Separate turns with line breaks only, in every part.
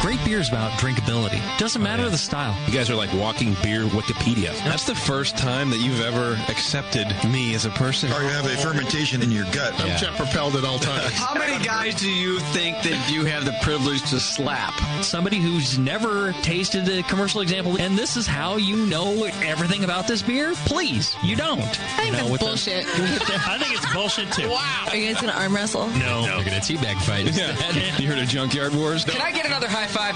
Great beer's about drinkability. Doesn't matter the style.
You guys are like walking beer Wikipedia. That's the first time that you've ever accepted me as a person.
Or you have a fermentation in your gut.
Yeah.
jet propelled at all times.
How many guys do you think that you have the privilege to slap?
Somebody who's never tasted a commercial example, and this is how you know everything about this beer? Please, you don't.
I think that's bullshit.
I think it's bullshit too.
Are you guys gonna arm wrestle?
No.
We're going to teabag fight.
Yeah. You heard of Junkyard Wars?
Can I get another high five,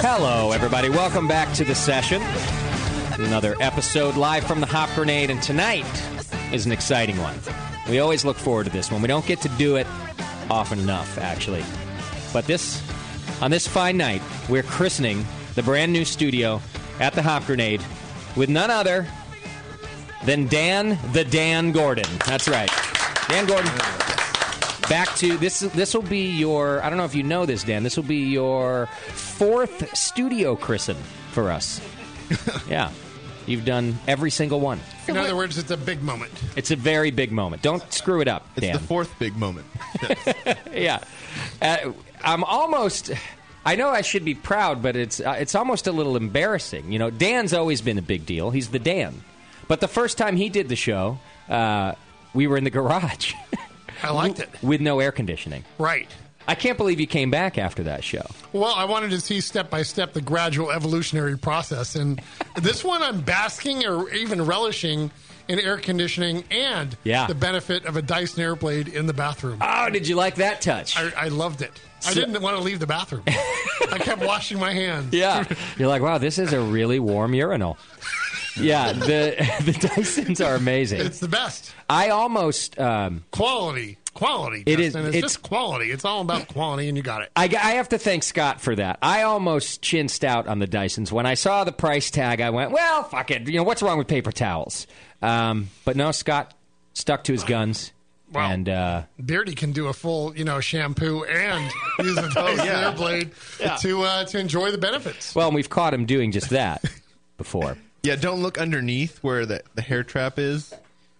Hello, everybody. Welcome back to the session. Another episode live from the Hop Grenade, and tonight is an exciting one. We always look forward to this one. We don't get to do it often enough, actually. But this, on this fine night, we're christening the brand new studio at the Hop Grenade with none other than Dan the Dan Gordon. That's right, Dan Gordon. Back to this. This will be your. I don't know if you know this, Dan. This will be your fourth studio christen for us. yeah, you've done every single one.
In other words, it's a big moment.
It's a very big moment. Don't screw it up, Dan.
It's the fourth big moment.
yeah, uh, I'm almost. I know I should be proud, but it's uh, it's almost a little embarrassing. You know, Dan's always been a big deal. He's the Dan, but the first time he did the show, uh, we were in the garage.
I liked it.
with no air conditioning.
Right.
I can't believe you came back after that show.
Well, I wanted to see step by step the gradual evolutionary process. And this one, I'm basking or even relishing in air conditioning and
Yeah.
the benefit of a Dyson Airblade in the bathroom.
Oh, did you like that touch?
I, I loved it. I
So-
didn't want to leave the bathroom. I kept washing my hands.
Yeah. You're like, wow, this is a really warm urinal. Yeah, the the Dysons are amazing.
It's the best.
I almost um,
Quality. Quality.
It is-
Justin. It's,
it's-
just quality. It's all about quality, and you got it.
I, I have to thank Scott for that. I almost chinsed out on the Dysons. When I saw the price tag, I went, well, fuck it. You know, what's wrong with paper towels? Um, but no, Scott stuck to his guns.
Wow.
And uh,
Beardy can do a full, you know, shampoo and use
Oh,
a Dyson Airblade to uh, to enjoy the benefits.
well, and we've caught him doing just that before.
Yeah, don't look underneath where the, the hair trap is.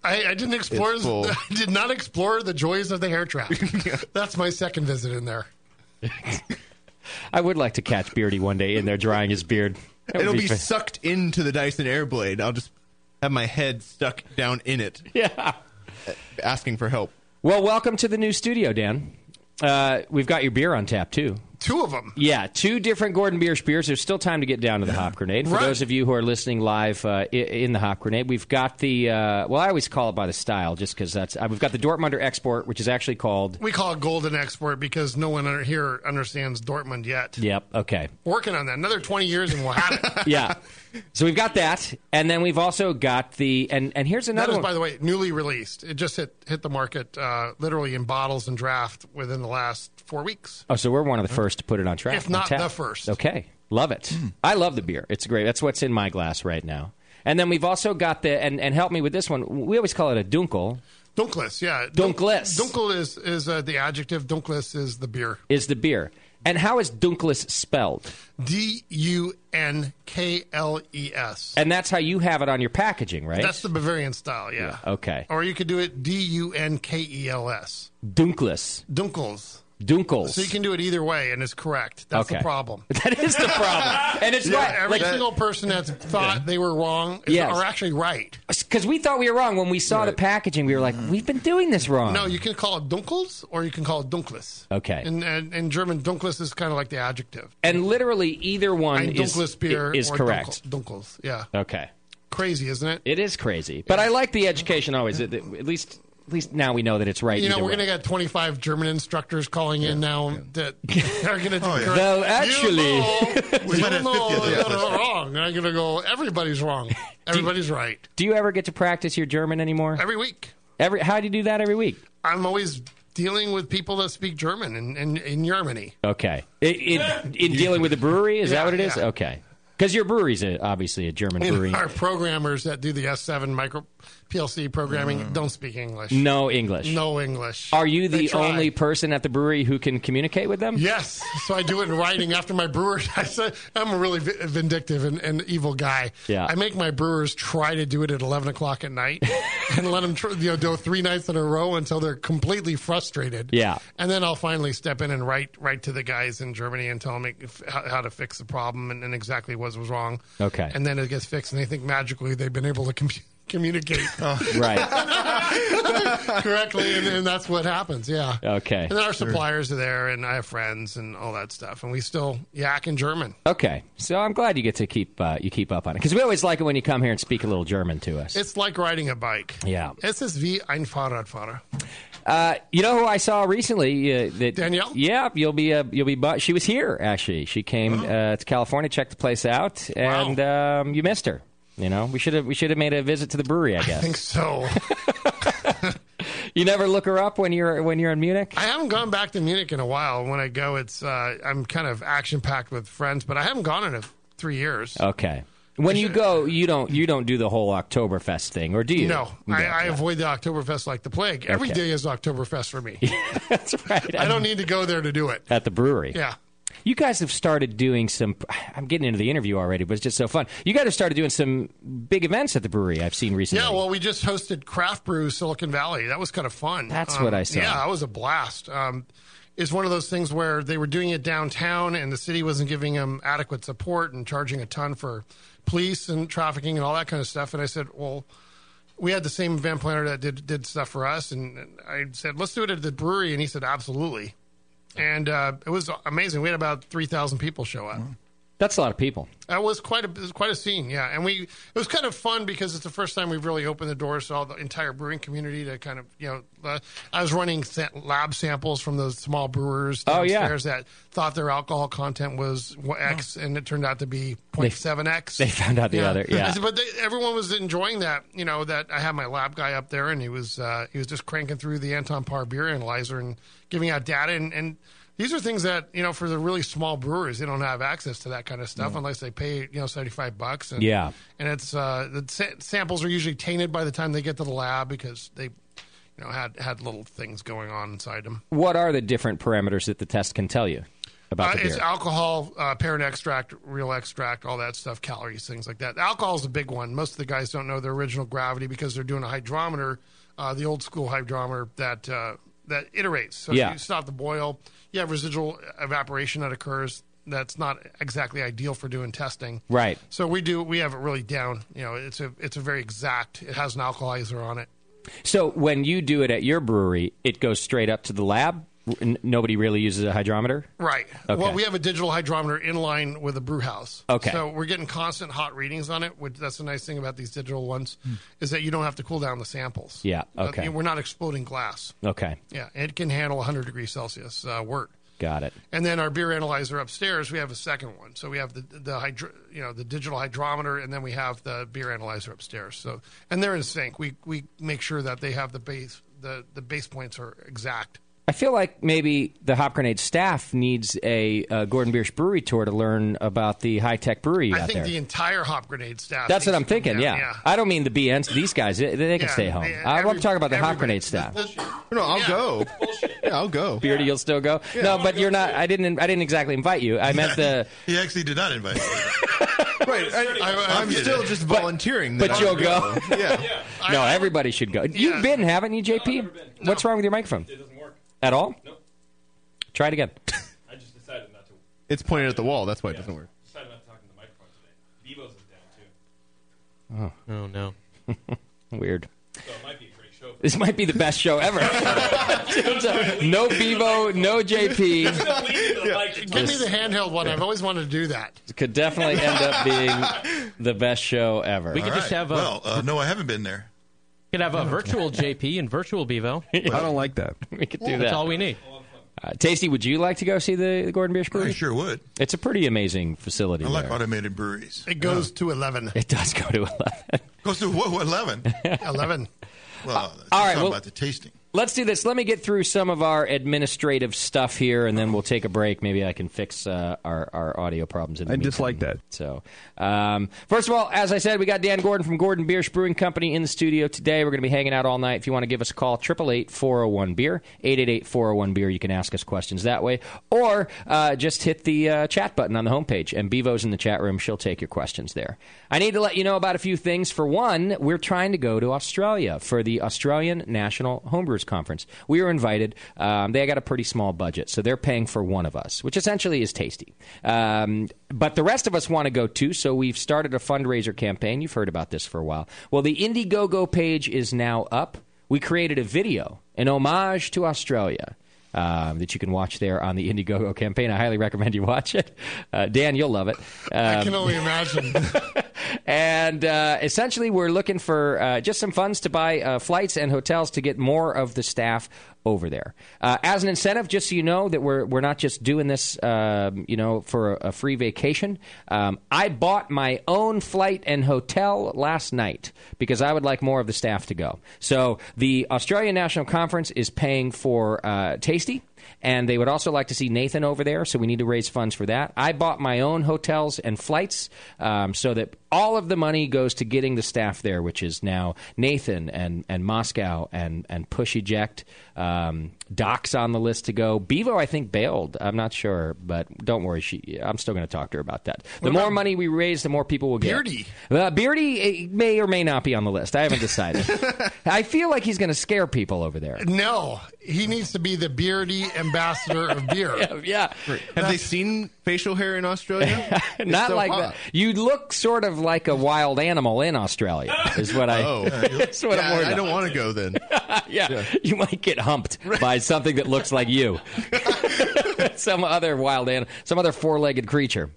I, I didn't explore.
It's full.
I did not explore the joys of the hair trap. That's my second visit in there.
I would like to catch Beardy one day in there drying his beard. That would
It'll be
fa-
sucked into the Dyson Airblade. I'll just have my head stuck down in it,
yeah.
asking for help.
Well, welcome to the new studio, Dan. Uh, we've got your beer on tap too.
two of them.
Yeah, two different Gordon Biersch beers. There's still time to get down to the Hop Grenade. For
Right.
those of you who are listening live uh, i- in the Hop Grenade, we've got the uh, well, I always call it by the style, just because that's uh, we've got the Dortmunder Export, which is actually called.
We call it golden export because no one under here understands Dortmund yet.
Yep. Okay.
Working on that. Another 20 years and we'll have it.
yeah. So we've got that, and then we've also got the and and here's
that
another
is,
one.
by the way, newly released. It just hit, hit the market uh, literally in bottles and draft within the last four weeks.
Oh, so we're one of the first to put it on track.
If not
on tap.
the first. Hmm.
Okay. Love it. I love the beer. It's great. That's what's in my glass right now. And then we've also got the and, and help me with this one. We always call it a dunkel.
Dunkless, yeah.
Dunkless.
Dunkel is, is uh, the adjective. Dunkless is the beer.
Is the beer. And how is dunkless spelled?
D U N K L E S.
And that's how you have it on your packaging, right?
That's the Bavarian style, yeah.
okay.
Or you could do it D U N K E L S.
Dunkless.
Dunkels.
Dunkels.
So you can do it either way, and it's correct. That's the
Okay.
problem.
that is the problem. And it's
Yeah,
right.
Every
Like-
single person that's thought they were wrong is,
Yes.
are actually right.
Because we thought we were wrong when we saw the packaging. We were like, we've been doing this wrong.
Mm. No, you can call it dunkels or you can call it dunkless.
Okay.
And, and, and German dunkles is kind of like the adjective.
and literally, either one
Ein
is,
dunkles beer
is
or
correct.
dunkel- dunkels, yeah.
Okay.
Crazy, isn't it?
It is crazy, but I like the education always. At, at least, at least now we know that it's right.
you know,
either
we're
way.
going to get 25 German instructors calling in now that are going to
Oh, yeah.
correct.
Well,
You
actually-
know-
We
you
might have 50
know
of those.
that are wrong. And I'm going to go, everybody's wrong. Everybody's right.
Do you ever get to practice your German anymore?
Every week.
Every how do you do that every week?
I'm always dealing with people that speak German in, in, in Germany.
Okay, in, in, in dealing with the brewery, is that what it is?
yeah.
Okay, because your brewery's a, obviously a German
And
brewery.
our programmers that do the S7 micro PLC programming
Mm.
don't speak English.
No English.
No English.
Are you
They
the
try.
only person at the brewery who can communicate with them?
Yes. So I do it in writing after my brewers. I said, I'm a really vi- vindictive and, and evil guy.
Yeah.
I make my brewers try to do it at 11 o'clock at night and let them tr- you know, do it three nights in a row until they're completely frustrated.
Yeah.
And then I'll finally step in and write, write to the guys in Germany and tell them if, how, how to fix the problem and, and exactly what was wrong.
Okay.
And then it gets fixed and they think magically they've been able to com- communicate uh,
Right.
correctly. And, and that's what happens. Yeah.
Okay.
And then our suppliers are there, and I have friends and all that stuff, and we still yak in German.
Okay, so I'm glad you get to keep uh, you keep up on it because we always like it when you come here and speak a little German to us.
It's like riding a bike.
Yeah.
Es ist wie ein Fahrradfahrer.
Uh, you know who I saw recently? Uh, that
Danielle?
Yeah, you'll be uh, you'll be. Bu- she was here actually. She came uh, to California, checked the place out, and um, you missed her. You know, we should have we should have made a visit to the brewery. I guess
think so.
you never look her up when you're when you're in Munich.
I haven't gone back to Munich in a while. When I go, it's uh, I'm kind of action packed with friends, but I haven't gone in a, three years.
Okay. When you go, you don't you don't do the whole Oktoberfest thing, or do you?
No, I, I avoid the Oktoberfest like the plague. Every day
Okay.
is Oktoberfest for me.
That's right.
I don't need to go there to do it.
at the brewery.
Yeah.
You guys have started doing some. I'm getting into the interview already, but it's just so fun. You guys have started doing some big events at the brewery. I've seen recently.
Yeah, well, we just hosted Craft Brew Silicon Valley. That was kind of fun.
That's
Um,
what I saw.
Yeah, it was a blast. Um, it's one of those things where they were doing it downtown, and the city wasn't giving them adequate support and charging a ton for police and trafficking and all that kind of stuff. And I said, well. We had the same event planner that did did stuff for us, and I said, "Let's do it at the brewery," and he said, "Absolutely," and uh, it was amazing. We had about three thousand people show
Mm-hmm.
up.
That's a lot of people.
That was quite a it was quite a scene, yeah. And we it was kind of fun because it's the first time we've really opened the doors to all the entire brewing community to kind of you know. Uh, I was running sa- lab samples from those small brewers
Oh, yeah.
downstairs that thought their alcohol content was X,
Oh.
and it turned out to be 0.7 X.
They found out the other.
I
Yeah.
said, but they, everyone was enjoying that. You know that I had my lab guy up there, and he was uh, he was just cranking through the Anton Par beer analyzer and giving out data. And, and these are things that you know for the really small brewers, they don't have access to that kind of stuff unless they pay you know seventy five bucks. And,
Yeah.
and it's uh, the sa- samples are usually tainted by the time they get to the lab because they you know had had little things going on inside them.
What are the different parameters that the test can tell you about
Uh,
the
it's
beer?
alcohol, uh, parent extract, real extract, all that stuff, calories, things like that. Alcohol is a big one. Most of the guys don't know their original gravity because they're doing a hydrometer, uh, the old school hydrometer that uh, that iterates. So
Yeah.
if you stop the boil, you have residual evaporation that occurs. That's not exactly ideal for doing testing.
Right.
So we do we have it really down. You know, it's a it's a very exact. It has an alkalizer on it.
So when you do it at your brewery, it goes straight up to the lab. n- nobody really uses a hydrometer.
Right.
Okay.
Well, we have a digital hydrometer in line with a brew house.
Okay.
So we're getting constant hot readings on it, which that's the nice thing about these digital ones is that you don't have to cool down the samples.
Hmm. Yeah,
Uh,
okay.
we're not exploding glass.
Okay.
Yeah. It can handle 100 degrees Celsius uh, work.
Got it.
And then our beer analyzer upstairs, we have a second one. So we have the the hydro, you know the digital hydrometer, and then we have the beer analyzer upstairs. So and they're in sync. We we make sure that they have the base the the base points are exact.
I feel like maybe the Hop Grenade staff needs a uh, Gordon Biersch brewery tour to learn about the high tech brewery
I
out
think
there.
the entire hop grenade staff.
That's what
needs
I'm
to come
thinking.
down.
Yeah. I don't mean the BNs. These guys, they, they can
Yeah,
stay home.
yeah,
I want to talk about the Hop Grenade staff.
No, I'll go. Yeah, I'll go.
Beardy, you'll still go. no, but you're not. I didn't. I didn't exactly invite you. I meant the.
He actually did not invite me. right. I, am
I'm
still
kidding.
just volunteering. that
But
I
you'll
would
go.
yeah.
no, everybody should go. You've been, haven't you, JP? What's wrong with your microphone? It doesn't work at all. Nope. Try it again.
It's pointed at the wall. That's why it doesn't work.
Oh,
oh no.
Weird.
it might be a great show.
This might be the best show ever. no Bevo, no JP.
Give me the handheld one. I've always wanted to do that.
Could definitely end up being the best show ever.
We could just have a,
Well, uh, no, I haven't been there.
could have a virtual JP and virtual Bevo. I
don't
like that.
We could do
That's
that.
all we need.
Uh, Tasty, would you like to go see the, the Gordon Biersch Brewery? I sure
would.
It's a pretty amazing facility.
I like
there.
automated breweries.
It goes to eleven.
It does go to 11.
Goes to whoa, eleven.
eleven.
Well,
Uh, all
all
right,
right.
well-
about the tasting.
Let's do this. Let me get through some of our administrative stuff here, and then we'll take a break. Maybe I can fix uh, our, our audio problems. In the
I
meantime.
dislike that.
So, um, first of all, as I said, we got Dan Gordon from Gordon Biersch Brewing Company in the studio today. We're going to be hanging out all night. If you want to give us a call, 888 401 Beer, 888 401 Beer. You can ask us questions that way. Or uh, just hit the uh, chat button on the homepage, and Bevo's in the chat room. She'll take your questions there. I need to let you know about a few things. For one, we're trying to go to Australia for the Australian National Homebrewers Conference. We were invited. Um, they got a pretty small budget, so they're paying for one of us, which essentially is tasty. Um, but the rest of us want to go too, so we've started a fundraiser campaign. You've heard about this for a while. Well, the Indiegogo page is now up. We created a video, an homage to Australia. Um, that you can watch there on the Indiegogo campaign. I highly recommend you watch it. Uh, Dan, you'll love it.
I can
Um,
only imagine.
and uh, essentially, we're looking for uh, just some funds to buy uh, flights and hotels to get more of the staff over there. Uh, as an incentive, just so you know that we're we're not just doing this, um, you know, for a, a free vacation. Um, I bought my own flight and hotel last night because I would like more of the staff to go. So the Australian National Conference is paying for uh, Tasty. And they would also like to see Nathan over there, so we need to raise funds for that. I bought my own hotels and flights um, so that all of the money goes to getting the staff there, which is now Nathan and, and Moscow and, and Push Eject. Um, Doc's on the list to go. Bevo, I think, bailed. I'm not sure, but don't worry. She, I'm still going to talk to her about that. The more money we raise, the more people will get.
Beardy?
Uh, Beardy eh, may or may not be on the list. I haven't decided. I feel like he's going to scare people over there.
no, he needs to be the beardy ambassador of beer.
yeah.
Have they seen facial hair in Australia? It's
Not
so
like
hot.
that. You look sort of like a wild animal in Australia. Is what I.
Oh,
is what I'm
Yeah,
worried
I don't
about.
want to go then.
yeah. you might get humped by something that looks like you, some other wild animal, some other four-legged creature.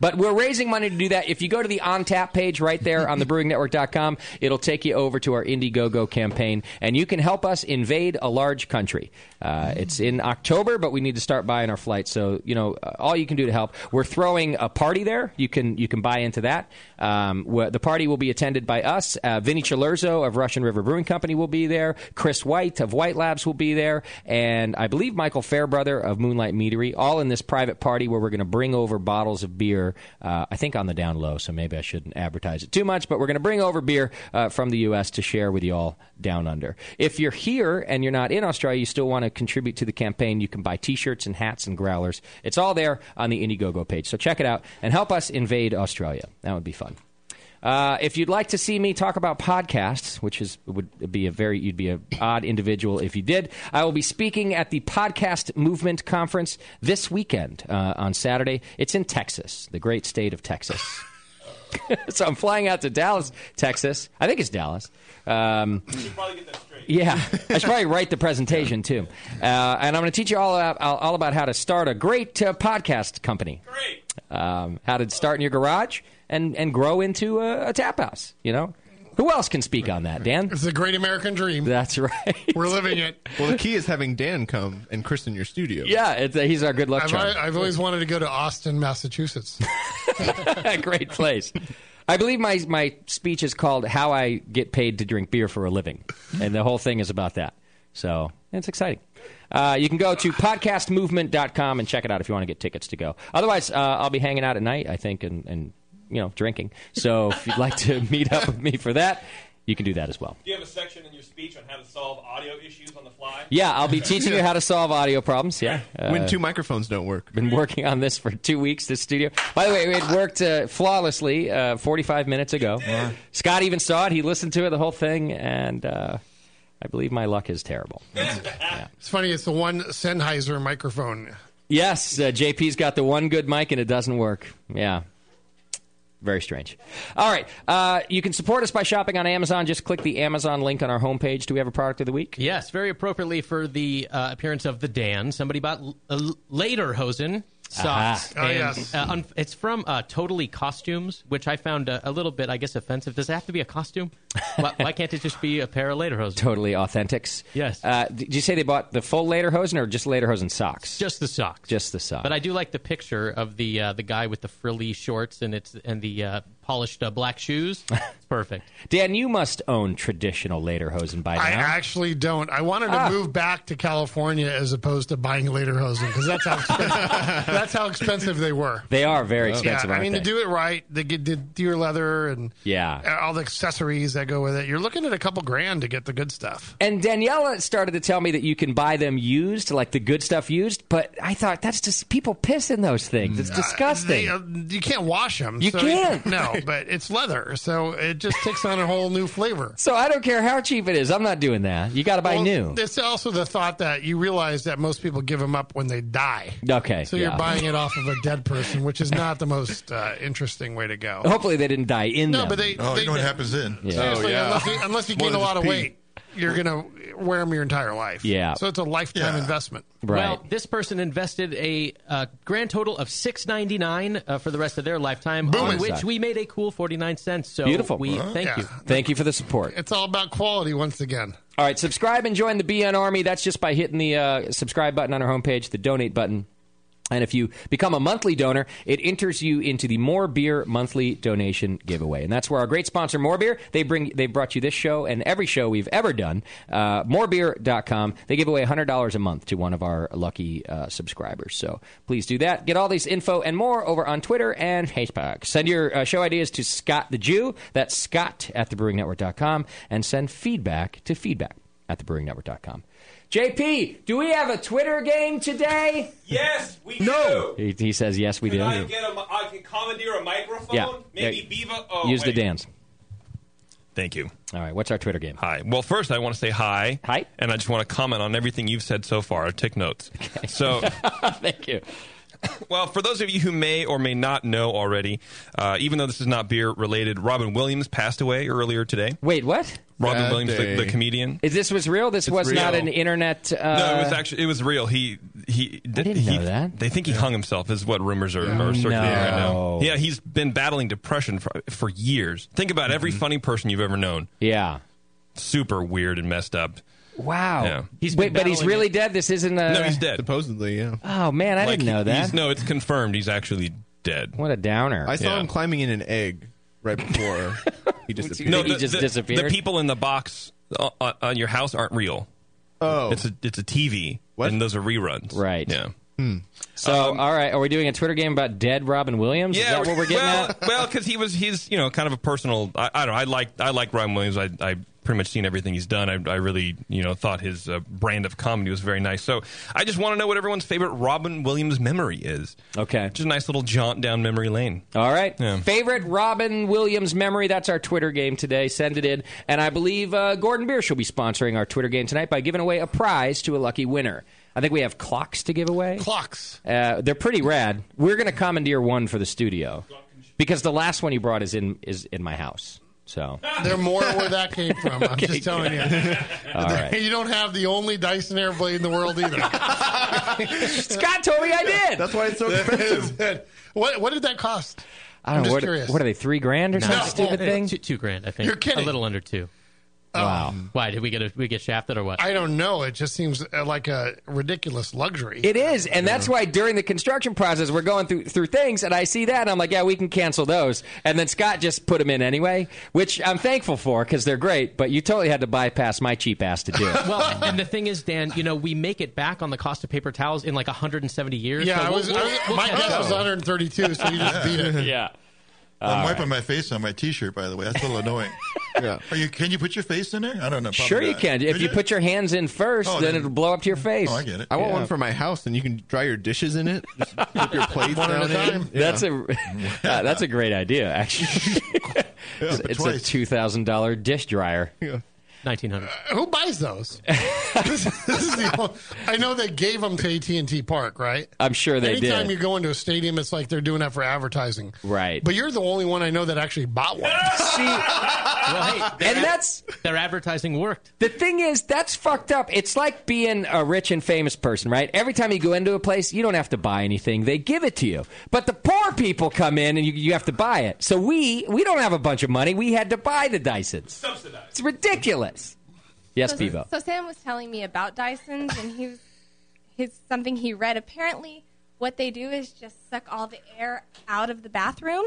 But we're raising money to do that. If you go to the on tap page right there on thebrewingnetwork.com, it'll take you over to our Indiegogo campaign, and you can help us invade a large country. Uh, it's in October, but we need to start buying our flights. So you know, uh, all you can do to help. We're throwing a party there. You can you can buy into that. Um, wh- the party will be attended by us. Uh, Vinny Chalurzo of Russian River Brewing Company will be there. Chris White of White Labs will be there, and I believe Michael Fairbrother of Moonlight Meadery. All in this private party where we're going to bring over bottles of beer. Uh, I think on the down low, so maybe I shouldn't advertise it too much. But we're going to bring over beer uh, from the U.S. to share with you all down under. If you're here and you're not in Australia, you still want to contribute to the campaign. You can buy T-shirts and hats and growlers. It's all there on the Indiegogo page. So check it out and help us invade Australia. That would be fun. Uh, if you'd like to see me talk about podcasts, which is would be a very you'd be an odd individual if you did, I will be speaking at the Podcast Movement Conference this weekend uh, on Saturday. It's in Texas, the great state of Texas. week. so I'm flying out to Dallas, Texas. I think it's Dallas. Um, yeah, I should probably write the presentation too. Uh, and I'm going to teach you all about, all about how to start a great uh, podcast company. Great. Um, how to start in your garage and, and grow into a, a tap house, you know? Who else can speak on that, Dan?
It's the great American dream.
That's right.
We're living it.
Well, the key is having Dan come and Kristen your studio.
Yeah, it's, he's our good luck
I've,
charm.
I've always wanted to go to Austin, Massachusetts.
Great place. I believe my, my speech is called How I Get Paid to Drink Beer for a Living. And the whole thing is about that. So it's exciting. Uh, you can go to podcastmovement.com and check it out if you want to get tickets to go. Otherwise, uh, I'll be hanging out at night, I think, and, and you know, drinking. So if you'd like to meet up with me for that, you can do that as well.
Do you have a section in your speech on how to solve audio issues on the fly?
Yeah, I'll be teaching you how to solve audio problems. Yeah, Uh,
When two microphones don't work.
Been working on this for two weeks. This studio. By the way, it worked uh, flawlessly uh, 45 minutes ago. Scott even saw it. He listened to it, the whole thing, and uh, I believe my luck is terrible.
It's funny. It's the one Sennheiser microphone.
Yes, uh, JP's got the one good mic and it doesn't work. Yeah. Very strange. All right. Uh, you can support us by shopping on Amazon. Just click the Amazon link on our homepage. Do we have a product of the week?
Yes, very appropriately for the uh, appearance of the Dan. Somebody bought l- uh, later Hosen socks.
Aha. Oh, yes.
uh, un- it's from uh, Totally Costumes, which I found uh, a little bit, I guess, offensive. Does it have to be a costume?
Ah.
why, why can't it just be a pair of later Hosen?
Totally Authentics. Yes. Uh, did you say they bought the full Lederhosen or just Lederhosen socks?
Just the socks.
Just the socks.
But I do like the picture of the uh, the guy with the frilly shorts and it's and the uh, polished uh, black shoes. It's perfect.
Dan, you must own traditional Lederhosen by now.
I actually don't. I wanted to
Ah.
move back to California as opposed to buying Lederhosen because that's how expensive, that's how expensive they were.
they are very expensive,
yeah, I
aren't
mean
they?
to do it right, they get the deer leather and
yeah.
uh, all the accessories that go with it. You're looking at a couple grand to get the good stuff.
And Daniela started to tell me that you can buy them used, like the good stuff used, but I thought that's just people piss in those things. It's disgusting.
They, uh, you can't wash them.
You
so
can't.
No, but it's leather, so it just takes on a whole new flavor.
so I don't care how cheap it is. I'm not doing that. You got to buy
Well,
new.
It's also the thought that you realize that most people give them up when they die.
Okay.
So
yeah.
you're buying it off of a dead person, which is not the most uh, interesting way to go.
Hopefully they didn't die in
no,
them.
but they.
Oh,
they,
you know what happens then?
Oh, Yeah.
Seriously, unless you, unless you
Oh, More
gain a
than
lot
just
of
pee.
weight, you're gonna wear them your entire life.
Yeah.
So it's a lifetime
Yeah.
investment.
Well, this person invested a uh, grand total of six ninety nine uh, for the rest of their lifetime, on
Boom.
which we made a cool forty nine cents. So
Beautiful.
We thank
Yeah.
you.
Thank you for the support.
it's all about quality once again.
All right, subscribe and join the BN Army. That's just by hitting the uh, subscribe button on our homepage, the donate button. And if you become a monthly donor, it enters you into the More Beer monthly donation giveaway. And that's where our great sponsor, More Beer, they bring they brought you this show and every show we've ever done. Uh, morebeer.com. They give away $100 a month to one of our lucky uh, subscribers. So please do that. Get all these info and more over on Twitter and Facebook. Send your uh, show ideas to Scott the Jew. That's Scott at thebrewingnetwork.com. And send feedback to feedback at thebrewingnetwork.com. JP, do we have a Twitter game today?
Yes, we no.
He, he says, yes, we do.
I get a, mi- I can commandeer a microphone.
yeah.
Maybe
Yeah.
Beaver. Oh,
Use
wait.
the dance.
Thank you.
All right, what's our Twitter game?
Hi. Well, first I want to say hi.
Hi.
And I just want to comment on everything you've said so far. Take notes. So,
thank you.
well, for those of you who may or may not know already, uh, even though this is not beer related, Robin Williams passed away earlier today.
Wait, what?
Robin
That
Williams, the,
day.
the comedian.
Is this was real? This was not
real.
an internet. Uh,
no, it was actually it was real. He he
didn't
he,
know that.
They think he hung himself. Is what rumors are, are circulating right now.
No.
Yeah, he's been battling depression for, for years. Think about every funny person you've ever known.
Mm-hmm. Yeah,
super weird and messed up.
Wow.
Yeah.
He's Wait, but he's really dead. This isn't a.
No, he's dead.
Supposedly, yeah.
Oh man, Uh, I
Like,
didn't know that.
he's- no, it's confirmed. He's actually dead.
What a downer.
I saw him climbing in an egg right before he disappeared.
No, the, the- The people in the box on, on your house aren't real.
Oh,
it's a it's a TV, and those are reruns. Right. Yeah. Um,
So, all right, are we doing a Twitter game about dead Robin Williams? Is
Yeah,
that what we're getting
well,
at?
Well, because he was he's you know kind of a personal. I, I don't know. I like I like Ryan Williams. I I pretty much seen everything he's done. I, I really you know thought his uh, brand of comedy was very nice. So I just want to know what everyone's favorite Robin Williams memory is.
Okay,
just a nice little jaunt down memory lane.
All right.
Yeah.
Favorite Robin Williams memory? That's our Twitter game today. Send it in. And I believe uh, Gordon Beer will be sponsoring our Twitter game tonight by giving away a prize to a lucky winner. I think we have clocks to give away.
Clocks.
Uh, they're pretty rad. We're going to commandeer one for the studio. because the last one you brought is in is in my house. So
They're more where that came from. I'm
Okay,
just telling
good.
you.
All right.
You don't have the only Dyson Airblade in the world either.
Scott told me I did.
That's why it's so expensive.
what, what did that cost?
I don't
I'm
know
just
what,
curious.
what are they three grand or some
No.
stupid thing?
Two, two grand, I think.
You're kidding. Um,
A little under two.
Wow.
Why did we get a, we get shafted or what?
I don't know. It just seems uh, like a ridiculous luxury.
It is, and that's why during the construction process we're going through through things, and I see that, and I'm like, yeah, we can cancel those, and then Scott just put them in anyway, which I'm thankful for because they're great. But you totally had to bypass my cheap ass to do it.
well, and the thing is, Dan, you know, we make it back on the cost of paper towels in like 170 years.
Yeah,
so
I
we'll-
was,
we'll-
I was-
we'll
my
catch
guess
up.
was 132, so you just beat it.
Yeah.
I'm
Oh. All
wiping my face on my T-shirt. By the way, that's a little annoying. yeah. Are you? Can you put your face in there? I don't know. probably
Sure, you
not.
can. If
Could
you put your hands in first,
Oh,
then,
then-
it'll blow up to your face.
Oh, I get it.
I want one
Yeah.
for my house, and you can dry your dishes in it. Just put your plates
One at
down
a time.
in.
That's a uh, that's a great idea. Actually, it's,
but
it's a
twice.
two thousand dollar dish dryer.
Nineteen hundred.
Who buys those? this, this is the, only- I know they gave them to AT and T Park, right?
I'm sure they
Anytime
did.
you go into a stadium, it's like they're doing that for advertising.
Right.
But you're the only one I know that actually bought one.
Well, hey,
and that's
their advertising worked.
The thing is, that's fucked up. It's like being a rich and famous person, right? Every time you go into a place, you don't have to buy anything; they give it to you. But the poor people come in, and you, you have to buy it. So we we don't have a bunch of money. We had to buy the Dysons. Subsidized. It's ridiculous. Yes,
so,
Bevo.
So Sam was telling me about Dysons, and he was his something he read. Apparently, what they do is just suck all the air out of the bathroom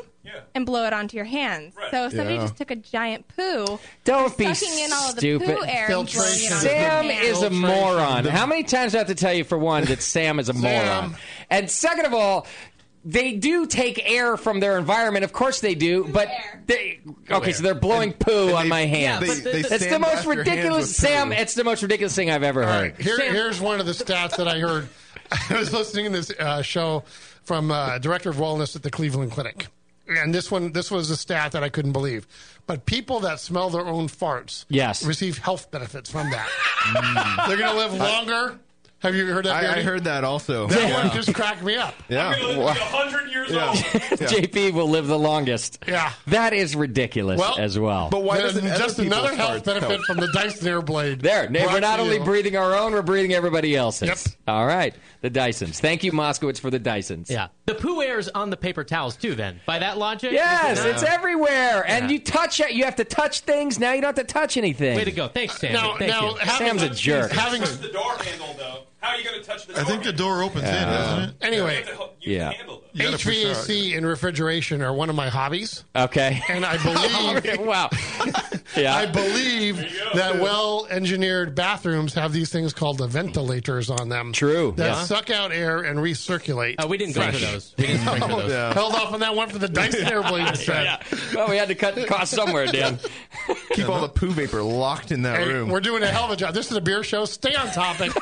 and blow it onto your hands. So if somebody
Yeah.
just took a giant poo,
Don't be
sucking in all of the
stupid.
poo air and blowing it onto your
Sam
hands.
is a moron. How many times do I have to tell you, for one, that Sam is a moron? And second of all, they do take air from their environment. Of course they do, but they okay. So they're blowing poo on my hands.
Yeah, but they- they
it's the
sand
most
blast your hands
ridiculous,
with
Sam.
poo.
It's the most ridiculous thing I've ever
All
heard.
right, here, here's one of the stats that I heard. I was listening to this uh, show from uh, director of wellness at the Cleveland Clinic, and this one this was a stat that I couldn't believe. But people that smell their own farts,
Yes.
receive health benefits from that. They're going to live longer. Have you heard that?
Hmm. I, I
Beardy?
heard that also.
That
yeah.
one just cracked me up.
Yeah.
Wha-
years
Yeah.
JP will live the longest.
Yeah.
That is ridiculous
Well,
as well.
but why
Then
doesn't other
just
people's
another health
farts
benefit
help?
from the Dyson Airblade?
There,
Brought
we're not
to
only
you.
breathing our own, we're breathing everybody else's.
Yep.
All right, the Dysons. Thank you, Moskowitz, for the Dysons.
Yeah, the poo airs on the paper towels too. Then by that logic,
Yes,
is it not?
it's everywhere, and
Yeah.
you touch it. You have to touch things. Now you don't have to touch anything.
Way to go! Thanks, Sam.
Now-
Thank
now,
you.
having- Sam's a jerk. having-
Touch the door handle, though. How are you going to touch the door?
I think the door opens
Yeah.
in, doesn't it?
Anyway,
Uh, Yeah.
You gotta push out.
HVAC and refrigeration are one of my hobbies,
Okay.
and I believe
Uh, Oh, wow, yeah.
I believe that well-engineered bathrooms have these things called the ventilators on them.
True.
That
Yeah.
suck out air and recirculate.
Oh, we didn't go for
Fresh. Oh,
those. We didn't spring for those.
Held off on that one for the Dyson Airblade instead.
well, we had to cut the cost somewhere, Dan.
Keep all the poo vapor locked in that
Hey,
room.
We're doing a hell of a job. This is a beer show. Stay on topic.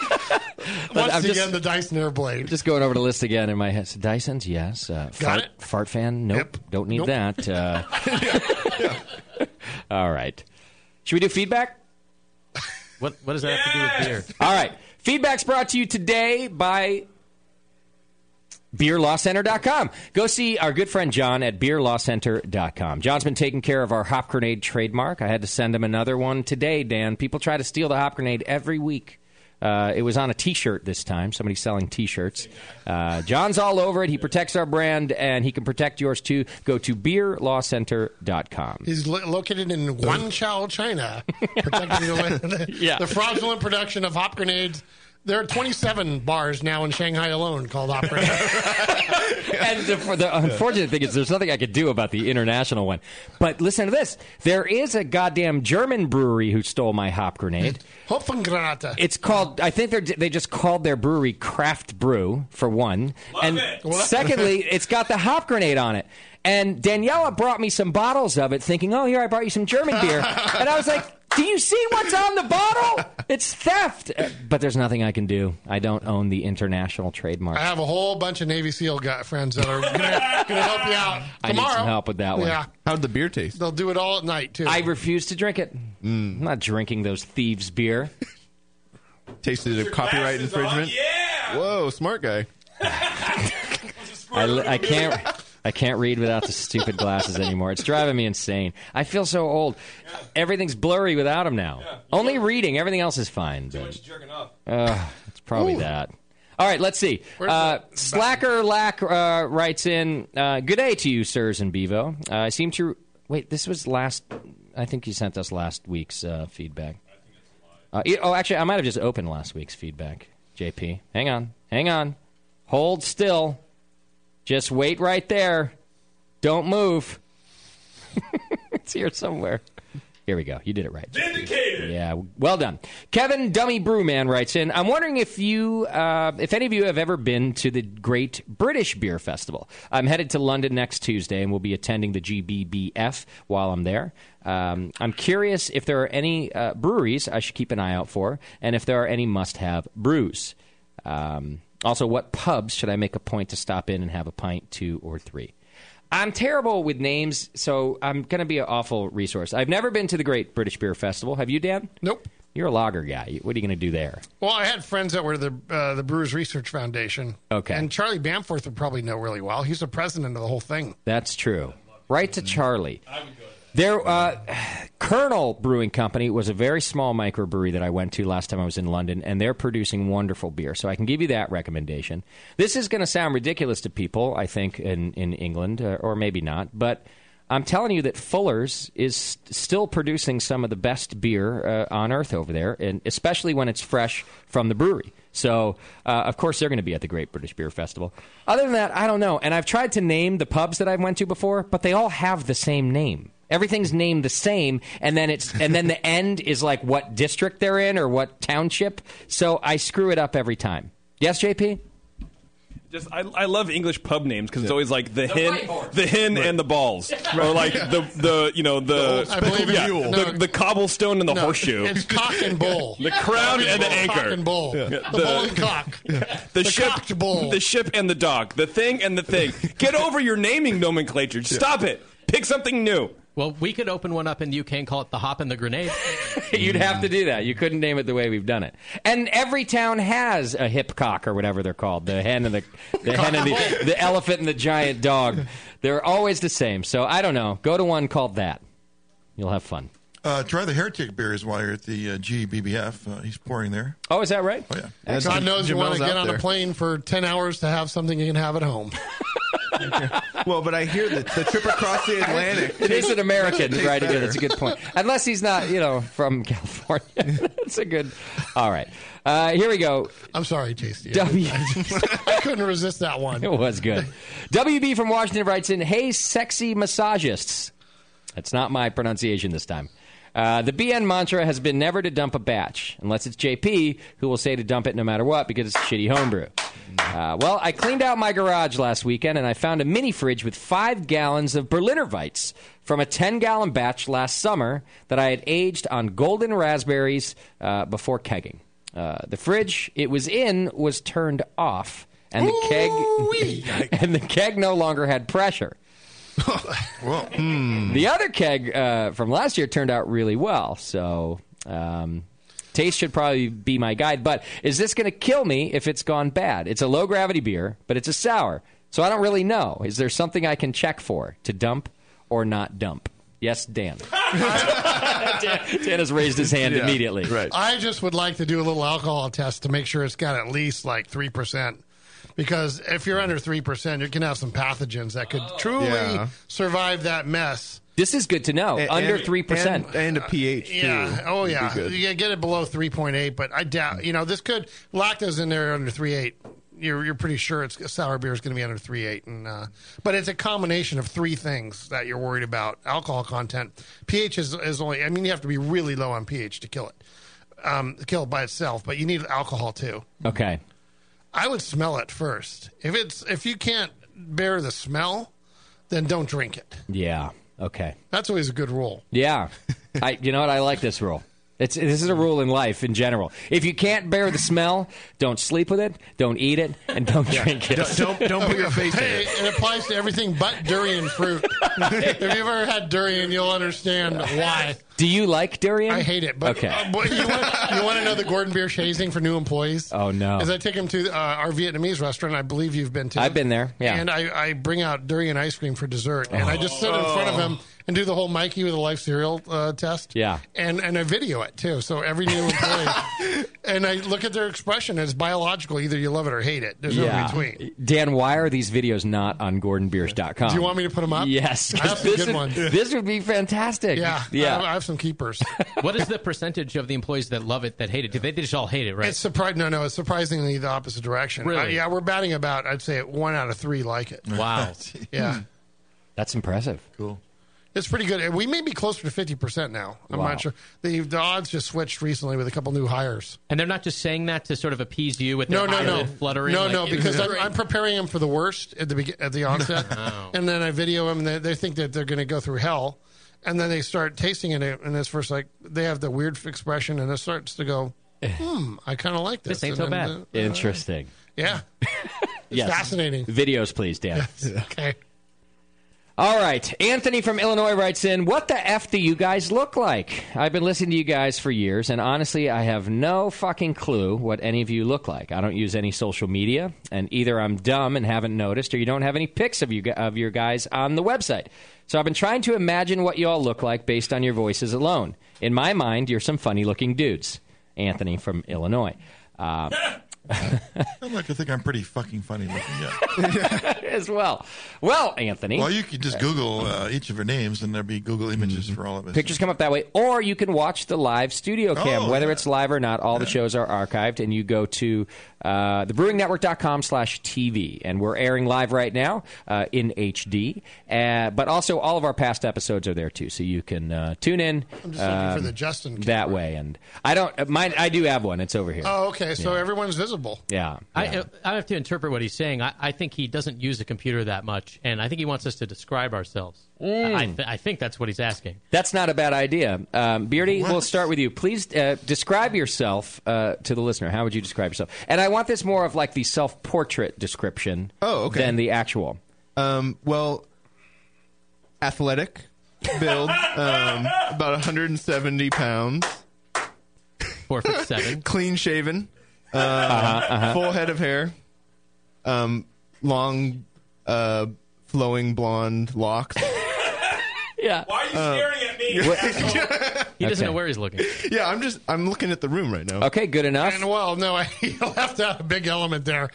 Once
I'm
again,
just-
the Dyson Airblade.
Just going over the list again in my head. So Dysons, yes. Uh, fart,
it.
fart fan, nope. Don't need
Nope.
that. Uh, All right. Should we do feedback?
What What does that have to do with beer?
All right. Feedback's brought to you today by BeerLawCenter.com. Go see our good friend John at BeerLawCenter.com. John's been taking care of our hop grenade trademark. I had to send him another one today, Dan. People try to steal the hop grenade every week. Uh, it was on a T-shirt this time. Somebody's selling T-shirts. Uh, John's all over it. He protects our brand, and he can protect yours too. Go to beerlawcenter.com.
He's lo- located in Guangzhou, China, protecting the, land- the,
Yeah.
the fraudulent production of hop grenades. There are 27 bars now in Shanghai alone called hop grenades.
and the, for the unfortunate thing is, there's nothing I could do about the international one. But listen to this: there is a goddamn German brewery who stole my hop grenade.
Hopfengranate.
It's called. I think they they just called their brewery Craft Brew for one, and
Well, that-
secondly, it's got the hop grenade on it. And Daniela brought me some bottles of it, thinking, "Oh, here I brought you some German beer," and I was like. Do you see what's on the bottle? It's theft. Uh, But there's nothing I can do. I don't own the international trademark.
I have a whole bunch of Navy SEAL guy friends that are going to help you out
I need
tomorrow.
some help with that one.
Yeah,
How'd the beer taste?
they'll do it all at night too.
I refuse to drink it.
Mm.
I'm not drinking those thieves' beer.
Tasted a copyright infringement. Yeah. Whoa, smart guy.
I, I can't. I can't read without the stupid glasses anymore. It's driving me insane. I feel so old. Everything's blurry without them now. Only reading. Everything else is fine. Too much
jerking off.
Uh, it's probably
Ooh.
that. All right, let's see. Uh, Slacker Lack uh, writes in uh, Good day to you, sirs and Bevo. Uh, I seem to. Wait, this was last. I think you sent us last week's uh, feedback. Uh, e- oh, actually, I might have just opened last week's feedback, JP. Hang on. Hang on. Hold still. Just wait right there. Don't move. it's here somewhere. Here we go. You did it right. Vindicated. Yeah, well done. Kevin Dummy Brewman writes in. I'm wondering if you, uh, if any of you have ever been to the Great British Beer Festival. I'm headed to London next Tuesday and will be attending the GBBF while I'm there. Um, I'm curious if there are any uh, breweries I should keep an eye out for, and if there are any must-have brews. Um, also, what pubs should I make a point to stop in and have a pint, two, or three? I'm terrible with names, so I'm going to be an awful resource. I've never been to the Great British Beer Festival. Have you, Dan?
Nope.
You're a lager guy. What are you going to do there?
Well, I had friends that were the uh, the Brewers Research Foundation.
Okay.
And Charlie Bamforth would probably know really well. He's the president of the whole thing.
That's true. Right to Charlie. There, uh, Colonel Brewing Company was a very small microbrewery that I went to last time I was in London, and they're producing wonderful beer. So I can give you that recommendation. This is going to sound ridiculous to people, I think, in in England, uh, or maybe not, but. I'm telling you that Fuller's is st- still producing some of the best beer uh, on earth over there, and especially when it's fresh from the brewery. So, uh, of course, they're going to be at the Great British Beer Festival. Other than that, I don't know. And I've tried to name the pubs that I've went to before, but they all have the same name. Everything's named the same, and then it's and then the end is like what district they're in or what township. So I screw it up every time. Yes, JP.
Just I, I love English pub names because it's always like the, hen, the hen and the balls, or like the the you know the
I believe in
yeah,
you.
the,
No.
the cobblestone and the horseshoe.
It's cock and bull.
The crown and the anchor.
Cock and bull.
Yeah.
The,
The-
bull and cock.
The, ship,
bull.
the ship and the dog, the thing and the thing. Get over your naming nomenclature. Stop it. Pick something new.
Well, we could open one up in the UK and call it the Hop and the Grenade.
You'd have to do that. You couldn't name it the way we've done it. And every town has a hip cock or whatever they're called. The hen and the the hen and the, the elephant and the giant dog. They're always the same. So I don't know. Go to one called that. You'll have fun.
Uh, try the Heretic beers while you're at the uh, GBBF. Uh, he's pouring there.
Oh, is that right?
Oh, yeah.
God knows you want to get on a plane for 10 hours to have something you can have at home.
well, but I hear that the trip across the Atlantic.
It is an American
Tastes
right again.
better.
That's a good point. Unless he's not, you know, from California. That's a good. All right. Uh, here we go.
I'm sorry, Tasty.
W.
I couldn't resist that one.
It was good. WB from Washington writes in, "Hey, sexy massagists." That's not my pronunciation this time. Uh, the BN mantra has been never to dump a batch, unless it's JP who will say to dump it no matter what because it's shitty homebrew. Uh, well, I cleaned out my garage last weekend and I found a mini fridge with five gallons of Berliner Weiss from a 10 gallon batch last summer that I had aged on golden raspberries uh, before kegging. Uh, the fridge it was in was turned off, and the keg and the keg no longer had pressure.
hmm.
The other keg uh, from last year turned out really well, so um, taste should probably be my guide. But is this going to kill me if it's gone bad? It's a low gravity beer, but it's a sour, so I don't really know. Is there something I can check for to dump or not dump? Yes, Dan. Dan, Dan has raised his hand
Yeah,
immediately. Right.
I just would like to do a little alcohol test to make sure it's got at least like 3%. Because if you're under 3%, you can have some pathogens that could truly
Yeah.
survive that mess.
This is good to know.
And-
Oh, Under
and-
three percent.
and, and a pH. Too,
Yeah. Oh,
would be
yeah.
good.
You get it below 3.8, but I doubt, you know, this could, lactose in there under 3.8. You're, you're pretty sure it's sour beer is going to be under 3.8. And, uh, but it's a combination of three things that you're worried about alcohol content. pH is, is only, I mean, you have to be really low on pH to kill it, um, kill it by itself, but you need alcohol too.
Okay.
I would smell it first. If it's, if you can't bear the smell, then don't drink it.
Yeah. Okay.
That's always a good rule.
Yeah. I, you know what? I like this rule. It's, this is a rule in life in general. If you can't bear the smell, don't sleep with it, don't eat it, and don't drink it.
hey, It applies to everything but durian fruit. if you've ever had durian, you'll understand why.
Do you like durian?
I hate it, but
okay.
uh, but you, want, you want to know the Gordon Biersch hazing for new employees?
oh no,
As I take him to uh, our Vietnamese restaurant, I believe you've been to.
I've been there. Yeah.
And I, I bring out durian ice cream for dessert, and I just sit in front
Oh.
of him and do the whole Mikey with a life cereal uh, test.
Yeah.
And and I video it too, so every new employee. and I look at their expression. It's biological. Either you love it or hate it. There's no between.
Dan, why are these videos not on GordonBeers.com?
Do you want me to put them up?
Um, Yes.
I have some
This
good
would-
ones.
This would be fantastic.
Yeah,
Yeah.
I, I have some keepers.
what is the percentage of the employees that love it that hate it? Did they just all hate it, right?
It's surpri- No, no, it's surprisingly the opposite direction.
Really?
Uh, yeah, we're batting about. I'd say one out of three like it.
Wow.
yeah,
That's impressive.
Cool.
it's pretty good. And We may be closer to fifty percent now. I'm
Wow.
not sure. The, the odds just switched recently with a couple new hires.
And they're not just saying that to sort of appease you with
No,
their
no, no,
eyelid fluttering.
No,
like,
no,
it-
because I'm, I'm preparing them for the worst at the beg- at the onset, and then I video them. And they, they think that they're going to go through hell, and then they start tasting it, and it's first like they have the weird expression, and it starts to go, "Hmm, I kind of like this."
This ain't
And
so
then
bad.
the-
Interesting.
yeah,
Uh, Yes.
fascinating.
Videos, please, Dan.
okay.
All right. Anthony from Illinois writes in, What the F do you guys look like? I've been listening to you guys for years, and honestly, I have no fucking clue what any of you look like. I don't use any social media, and either I'm dumb and haven't noticed, or you don't have any pics of, you, gu- of your guys on the website. So I've been trying to imagine what you all look like based on your voices alone. In my mind, you're some funny looking dudes. Anthony from Illinois. Uh,
I like to think I'm pretty fucking funny looking. Yeah.
as well. Well, Anthony.
Well, you could just Google uh, each of her names, and there'd be Google images for all of us.
Mm-hmm. Pictures come up that way, or you can watch the live studio cam.
Oh,
Whether it's live or not, all the shows are archived, and you go to uh, thebrewingnetwork.com slash TV, and we're airing live right now uh, in HD. Uh, but also, all of our past episodes are there too, so you can uh, tune in. um,
I'm just looking for the Justin
that way, and I don't uh, mine. I do have one. It's over here.
Oh, okay. So everyone's visible.
yeah.
I, I have to interpret what he's saying. I, I think he doesn't use a computer that much, and I think he wants us to describe ourselves.
Mm.
I, th- I think that's what he's asking.
That's not a bad idea. Um, Beardy, we'll start with you. Please uh, describe yourself uh, to the listener. How would you describe yourself? And I want this more of like the self portrait description
Oh, okay.
than the actual.
Um, well, athletic build, um, about 170 pounds.
Four foot seven.
Clean shaven. Uh,
Uh-huh, uh-huh.
Full head of hair. Um, long, uh, flowing blonde locks. Uh,
yeah.
Why are you staring at me?
He doesn't
Okay.
know where he's looking.
yeah, I'm just I'm looking at the room right now.
Okay, good enough.
And well, no, I left out a big element there.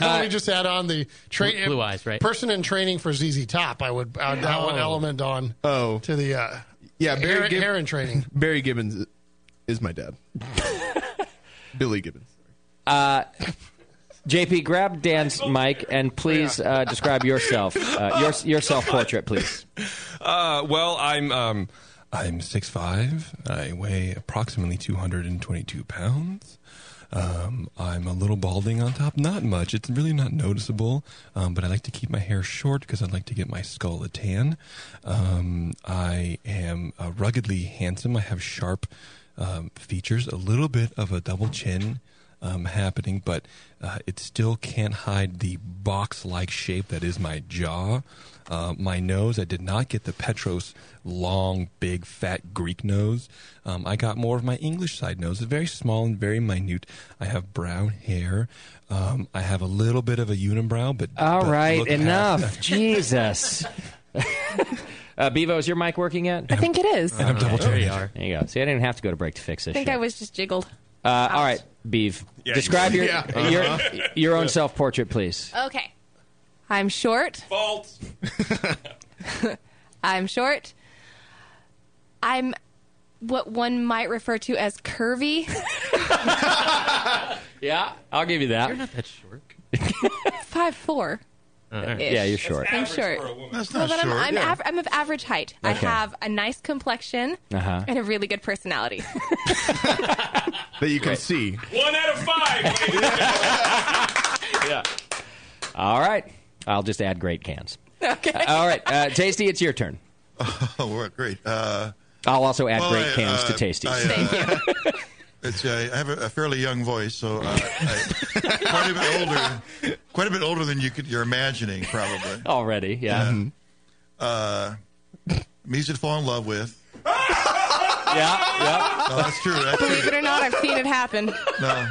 Let me just add on the
Blue-
train
blue eyes, right?
Person in training for ZZ Top. I would add that one
Oh.
element on
Oh,
to the uh,
yeah, Barry
hair,
Gibb-
hair and training.
Barry Gibbons is my dad. Billy Gibbons.
Uh, JP, grab Dan's mic and please uh, describe yourself. Uh, your your self portrait, please.
Uh, well, I'm um, I'm six five. I weigh approximately two hundred and twenty two pounds. Um, I'm a little balding on top, not much. It's really not noticeable, um, but I like to keep my hair short because I like to get my skull a tan. Um, I am uh, ruggedly handsome. I have sharp um, features, a little bit of a double chin um, happening, but uh, it still can't hide the box like shape that is my jaw. Uh, my nose, I did not get the Petros long, big, fat Greek nose. Um, I got more of my English side nose. It's very small and very minute. I have brown hair. Um, I have a little bit of a unibrow, but.
All
but
right,
look
enough.
past-
Jesus. uh, Bevo, is your mic working yet?
I think it is.
And Uh, I'm double
There
checking. There you go. See, I didn't have to go to break to
I
fix this.
think
shit.
I was just jiggled.
Uh, all right, Beav.
Yeah,
describe
you-
your,
Yeah.
your
Uh-huh.
your own self portrait, please.
Okay. I'm short.
Fault.
I'm short. I'm what one might refer to as curvy.
Yeah, I'll give you that. You're
not that short.
Five four.
Uh-huh. Yeah, you're short.
I'm short.
That's
Well,
not
but I'm,
short.
I'm,
yeah.
av- I'm of average height. I
Okay.
have a nice complexion
Uh-huh.
and a really good personality.
That you can see.
One out of five.
Yeah. All right. I'll just add great cans.
Okay.
Uh, all right, uh, Tasty, it's your turn.
Oh, well, great. Uh,
I'll also add
Well,
great
I,
cans to
uh,
Tasties.
I, uh, It's, uh, I have a, a fairly young voice, so uh, I, quite a bit older, quite a bit older than you could, you're imagining, probably
already. Yeah. Mm-hmm.
Uh, music to fall in love with.
yeah, yeah.
No, that's true. That's
Believe
true.
it or not, I've seen it happen.
No,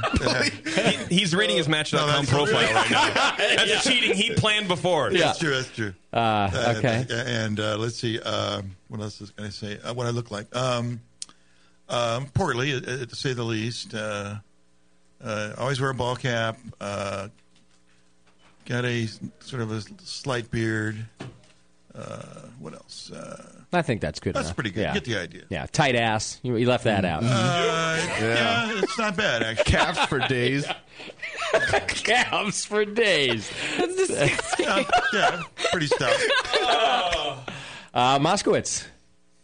He's reading his Match.com profile right now. That's cheating he planned before.
That's true. That's true.
Uh, okay.
And, and, uh, let's see. Um, what else is going to say? Uh, what I look like? Um, um, portly, uh, uh, to say the least. Uh, uh, always wear a ball cap. Uh, got a s- sort of a s- slight beard. Uh, what else? Uh,
I think that's good.
That's
enough.
pretty good.
Yeah.
Get the idea.
Yeah, tight ass. You, you left that out. Mm-hmm.
uh, yeah. it's not bad actually.
Calves for days.
Calves for days. That's
disgusting. Yeah, yeah, pretty stout.
Uh, Moskowitz.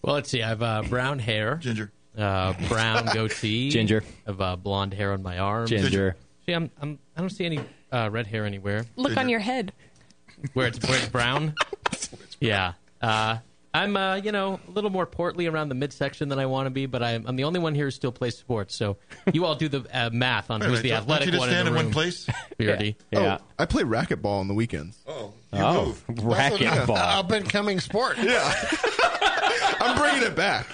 Well, let's see. I have uh, brown hair,
ginger,
uh, brown goatee,
Ginger.
I have uh, blonde hair on my arms,
Ginger.
See, I'm, I'm I don't see any uh, red hair anywhere.
Look on your head.
where it's where it's brown. yeah. Uh, I'm, uh, you know, a little more portly around the midsection than I want to be, but I'm, I'm the only one here who still plays sports. So you all do the uh, math on
Wait a
who's
minute,
the
don't- don't you
athletic
just
one
stand
in
in
the
one
room.
place?
Beardy.
Yeah. Yeah.
Oh, I play racquetball on the weekends.
Oh,
Oh, racquetball.
Up and coming sport.
Yeah. I'm bringing it back.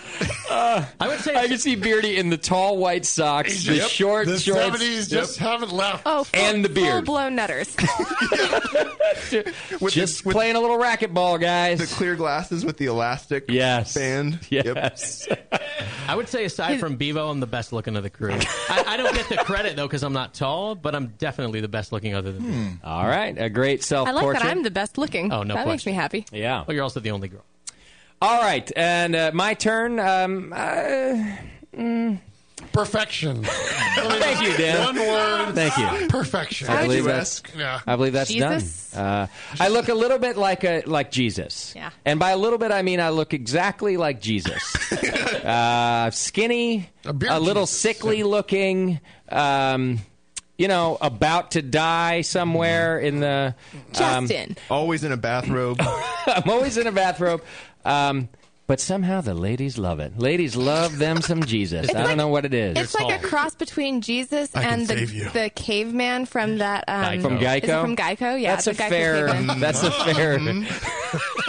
I would say
Uh, I can see Beardy in the tall white socks, the
Yep.
short
the
shorts,
70s
Yep.
just haven't left.
Oh, full,
And the beard.
Full blown nutters.
just playing a little racquetball, guys.
The clear glasses with the elastic
yes.
band.
Yes.
I would say, aside from Bevo, I'm the best looking of the crew. I, I don't get the credit, though, because I'm not tall, but I'm definitely the best looking other than me.
All right, a great self
I like
portrait.
that I'm the best looking.
Oh, no
That makes
question.
me happy.
yeah.
Well, you're also the only girl.
All right, and uh, my turn. Um, uh, mm,
Perfection.
Thank you, Dan.
One word.
Thank you.
Perfection.
I believe that's.
Yeah.
I believe that's
Jesus.
done. Uh, I look a little bit like a like Jesus.
Yeah.
And by a little bit, I mean I look exactly like Jesus. uh, skinny, a, little sickly looking. Um, you know, about to die somewhere in the. um,
Justin.
Always in a bathrobe.
I'm always in a bathrobe. Um, but somehow the ladies love it. Ladies love them some Jesus. I don't know what it is.
It's like a cross between Jesus
I can
and the,
save you.
the caveman from that. Um,
From
Is it
Geico?
from Geico? Yeah.
that's
the
a
Geico
fair.
caveman.
That's a fair.
Mm-hmm.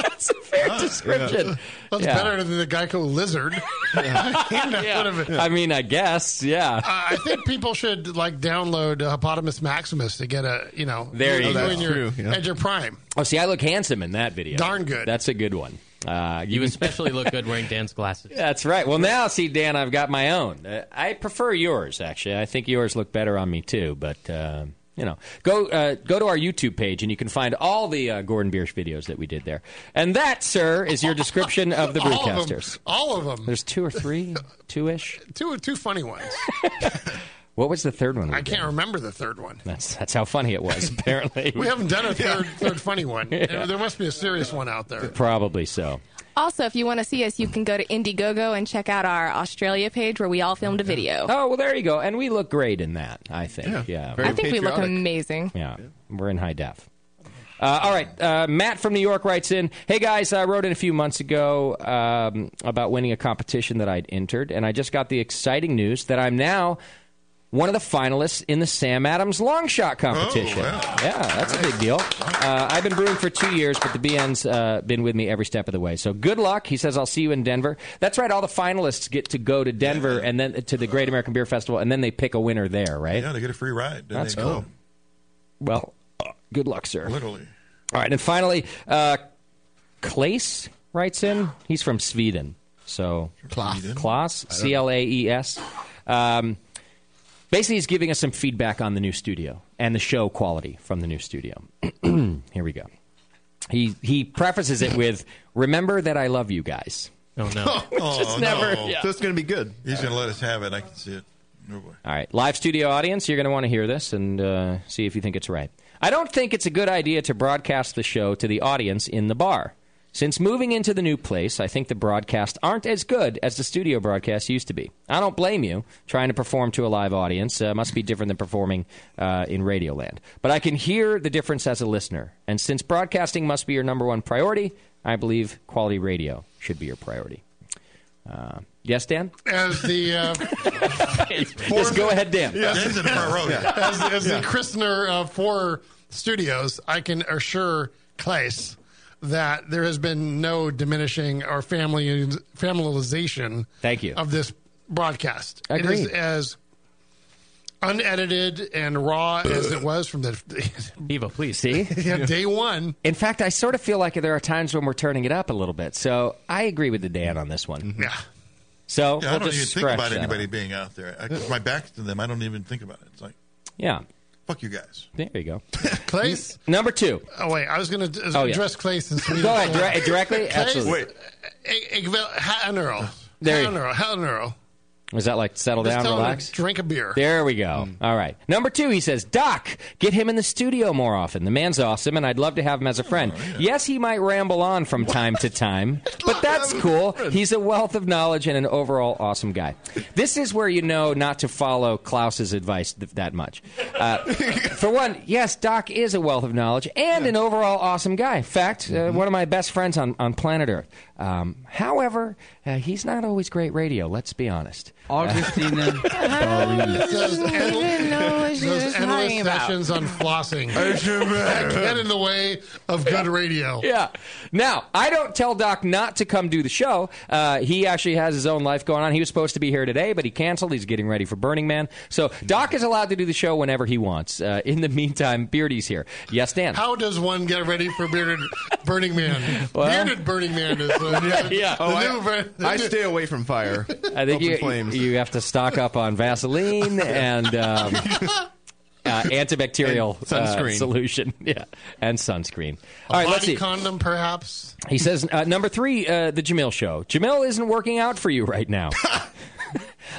that's a fair description.
That's
Yeah.
better than the Geico lizard. That would've been-
I mean, I guess, yeah.
Uh, I think people should like download uh, Hippopotamus Maximus to get a you know
There you go.
in your,
True, yeah.
at your prime.
oh, see, I look handsome in that video.
Darn good.
That's a good one. Uh,
You especially look good wearing Dan's glasses.
That's right. Well, now, see, Dan, I've got my own. Uh, I prefer yours, actually. I think yours look better on me too. But uh, you know, go uh, go to our YouTube page, and you can find all the uh, Gordon Biersch videos that we did there. And that, sir, is your description of the
All of them.
Brewcasters.
All of them.
There's two or three, two ish.
Two two funny ones.
What was the third one? we
I can't
did?
remember the third one.
That's that's how funny it was. Apparently,
We haven't done a third third funny one. There must be a serious one out there.
Probably so.
Also, if you want to see us, you can go to Indiegogo and check out our Australia page where we all filmed a video.
Oh well, there you go. And we look great in that. I think. Yeah.
I think we look amazing.
Yeah, we're in high def. Uh, all right, uh, Matt from New York writes in Hey guys, I wrote in a few months ago um, about winning a competition that I'd entered, and I just got the exciting news that I'm now one of the finalists in the Sam Adams long shot competition. Yeah, that's a big deal. Uh, I've been brewing for two years, but the BN's uh, been with me every step of the way. So good luck. He says, I'll see you in Denver. That's right, all the finalists get to go to Denver and then to the Great American Beer Festival, and then they pick a winner there, right?
Yeah, they get a free ride. Then
That's
they
cool. Well, uh, good luck, sir.
Literally.
All right, and finally, uh, Claes writes in. He's from Sweden, so
Klaas,
Klaas, C L A E S. Um, basically, he's giving us some feedback on the new studio and the show quality from the new studio. Here we go. He he prefaces it with, "Remember that I love you guys."
Oh
just never. yeah.
So it's going to be good.
He's going to let us have it. I can see it. No boy.
All right, live studio audience, you're going to want to hear this and uh, see if you think it's right. I don't think it's a good idea to broadcast the show to the audience in the bar. Since moving into the new place, I think the broadcasts aren't as good as the studio broadcasts used to be. I don't blame you. Trying to perform to a live audience uh, must be different than performing uh, in Radioland. But I can hear the difference as a listener. And since broadcasting must be your number one priority, I believe quality radio should be your priority. Uh, yes, Dan?
As the uh,
Just go ahead, Dan.
Yes.
Yeah.
As, as
Yeah.
the christener of four studios, I can assure Claes that there has been no diminishing or family familiarization
Thank you.
of this broadcast. It is
Agreed.
as unedited and raw as it was from the
Evo, please.
See?
Yeah, day one.
In fact, I sort of feel like there are times when we're turning it up a little bit. So I agree with the Dan on this one.
Yeah.
So
Mm-hmm. Yeah,
Oh, we'll
I don't
just
even think
scratch
about
that
anybody
out.
being out there. I, 'cause my back's to them. I don't even think about it. It's like,
Yeah.
fuck you guys.
There you go.
Claes.
Number two.
Oh wait, I was going to
Oh, yeah.
address Claes and
Go ahead, dire- directly? Absolutely. Wait.
Ik wil Hannero.
There you-
Hannero. Hannero.
Is that like settle
Just
down,
tell him to
relax?
Drink a beer.
There we go. All right. Number two, he says, Doc, get him in the studio more often. The man's awesome, and I'd love to have him as a friend. Yes, he might ramble on from time to time, but that's cool. He's a wealth of knowledge and an overall awesome guy. This is where you know not to follow Klaus's advice th- that much. Uh, for one, yes, Doc is a wealth of knowledge and an overall awesome guy. In fact, uh, one of my best friends on, on planet Earth. Um, however, uh, he's not always great radio, let's be honest. Uh,
Augustina
Those endless,
you
those
was
endless
talking about.
sessions on flossing
I should-
get in the way of good radio.
Yeah. Now, I don't tell Doc not to come do the show. Uh, he actually has his own life going on. He was supposed to be here today, but he canceled. He's getting ready for Burning Man. So, Doc is allowed to do the show whenever he wants. Uh, in the meantime, Beardy's here. Yes, Dan.
How does one get ready for bearded Burning Man?
Well-
bearded Burning Man is the,
Yeah.
the
Oh,
new ver- the
I
new-
stay away from fire.
I think
Open
you,
flames.
you have to stock up on Vaseline and um, uh, antibacterial
And sunscreen.
uh, solution. Yeah, and sunscreen. All right,
body
let's see.
condom, perhaps.
He says uh, number three, uh, the Jamil show. Jamil isn't working out for you right now.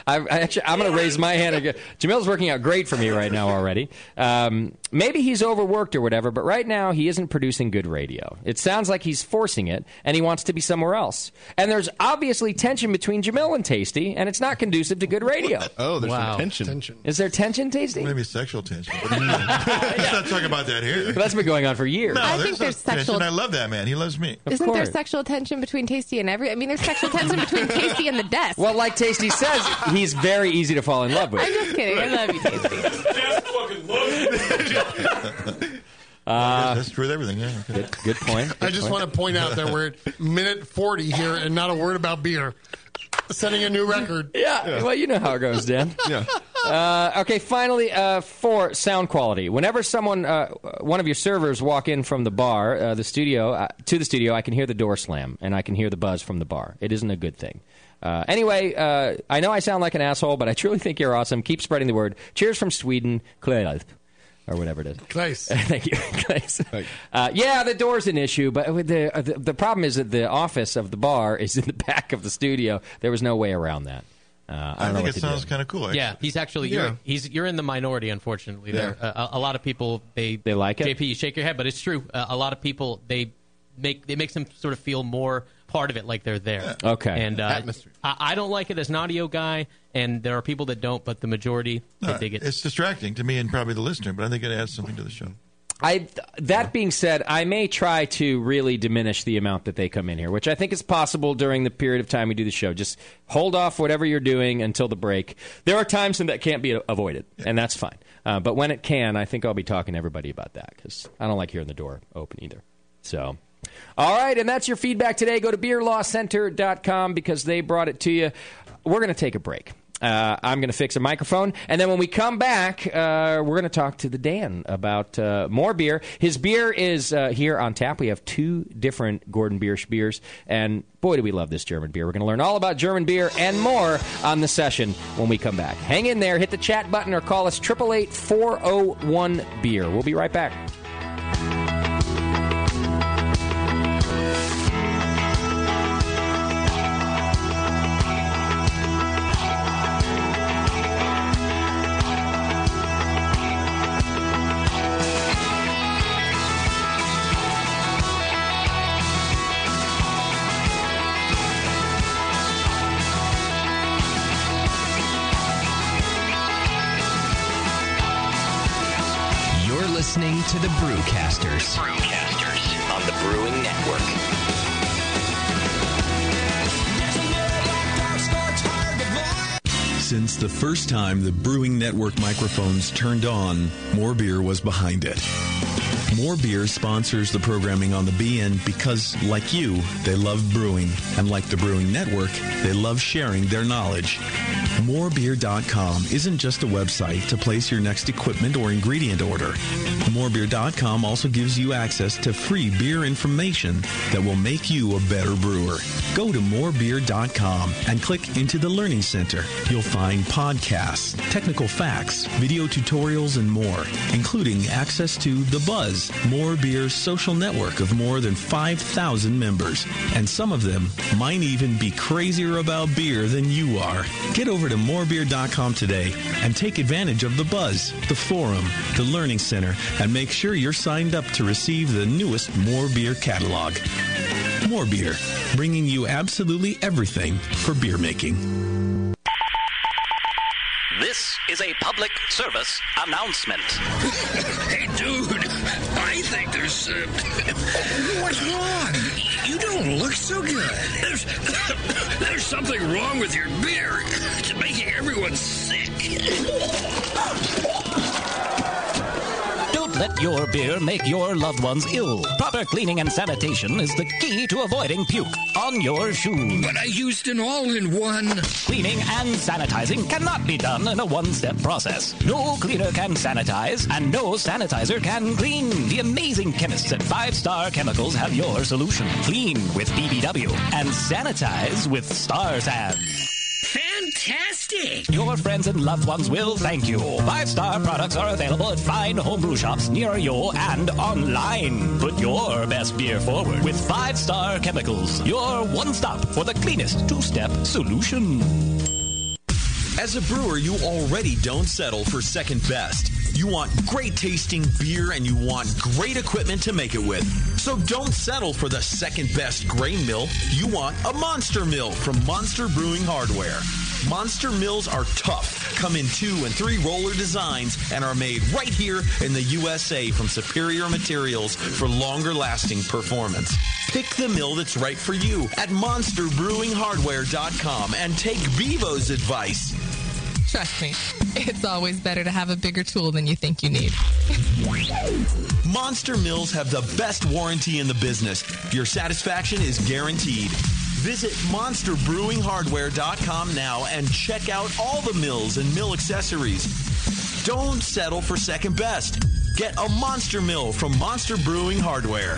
I, I actually, I'm going to raise my hand. Again. Jamil's working out great for me right now already. Um, maybe he's overworked or whatever, but right now he isn't producing good radio. It sounds like he's forcing it, and he wants to be somewhere else. And there's obviously tension between Jamil and Tasty, and it's not conducive to good radio.
Oh, there's some tension.
Is there tension, Tasty?
Maybe sexual tension. But Let's not talk about that here.
Uh, That's been going on for years.
No,
I
there's
think
no
there's
tension.
sexual-
I love that man. He loves me.
Isn't there sexual tension between Tasty and every? I mean, there's sexual tension between Tasty and the desk.
Well, like Tasty says, he's very easy to fall in love with.
I'm just kidding. I love you, Tasty.
Uh,
That's true with everything. Yeah.
Good, good point.
I
good
just
point.
want to point out that we're at minute 40 here and not a word about beer. Setting a new record.
Yeah, well, you know how it goes, Dan. yeah. Uh, okay, finally, uh, for sound quality. Whenever someone, uh, one of your servers, walk in from the bar, uh, the studio uh, to the studio, I can hear the door slam and I can hear the buzz from the bar. It isn't a good thing. Uh, anyway, uh, I know I sound like an asshole, but I truly think you're awesome. Keep spreading the word. Cheers from Sweden, Klelp, or whatever it is.
Claes.
Thank you, Claes. Uh, yeah, the door's an issue, but with the, uh, the the problem is that the office of the bar is in the back of the studio. There was no way around that. Uh, I, don't know what to do.
of cool.
actually.
Yeah, he's actually
Yeah.
you're, he's you're in the minority, unfortunately. There,
Yeah.
uh, a, a lot of people they
they like it?
JP, you shake your head, but it's true. Uh, a lot of people they make it makes them sort of feel more part of it, like they're there.
Okay.
and uh,
Atmosphere.
I, I don't like it as an audio guy, and there are people that don't, but the majority they dig it.
It's distracting to me and probably the listener, but I think it adds something to the show.
I th- that being said, I may try to really diminish the amount that they come in here, which I think is possible during the period of time we do the show. Just hold off whatever you're doing until the break. There are times when that can't be avoided, and that's fine. Uh, but when it can, I think I'll be talking to everybody about that because I don't like hearing the door open either. So. All right, and that's your feedback today. Go to beerlawcenter.com because they brought it to you. We're going to take a break. Uh, I'm going to fix a microphone. And then when we come back, uh, we're going to talk to the Dan about uh, more beer. His beer is uh, here on tap. We have two different Gordon Biersch beers. And boy, do we love this German beer. We're going to learn all about German beer and more on the session when we come back. Hang in there, hit the chat button, or call us 888 401 Beer. We'll be right back.
You're listening to the Brewcasters. Brewcasters on the Brewing Network.
Since the first time the Brewing Network microphones turned on, More Beer was behind it. More Beer sponsors the programming on the BN because, like you, they love brewing. And like the Brewing Network, they love sharing their knowledge. Morebeer.com isn't just a website to place your next equipment or ingredient order. Morebeer.com also gives you access to free beer information that will make you a better brewer. Go to morebeer.com and click into the Learning Center. You'll find podcasts, technical facts, video tutorials, and more, including access to The Buzz, More Beer's social network of more than 5,000 members. And some of them might even be crazier about beer than you are. Get over to morebeer.com today and take advantage of The Buzz, the forum, the Learning Center, and make sure you're signed up to receive the newest More Beer catalog. More Beer, bringing you absolutely everything for beer making.
This is a public service announcement.
Hey, dude, I think there's. Uh, What's wrong? You don't look so good. There's, there's something wrong with your beer. It's making everyone sick.
Don't let your beer make your loved ones ill. Proper cleaning and sanitation is the key to avoiding puke on your shoes.
But I used an all in one.
Cleaning and sanitizing cannot be done in a one step process. No cleaner can sanitize, and no sanitizer can clean. The amazing chemists at Five Star Chemicals have your solution. Clean with BBW and sanitize with Star San.
Fantastic!
Your friends and loved ones will thank you. Five Star products are available at fine homebrew shops near you and online. Put your best beer forward with Five Star Chemicals, your one stop for the cleanest two step solution.
As a brewer, you already don't settle for second best. You want great tasting beer and you want great equipment to make it with. So don't settle for the second best grain mill. You want a monster mill from Monster Brewing Hardware. Monster mills are tough, come in two and three roller designs, and are made right here in the USA from superior materials for longer lasting performance. Pick the mill that's right for you at monsterbrewinghardware.com and take Bevo's advice.
Trust me, it's always better to have a bigger tool than you think you need.
Monster Mills have the best warranty in the business. Your satisfaction is guaranteed. Visit monsterbrewinghardware.com now and check out all the mills and mill accessories. Don't settle for second best. Get a monster mill from Monster Brewing Hardware.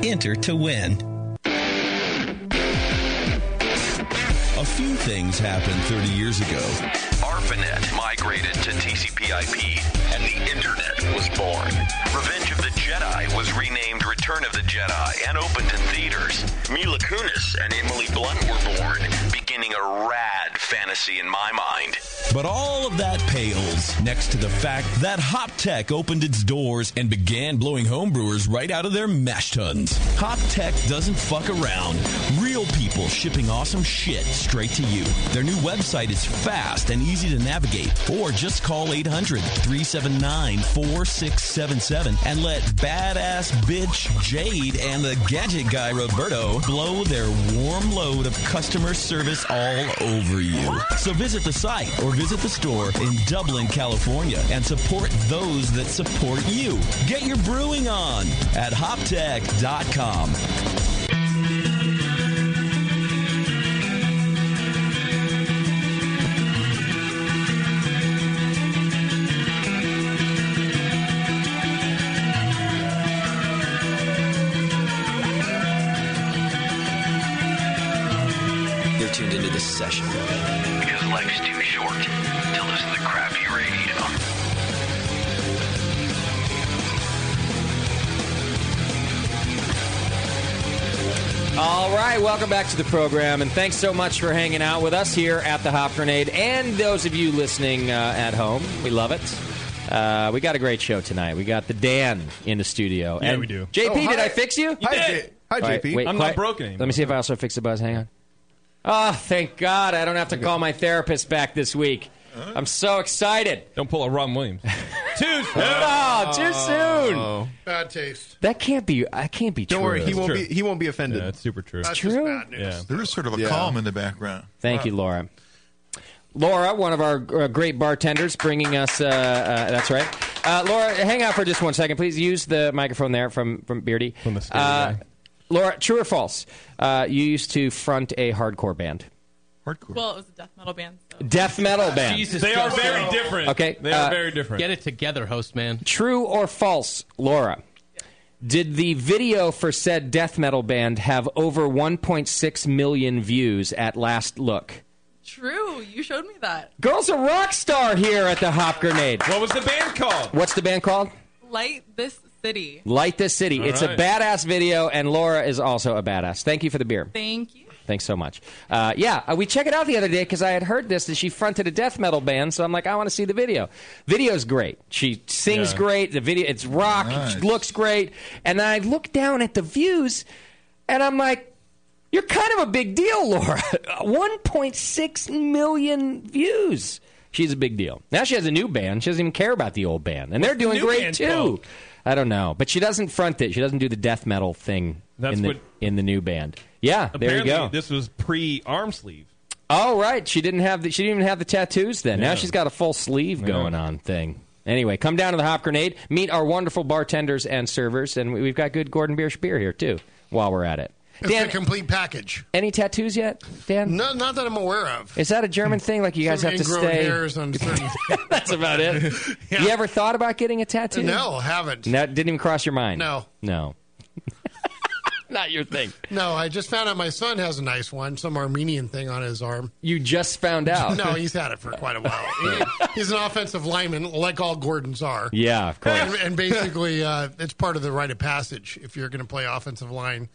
enter to win.
A few things happened 30 years ago.
ARPANET migrated to TCP/IP, and the Internet was born. Revenge of the Jedi was renamed Return of the Jedi and opened in theaters. Mila Kunis and Emily Blunt were born, beginning a rad fantasy in my mind.
But all of that pales next to the fact that HopTech opened its doors and began blowing homebrewers right out of their mash tuns. HopTech doesn't fuck around. Real people shipping awesome shit straight to you. Their new website is fast and easy to navigate, or just call 800 379 4677 and let badass bitch Jade and the gadget guy Roberto blow their warm load of customer service all over you. So visit the site or visit the store in Dublin, California, and support those that support you. Get your brewing on at hoptech.com.
session.
Because life's too short to listen to crappy radio.
All right, welcome back to the program, and thanks so much for hanging out with us here at the Hop Grenade, and those of you listening uh, at home. We love it. Uh, we got a great show tonight. We got the Dan in the studio.
Yeah,
and
we do.
JP,
Oh,
did
hi.
I fix you?
You Hi, did. J- hi,
All right,
JP.
wait,
I'm
quiet.
not broken anymore.
Let me see if I also fix the buzz. Hang on. Oh, thank God. I don't have to call my therapist back this week. I'm so excited. Don't pull a Ron Williams. too soon. Oh, too soon.
Bad taste.
That can't be. I can't be.
Oh. Don't
true.
worry, he won't be. He won't be offended.
Yeah, it's super true.
It's
That's
true.
just bad news.
There is sort of a
Yeah.
calm in the background.
Thank you, Laura. Laura, one of our uh, great bartenders, bringing us. Uh, uh, that's right. Uh, Laura, hang out for just one second, please. Use the microphone there from from Beardy. From the uh, Laura, true or false? Uh, you used to front a hardcore band,
Well, it was a death metal band.
death metal band.
Uh, Jesus,
They are
Christ.
very
different.
Okay,
they are
uh,
very different. Get it together, host man.
True or false, Laura? Did the video for said death metal band have over 1.6 million views at last look?
True, you showed me that.
Girl's a rock star here at the Hop Grenade. What was the band called? What's the band called?
Light this city.
Light This City.
All
it's
right.
a badass video, and Laura is also a badass. Thank you for the beer.
Thank you.
Thanks so much. Uh, yeah, uh, we checked it out the other day because I had heard this that she fronted a death metal band, so I'm like, I want to see the video. Video's great. She sings
Yeah.
great. The video, it's rock. It looks great. And then I look down at the views, and I'm like, you're kind of a big deal, Laura. 1.6 million views. She's a big deal. Now she has a new band. She doesn't even care about the old band, and they're
the
doing
new
great
band
too.
called?
I don't know, but she doesn't front it. She doesn't do the death metal thing
That's
in the
what-
in the new band. Yeah,
Apparently,
there you go.
This was pre arm sleeve.
Oh right, she didn't have the, she didn't even have the tattoos then. Now
Yeah.
she's got a full sleeve going on thing. Anyway, come down to the Hop Grenade, meet our wonderful bartenders and servers, and we- we've got good Gordon Biersch beer here too. While we're at it,
It's a complete package.
Any tattoos yet, Dan?
No, not that I'm aware of.
is that a German thing? Like you guys
Hmm. Some
have to
ingrown
stay.
hairs on certain-
That's about it. You ever thought about getting a tattoo?
No, haven't.
No, didn't even cross your mind.
No.
no. Not your thing.
No, I just found out my son has a nice one, some Armenian thing on his arm.
You just found out.
no, he's had it for quite a while. He- he's an offensive lineman, like all Gordons are.
Yeah, of course.
And, and basically, uh, it's part of the rite of passage if you're going to play offensive line,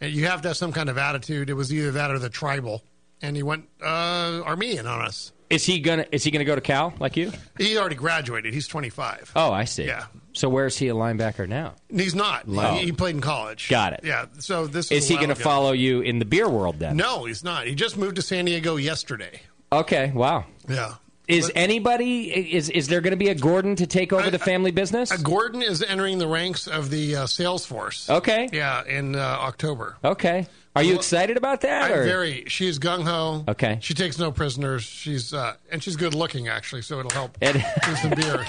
and you have to have some kind of attitude. It was either that or the tribal, and he went uh, Armenian on us.
Is he gonna Is he gonna go to Cal like you?
He already graduated. He's 25.
Oh, I see.
Yeah.
So where is he a linebacker now?
And He's not.
Wow.
He, he played in college.
Got it.
Yeah. So this
Is
was a
he
while
going to
ago.
follow you in the beer world then?
No, he's not. He just moved to San Diego yesterday.
Okay. Wow.
Yeah.
Is anybody is is there going to be a Gordon to take over the family business?
Uh, Gordon is entering the ranks of the uh, sales force.
Okay.
Yeah, in uh, October.
Okay. Are you
Well,
excited about that?
I'm
or?
very. She's gung ho.
Okay.
She takes no prisoners. She's uh, and she's good looking actually, so it'll help.
And-
with some beer.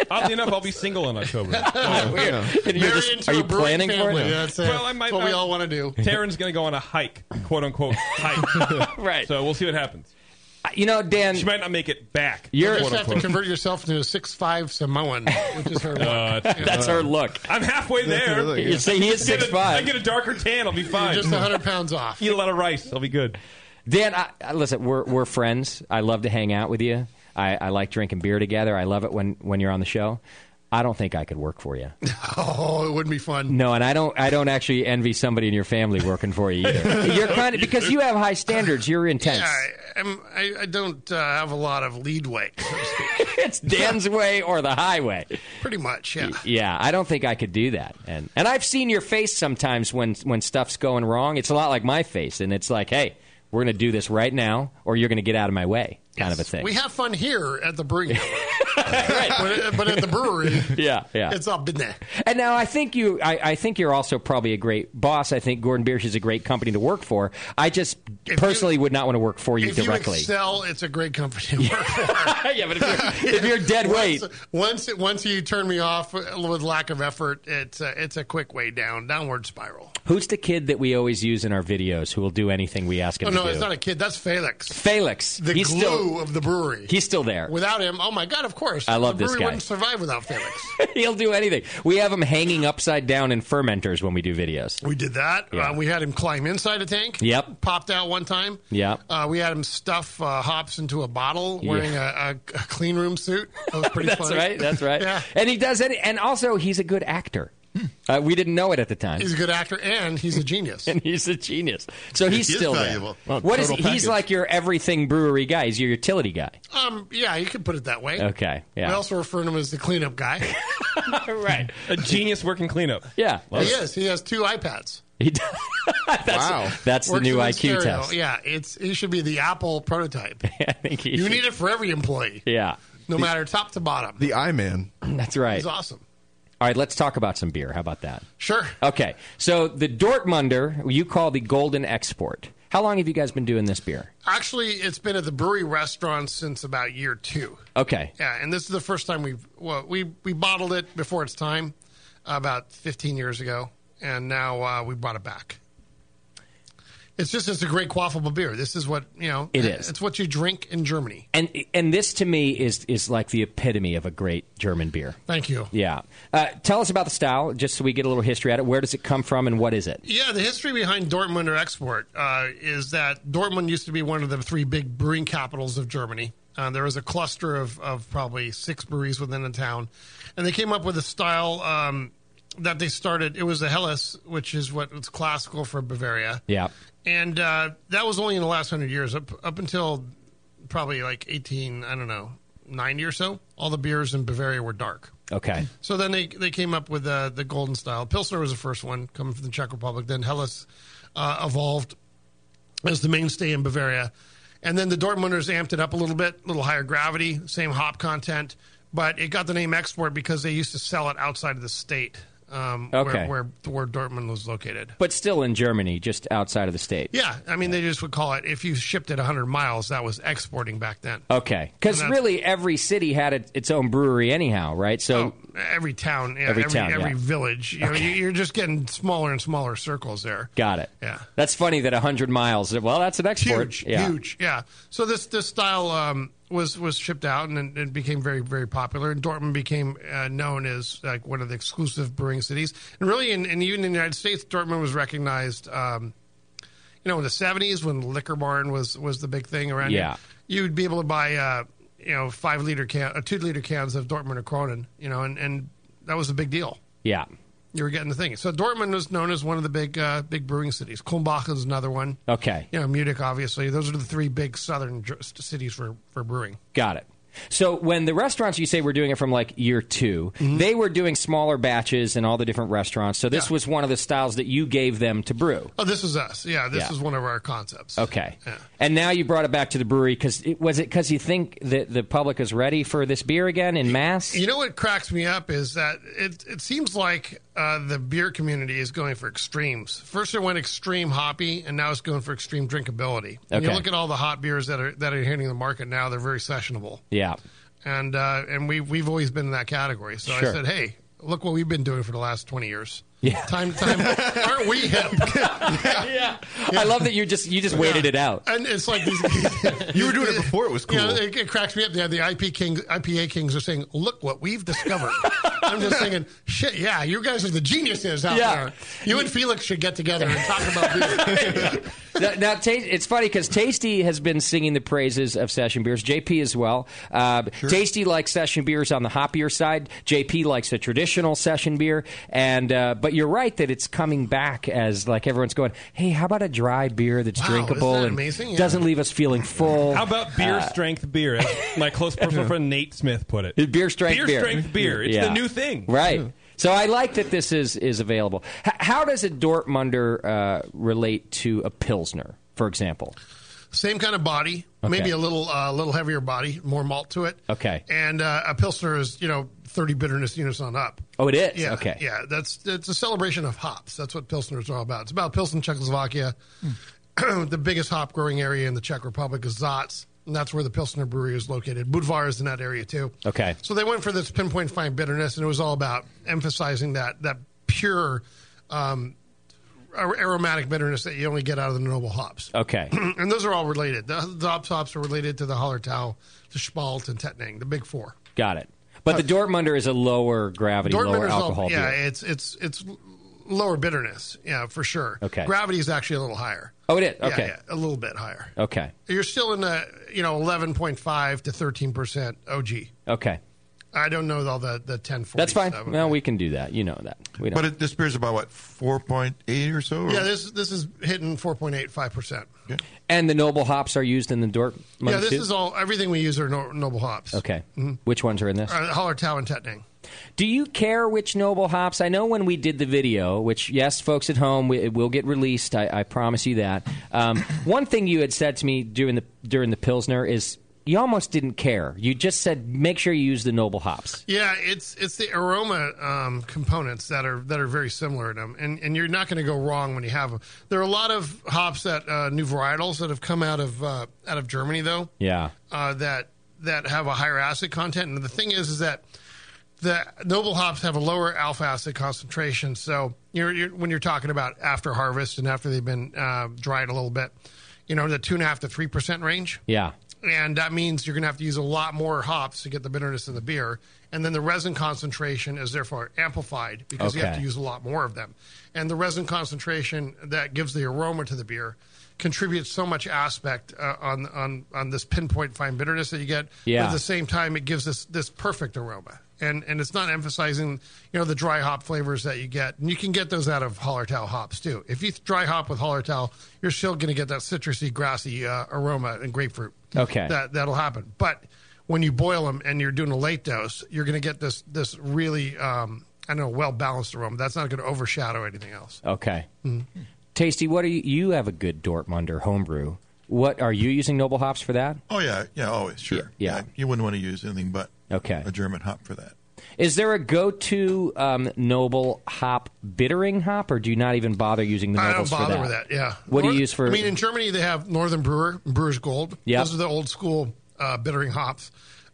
Oddly enough, I'll be single in October.
Marry into a brewing family. Yeah, that's it.
Well, I might
That's what we
not.
all want to do.
Taryn's going to go on a hike, quote unquote hike.
right.
So we'll see what happens.
You know, Dan,
she might not make it back.
You're
quote
just have to
unquote.
convert yourself into a six five Samoan, which is her.
Uh,
look. Yeah.
That's her look.
I'm halfway
That's
there.
her look, yeah. You say he is
Get a-
6'5".
I get a darker tan. I'll be fine.
just 100 pounds off.
Eat a lot of rice. I'll be good.
Dan, I, I, listen, we're we're friends. I love to hang out with you. I, I like drinking beer together. I love it when when you're on the show. I don't think I could work for you.
Oh, it wouldn't be fun.
No, and I don't. I don't actually envy somebody in your family working for you either. You're kind of because you have high standards. You're intense.
I, I'm, I, I don't uh, have a lot of leadway, so to speak.
it's Dan's way or the highway.
Pretty much, yeah.
Yeah, I don't think I could do that. And and I've seen your face sometimes when when stuff's going wrong. It's a lot like my face, and it's like, hey, we're going to do this right now, or you're going to get out of my way, kind of a thing.
We have fun here at the brewing, but, but at the brewery,
yeah, yeah.
it's up in there.
And now I think you, I, I think you're also probably a great boss. I think Gordon Biersch is a great company to work for. I just personally would not want to work for you
If you
directly.
excel, it's a great company to work for.
yeah, but if you're, if you're dead
once, weight, once once you turn me off with lack of effort, it's a, it's a quick way down, downward spiral.
Who's the kid that we always use in our videos who will do anything we ask him
Oh
to
no,
do?
it's not a kid. That's Felix,
Felix.
the
he's
glue
still
of the brewery.
he's still there.
Without him, oh my god, of course.
I love
the
this
brewery
guy.
Wouldn't survive without Felix.
He'll do anything. We have him hanging upside down in fermenters when we do videos.
We did that.
Yeah.
Uh, we had him climb inside a tank.
Yep.
Popped out one time.
Yep.
Uh, we had him stuff uh, hops into a bottle
Yeah.
wearing a, a, a clean room suit. That was pretty
That's
funny.
right. That's right.
yeah. Hmm.
And he does any, and also he's a good actor. Uh, we didn't know it at the time.
He's a good actor and he's a genius.
and he's a genius. So he's
He is
still
valuable.
there.
Well,
What is
total
he's
package.
like your everything brewery guy. He's your utility guy.
Um, yeah, you could put it that way.
Okay, yeah.
We also refer to him as the cleanup guy.
right.
A genius working cleanup.
Yeah.
he is. He has two iPads.
He does. that's,
Wow.
That's the
Works
new
in
IQ
stereo.
test.
Yeah, it's he should be the Apple prototype.
I think he
you
should-
need it for every employee,
Yeah.
no matter top to bottom.
The I Man. That's right.
He's awesome.
All right, let's talk about some beer. How about that?
Sure.
Okay. So the Dortmunder, you call the Golden Export. How long have you guys been doing this beer?
Actually, it's been at the brewery restaurant since about year two.
Okay.
Yeah, and this is the first time we've well, we we bottled it before its time, about 15 years ago, and now uh, we brought it back. It's just it's a great quaffable beer. This is what you know.
It is.
It's what you drink in Germany.
And and this to me is is like the epitome of a great German beer.
Thank you.
Yeah. Uh, tell us about the style, just so we get a little history at it. Where does it come from, and what is it?
Yeah, the history behind Dortmunder export uh, is that Dortmund used to be one of the three big brewing capitals of Germany. Uh, there was a cluster of, of probably six breweries within the town, and they came up with a style um, that they started. It was the Helles, which is what was classical for Bavaria,
Yeah.
and uh, that was only in the last hundred years. Up up until probably like eighteen, I don't know, ninety or so, all the beers in Bavaria were dark.
Okay.
So then they they came up with uh, the golden style. Pilsner was the first one coming from the Czech Republic. Then Helles uh, evolved as the mainstay in Bavaria, and then the Dortmunders amped it up a little bit, a little higher gravity, same hop content, but it got the name export because they used to sell it outside of the state um, where,
Okay.
where where Dortmund was located.
But still in Germany, just outside of the state.
Yeah, I mean they just would call it if you shipped it 100 miles, that was exporting back then.
Okay. Because
And that's-
really, every city had it, its own brewery, anyhow, right?
Oh.
So
every town, yeah,
Every
every,
town,
every
yeah.
village. You know, you- you're just getting smaller and smaller circles there.
got it.
Yeah.
That's funny that hundred miles. Well, that's an export.
Huge,
yeah.
huge, yeah. So this this style um, was was shipped out and it- it became very very popular. And Dortmund became uh, known as like one of the exclusive brewing cities. And really, in, and even in the United States, Dortmund was recognized. Um, you know, in the seventies when Liquor Barn was was the big thing around. here,
Yeah.
you would be able to buy uh, you know five liter can, uh, two liter cans of Dortmund or Cronin. You know, and and that was a big deal.
Yeah.
You were getting the thing. So Dortmund was known as one of the big uh, big brewing cities. Kulmbach is another one
Okay.
you know, Munich, obviously. Those are the three big southern ju- cities for, for brewing.
Got it. So when the restaurants you say were doing it from like year 2 they were doing smaller batches in all the different restaurants. So this was one of the styles that you gave them to brew.
Oh, this is us. Yeah, this
Yeah.
is one of our concepts.
Okay. And now you brought it back to the brewery because was it because you think that the public is ready for this beer again in mass?
You know what cracks me up is that it, it seems like uh, the beer community is going for extremes. First, it went extreme hoppy, and now it's going for extreme drinkability. And You
Okay.
look at all the hot beers that are that are hitting the market now; they're very sessionable,
Yeah.
and uh, and we we've always been in that category. So
Sure.
I said, hey, look what we've been doing for the last twenty years.
Yeah.
Time time, aren't we hip?
I love that you just you just waited it out.
And it's like these, you were doing it before it was
cool.
You know, it, it cracks me up. Yeah, the IP Kings, IPA Kings are saying, "Look what we've discovered." I'm just thinking, "Shit, yeah, you guys are the geniuses out
Yeah.
there. You and Felix should get together and talk about beer."
now, now Ta- it's funny because Tasty has been singing the praises of session beers. JP as well. Uh, Tasty likes session beers on the hoppier side. JP likes a traditional session beer. And uh, but you're right that it's coming back as like everyone's going, hey, how about a dry beer that's drinkable
that
and
amazing? Yeah.
doesn't leave us feeling full? Uh,
How about beer
Ah.
strength beer? as my close personal friend Nate Smith put it.
Beer strength
beer
beer.
strength beer. It's
Yeah.
the new thing,
Right. So I like that this is is available. H- how does a Dortmunder uh, relate to a Pilsner, for example?
Same kind of body,
Okay.
maybe a little a little heavier body, more malt to it.
Okay.
And uh, a pilsner is you know 30 bitterness units on up.
Oh, it is?
Yeah,
Okay.
Yeah, that's it's a celebration of hops. That's what pilsners are all about. It's about Pilsen, Czechoslovakia.
Hmm.
the biggest hop growing area in the Czech Republic is Zotz, and that's where the Pilsner brewery is located. Budvar is in that area too.
Okay.
So they went for this pinpoint fine bitterness, and it was all about emphasizing that that pure um, ar- aromatic bitterness that you only get out of the noble hops.
Okay.
and those are all related. The, the hops hops are related to the Hallertau, to Spalt, and Tetning, the big four.
Got it. But the Dortmunder is a lower gravity, lower
is a little-
alcohol
yeah,
beer.
it's it's it's lower bitterness. Yeah, for sure.
Okay.
Gravity is actually a little higher.
Oh, it is?
Yeah,
Okay.
yeah, a little bit higher.
Okay.
You're still in the you know 11.5 to 13 percent OG.
Okay.
I don't know all the the 10.
That's fine. No, we can do that. You know that. We don't.
But it, this beer's about what four point eight or so. Or?
Yeah, this this is hitting 4.85 percent.
and the noble hops are used in the Dortmund
Yeah, this
too?
is all everything we use are no, noble hops.
Okay.
Mm-hmm.
Mhm.
Which ones are in this?
Uh, Hallertau and Tetning.
Do you care which noble hops? I know when we did the video, which yes, folks at home, we, it will get released. I, I promise you that. Um, one thing you had said to me during the during the pilsner is you almost didn't care. You just said make sure you use the noble hops.
Yeah, it's it's the aroma um, components that are that are very similar in them, and and you're not going to go wrong when you have them. There are a lot of hops that uh, new varietals that have come out of uh, out of Germany though
Yeah.
uh, that that have a higher acid content, and the thing is is that the noble hops have a lower alpha acid concentration. So you're, you're when you're talking about after harvest and after they've been uh, dried a little bit, you know, in the two and a half to three percent range
Yeah.
and that means you're going to have to use a lot more hops to get the bitterness of the beer and then the resin concentration is therefore amplified because you have
Okay.
to use a lot more of them and the resin concentration that gives the aroma to the beer contributes so much aspect uh, on on on this pinpoint fine bitterness that you get
Yeah.
but at the same time it gives this this perfect aroma and and it's not emphasizing you know the dry hop flavors that you get and you can get those out of Hallertau hops too if you dry hop with Hallertau you're still going to get that citrusy grassy uh, aroma and grapefruit
Okay.
that that'll happen. But when you boil them and you're doing a late dose, you're going to get this this really um, I don't know well balanced aroma. That's not going to overshadow anything else.
Okay.
Mm-hmm.
Tasty, what are you? You have a good Dortmunder homebrew. What are you using noble hops for that?
Oh yeah, yeah, always sure.
Yeah.
you wouldn't want to use anything but
okay
a German hop for that.
Is there a go-to um, noble hop bittering hop, or do you not even bother using the
I
nobles
don't bother
for that?
with that. Yeah.
What do
Nor-
you use for?
I mean, in Germany they have Northern Brewer, Brewer's Gold.
Yeah.
Those are the old school uh, bittering hops.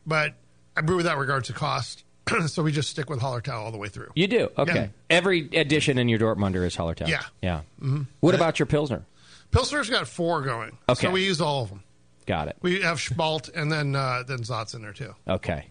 But I brew without regard to cost, so we just stick with Hallertau all the way through.
you do okay.
Yeah.
Every edition in your Dortmunder is Hallertau.
Yeah.
yeah.
Mhm.
What about your Pilsner?
Pilsner's got four going,
Okay.
so we use all of them.
Got it.
We have Spalt and then uh, then Zot's in there too.
Okay.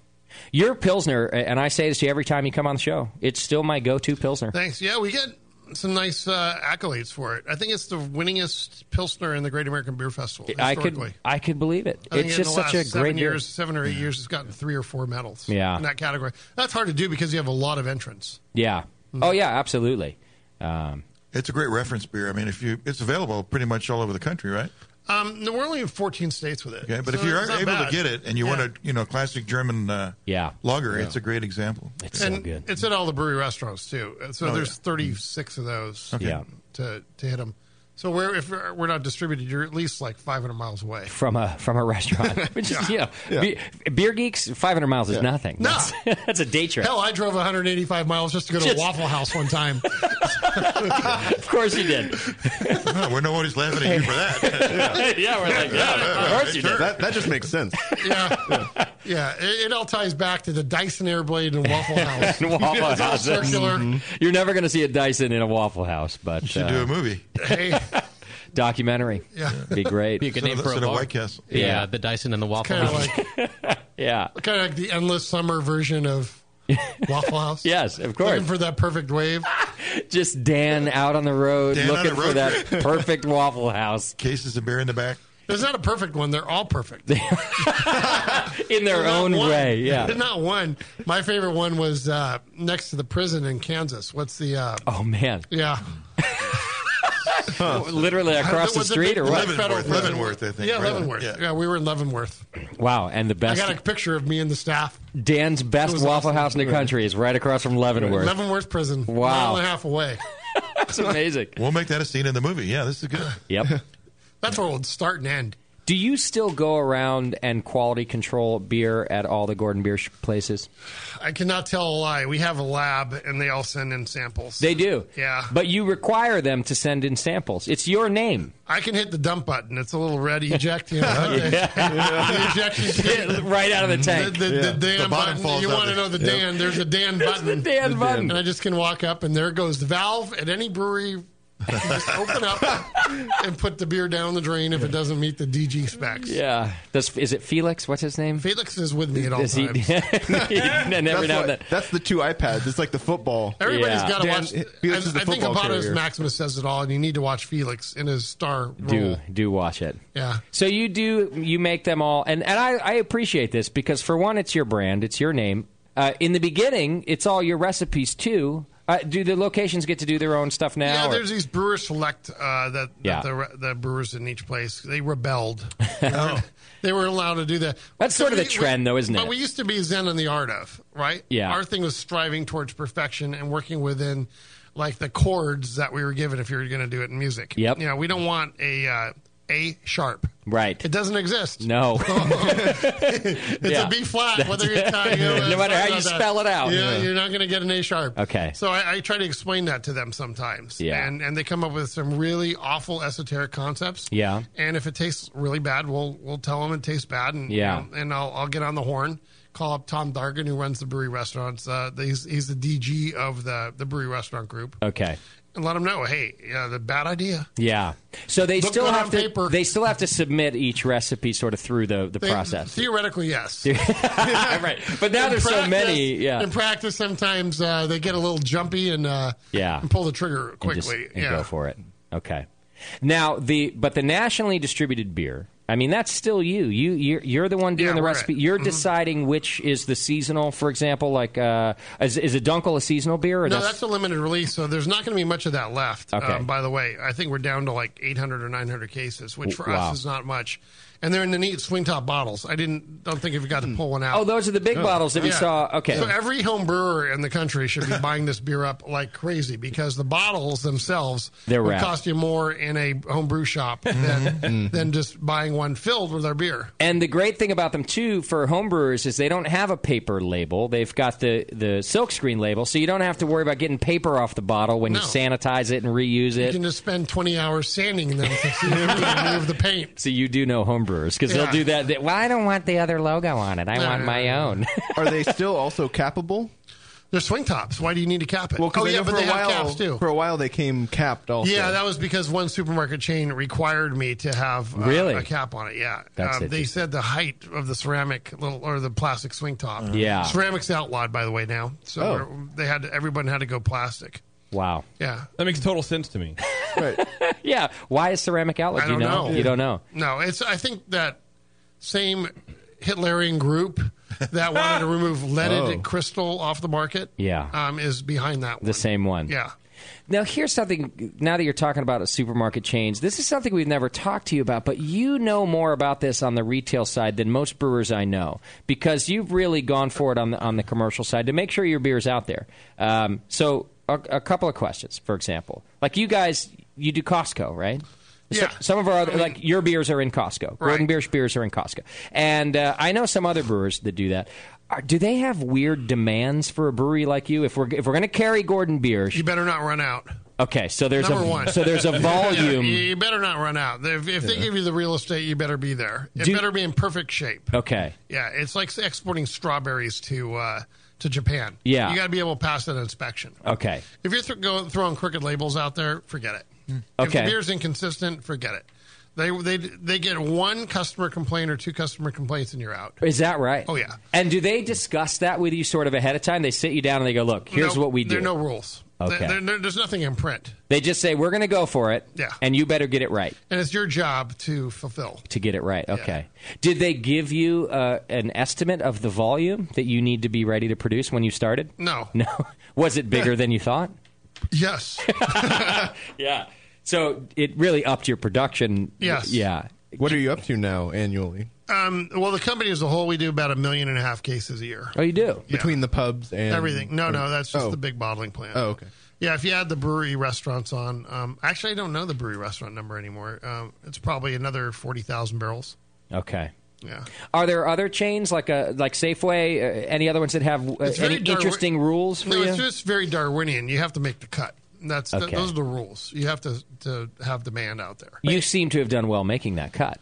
Your Pilsner, and I say this to you every time you come on the show. It's still my go-to Pilsner.
Thanks. Yeah, we get some nice uh, accolades for it. I think it's the winningest pilsner in the Great American Beer Festival.
I could,
historically.
I could believe it.
I think
it's
in
just
the
such
last
a
seven
great beer.
years, seven or eight years. It's gotten three or four medals.
Yeah.
in that category. That's hard to do because you have a lot of entrants.
Yeah. Oh yeah, absolutely. Um,
Mm-hmm. It's a great reference beer. I mean, if you, it's available pretty much all over the country, right?
Um, no, we're only in 14 states with it.
Okay, but
So
if you're
it's not
able
bad.
to get it and you
Yeah.
want a you know classic German uh,
yeah
lager,
Yeah.
it's a great example.
and it's at all the brewery restaurants too. And So
Oh,
there's
yeah.
36 of those.
Okay. Yeah.
to to hit them. So we're if we're not distributed, you're at least like 500 miles away.
from a from a restaurant, which is you know,
Yeah.
be- beer geeks, five hundred miles is
Yeah.
nothing.
No.
That's, that's a day trip.
Hell, I drove 185 miles just to go to
Just-
a Waffle House one time.
of course you did.
no, we're nobody's laughing at you for that.
yeah, we're like, yeah,
of course you did.
That, that just makes sense.
Yeah, it, it all ties back to the Dyson Airblade and Waffle House.
And Waffle
it's all
House.
circular.
Mhm. You're never going to see a Dyson in a Waffle House, but uh,
should do a movie.
Hey,
documentary.
Yeah.
be great.
Be a good name for a bar. Yeah,
Yeah,
Uh, the Dyson and the Waffle
kinda
House.
yeah.
kind of like the endless summer version of Waffle House.
Yes, of course.
Looking for that perfect wave.
Just Dan out on the road
Dan on
looking
a
for
road
that
trip.
perfect Waffle House.
Cases of beer in the back.
There's not a perfect one. They're all perfect.
in their own way, yeah.
There's not one. My favorite one was uh, next to the prison in Kansas. What's the? Uh,
oh man.
Yeah.
Literally across the
Was it
street or what?
Federal prison? Yeah, Leavenworth. Yeah.
Yeah.
we were in Leavenworth.
Wow, and the best
I got a picture of me and the staff.
Dan's best
It was
Waffle
awesome.
House in the country is right across from Leavenworth.
Leavenworth prison.
Wow.
Mile and a half away.
That's amazing.
We'll make that a scene in the movie. Yeah, this is good.
Yep.
That's where we'll start and end.
Do you still go around and quality control beer at all the Gordon Beer sh- places?
I cannot tell a lie. We have a lab, and they all send in samples.
They do.
Yeah.
But you require them to send in samples. It's your name.
I can hit the dump button. It's a little red eject. You know,
Yeah.
the ejection
Yeah, right out of the tank.
The, the,
Yeah.
the Dan
The bottom
button.
falls
You
out
want to
of
know the
it. Yep.
Dan? There's a Dan button.
Dan The Dan. button.
And I just can walk up, and there goes the valve at any brewery Just open up and put the beer down the drain if it doesn't meet the DG specs.
Yeah. Does is it Felix? What's his name?
Felix is with me at all
Is he-
times.
And every
that's,
now and
what- that's the two iPads. It's like the football.
Everybody's
Everybody's
got to watch.
Felix is the
I, I think
football
Avados
carrier.
Maximus says it all, and you need to watch Felix in his star
do
role.
do watch it.
Yeah.
So you do you make them all, and and I, I appreciate this because for one, it's your brand, it's your name. Uh, in the beginning, it's all your recipes too. Uh, do the locations get to do their own stuff now?
Yeah,
or-
there's these brewer select uh, that,
Yeah.
that the, re- the brewers in each place they rebelled. They were allowed to do that.
That's sort of the trend, though, isn't
but
it?
we used to be Zen in the art of, right?
Yeah.
Our thing was striving towards perfection and working within like the chords that we were given if you were going to do it in music.
Yep.
You know, we don't want a uh, A sharp.
right. It
doesn't exist.
No.
It's
Yeah.
a B flat, whether you're
That's-
Italian or-
No matter how you
about that.
spell it out.
Yeah,
Yeah.
you're not going to get an A sharp.
Okay.
So I, I try to explain that to them sometimes.
Eh. Yeah.
And and they come up with some really awful esoteric concepts.
Yeah.
And if it tastes really bad, we'll we'll tell them it tastes bad. And you
Yeah.
know, and I'll I'll get on the horn, call up Tom Dargan who runs the brewery restaurants. Uh, he's he's the DG of the the brewery restaurant group,
okay.
and let him know, hey, yeah, the bad idea.
Yeah. So they
Look
still
good
have
on
to
paper.
they still have to submit each recipe sort of through the the
They-
process.
Theoretically, yes.
right. But now
In
there's so
practice-
many. Yeah.
In practice, sometimes uh, they get a little jumpy and uh,
Yeah.
and pull the trigger
and just-
quickly.
and
yeah.
go for it. Okay. Now the but the nationally distributed beer. I mean that's still you. You you're, you're the one doing
Yeah,
the
we're
recipe.
it.
You're
Mhm.
deciding which is the seasonal. For example, like uh, is, is a Dunkel a seasonal beer? Or
no, that's a limited release, so there's not going to be much of that left. Um,
Okay.
by the way, I think we're down to like 800 or 900 cases, which for
W- wow.
us is not much. And they're in the neat swing top bottles. I didn't don't think if you got to pull one out.
Oh, those are the big bottles that we saw. Okay.
So every home brewer in the country should be buying this beer up like crazy because the bottles themselves
They're
would
wrapped.
cost you more in a home brew shop
Mm-hmm.
than, than just buying one filled with our beer.
And the great thing about them too for homebrewers is they don't have a paper label. They've got the the silkscreen label, so you don't have to worry about getting paper off the bottle when you sanitize it and reuse
You
it.
can just spend 20 hours sanding them to see if you can remove the paint.
so you do know homebrewers because
Yeah.
they'll do that. They- well, I don't want the other logo on it. I
No,
want
no,
my own.
Are they still also capable?
They're swing tops. Why do you need to cap it?
Well, 'cause
oh
I
yeah,
know
but
for
they
a
have
while,
caps too.
For a while, they came capped also.
Yeah, that was because one supermarket chain required me to have uh,
Really?
a cap on it. Yeah, Um,
That's
they
interesting.
said the height of the ceramic little or the plastic swing top.
Yeah.
ceramics outlawed by the way now, so
Oh.
we're- they had everyone had to go plastic.
Wow.
Yeah,
That makes total sense to me.
yeah. Why is ceramic outlet?
I
Do you
don't know.
You don't know.
no, it's I think that same Hitlerian group that wanted to remove leaded
Oh.
crystal off the market.
Yeah.
um, is behind that.
The same one.
Yeah.
Now here's something. Now that you're talking about supermarket chains, this is something we've never talked to you about. But you know more about this on the retail side than most brewers I know because you've really gone for it on the on the commercial side to make sure your beer's out there. Um, so a, a couple of questions, for example, like you guys, you do Costco, right? So-
Yeah.
some of our other,
I mean-
like your beers are in Costco. Gordon Biersch beers are in Costco, and uh, I know some other brewers that do that. Are, do they have weird demands for a brewery like you? If we're if we're going to carry Gordon Biersch,
You better not run out.
Okay, so there's
Number
a
one.
so there's a volume.
you, you better not run out. If, if they
Yeah.
give you the real estate, you better be there. It
Do-
better be in perfect shape.
Okay,
Yeah, it's like exporting strawberries to uh, to Japan.
Yeah.
you got to be able to pass that inspection.
okay,
If you're th- going throwing crooked labels out there, forget it. If the
Okay.
beer's inconsistent, forget it. They they they get one customer complaint or two customer complaints, and you're out.
is that right?
Oh, yeah.
And do they discuss that with you sort of ahead of time? They sit you down and they go, "Look, here's
No,
what we do."
There are no rules.
Okay.
There- there- there- there's nothing in print,
They just say, "We're going to go for it."
Yeah.
And you better get it right
and it's your job to fulfill.
to get it right. Okay. Did they give you uh, an estimate of the volume that you need to be ready to produce when you started?
No.
No. Was it bigger than you thought?
Yes.
yeah. So it really upped your production.
Yes.
Yeah.
What are you up to now annually?
Um, well, the company as a whole, we do about a million and a half cases a year.
Oh, you do
between the pubs and
Everything. No, no, that's just
Oh.
the big bottling plant.
Oh, okay.
Yeah, if you add the brewery restaurants on, um, actually, I don't know the brewery restaurant number anymore. Um, it's probably another forty thousand barrels.
Okay.
Yeah.
Are there other chains like a like Safeway? Uh, any other ones that have uh,
It's
any
very Darwi-
interesting rules for
no,
you?
It's just very Darwinian. You have to make the cut. That's th-
Okay.
those are the rules. You have to to have demand out there.
you seem to have done well making that cut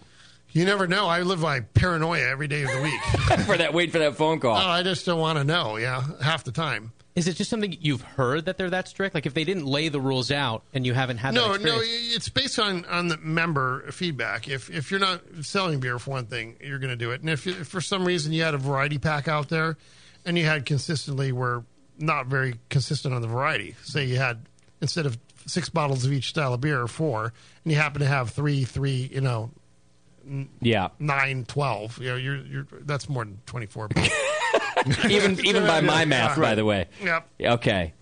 You never know. I live by paranoia every day of the week.
for that. Wait for that phone call.
Oh, I just don't want to know. Yeah, half the time.
Is it just something you've heard that they're that strict? Like if they didn't lay the rules out and you haven't had that
no, no,
experience,
it's based on on the member feedback. If if you're not selling beer for one thing, you're going to do it. And if, if for some reason you had a variety pack out there, and you had consistently were not very consistent on the variety. Say you had instead of six bottles of each style of beer, four, and you happen to have three, three, you know, n-
Yeah.
nine, twelve. You know, you're you're that's more than twenty four.
even even by my math, by the way.
Yep.
Okay.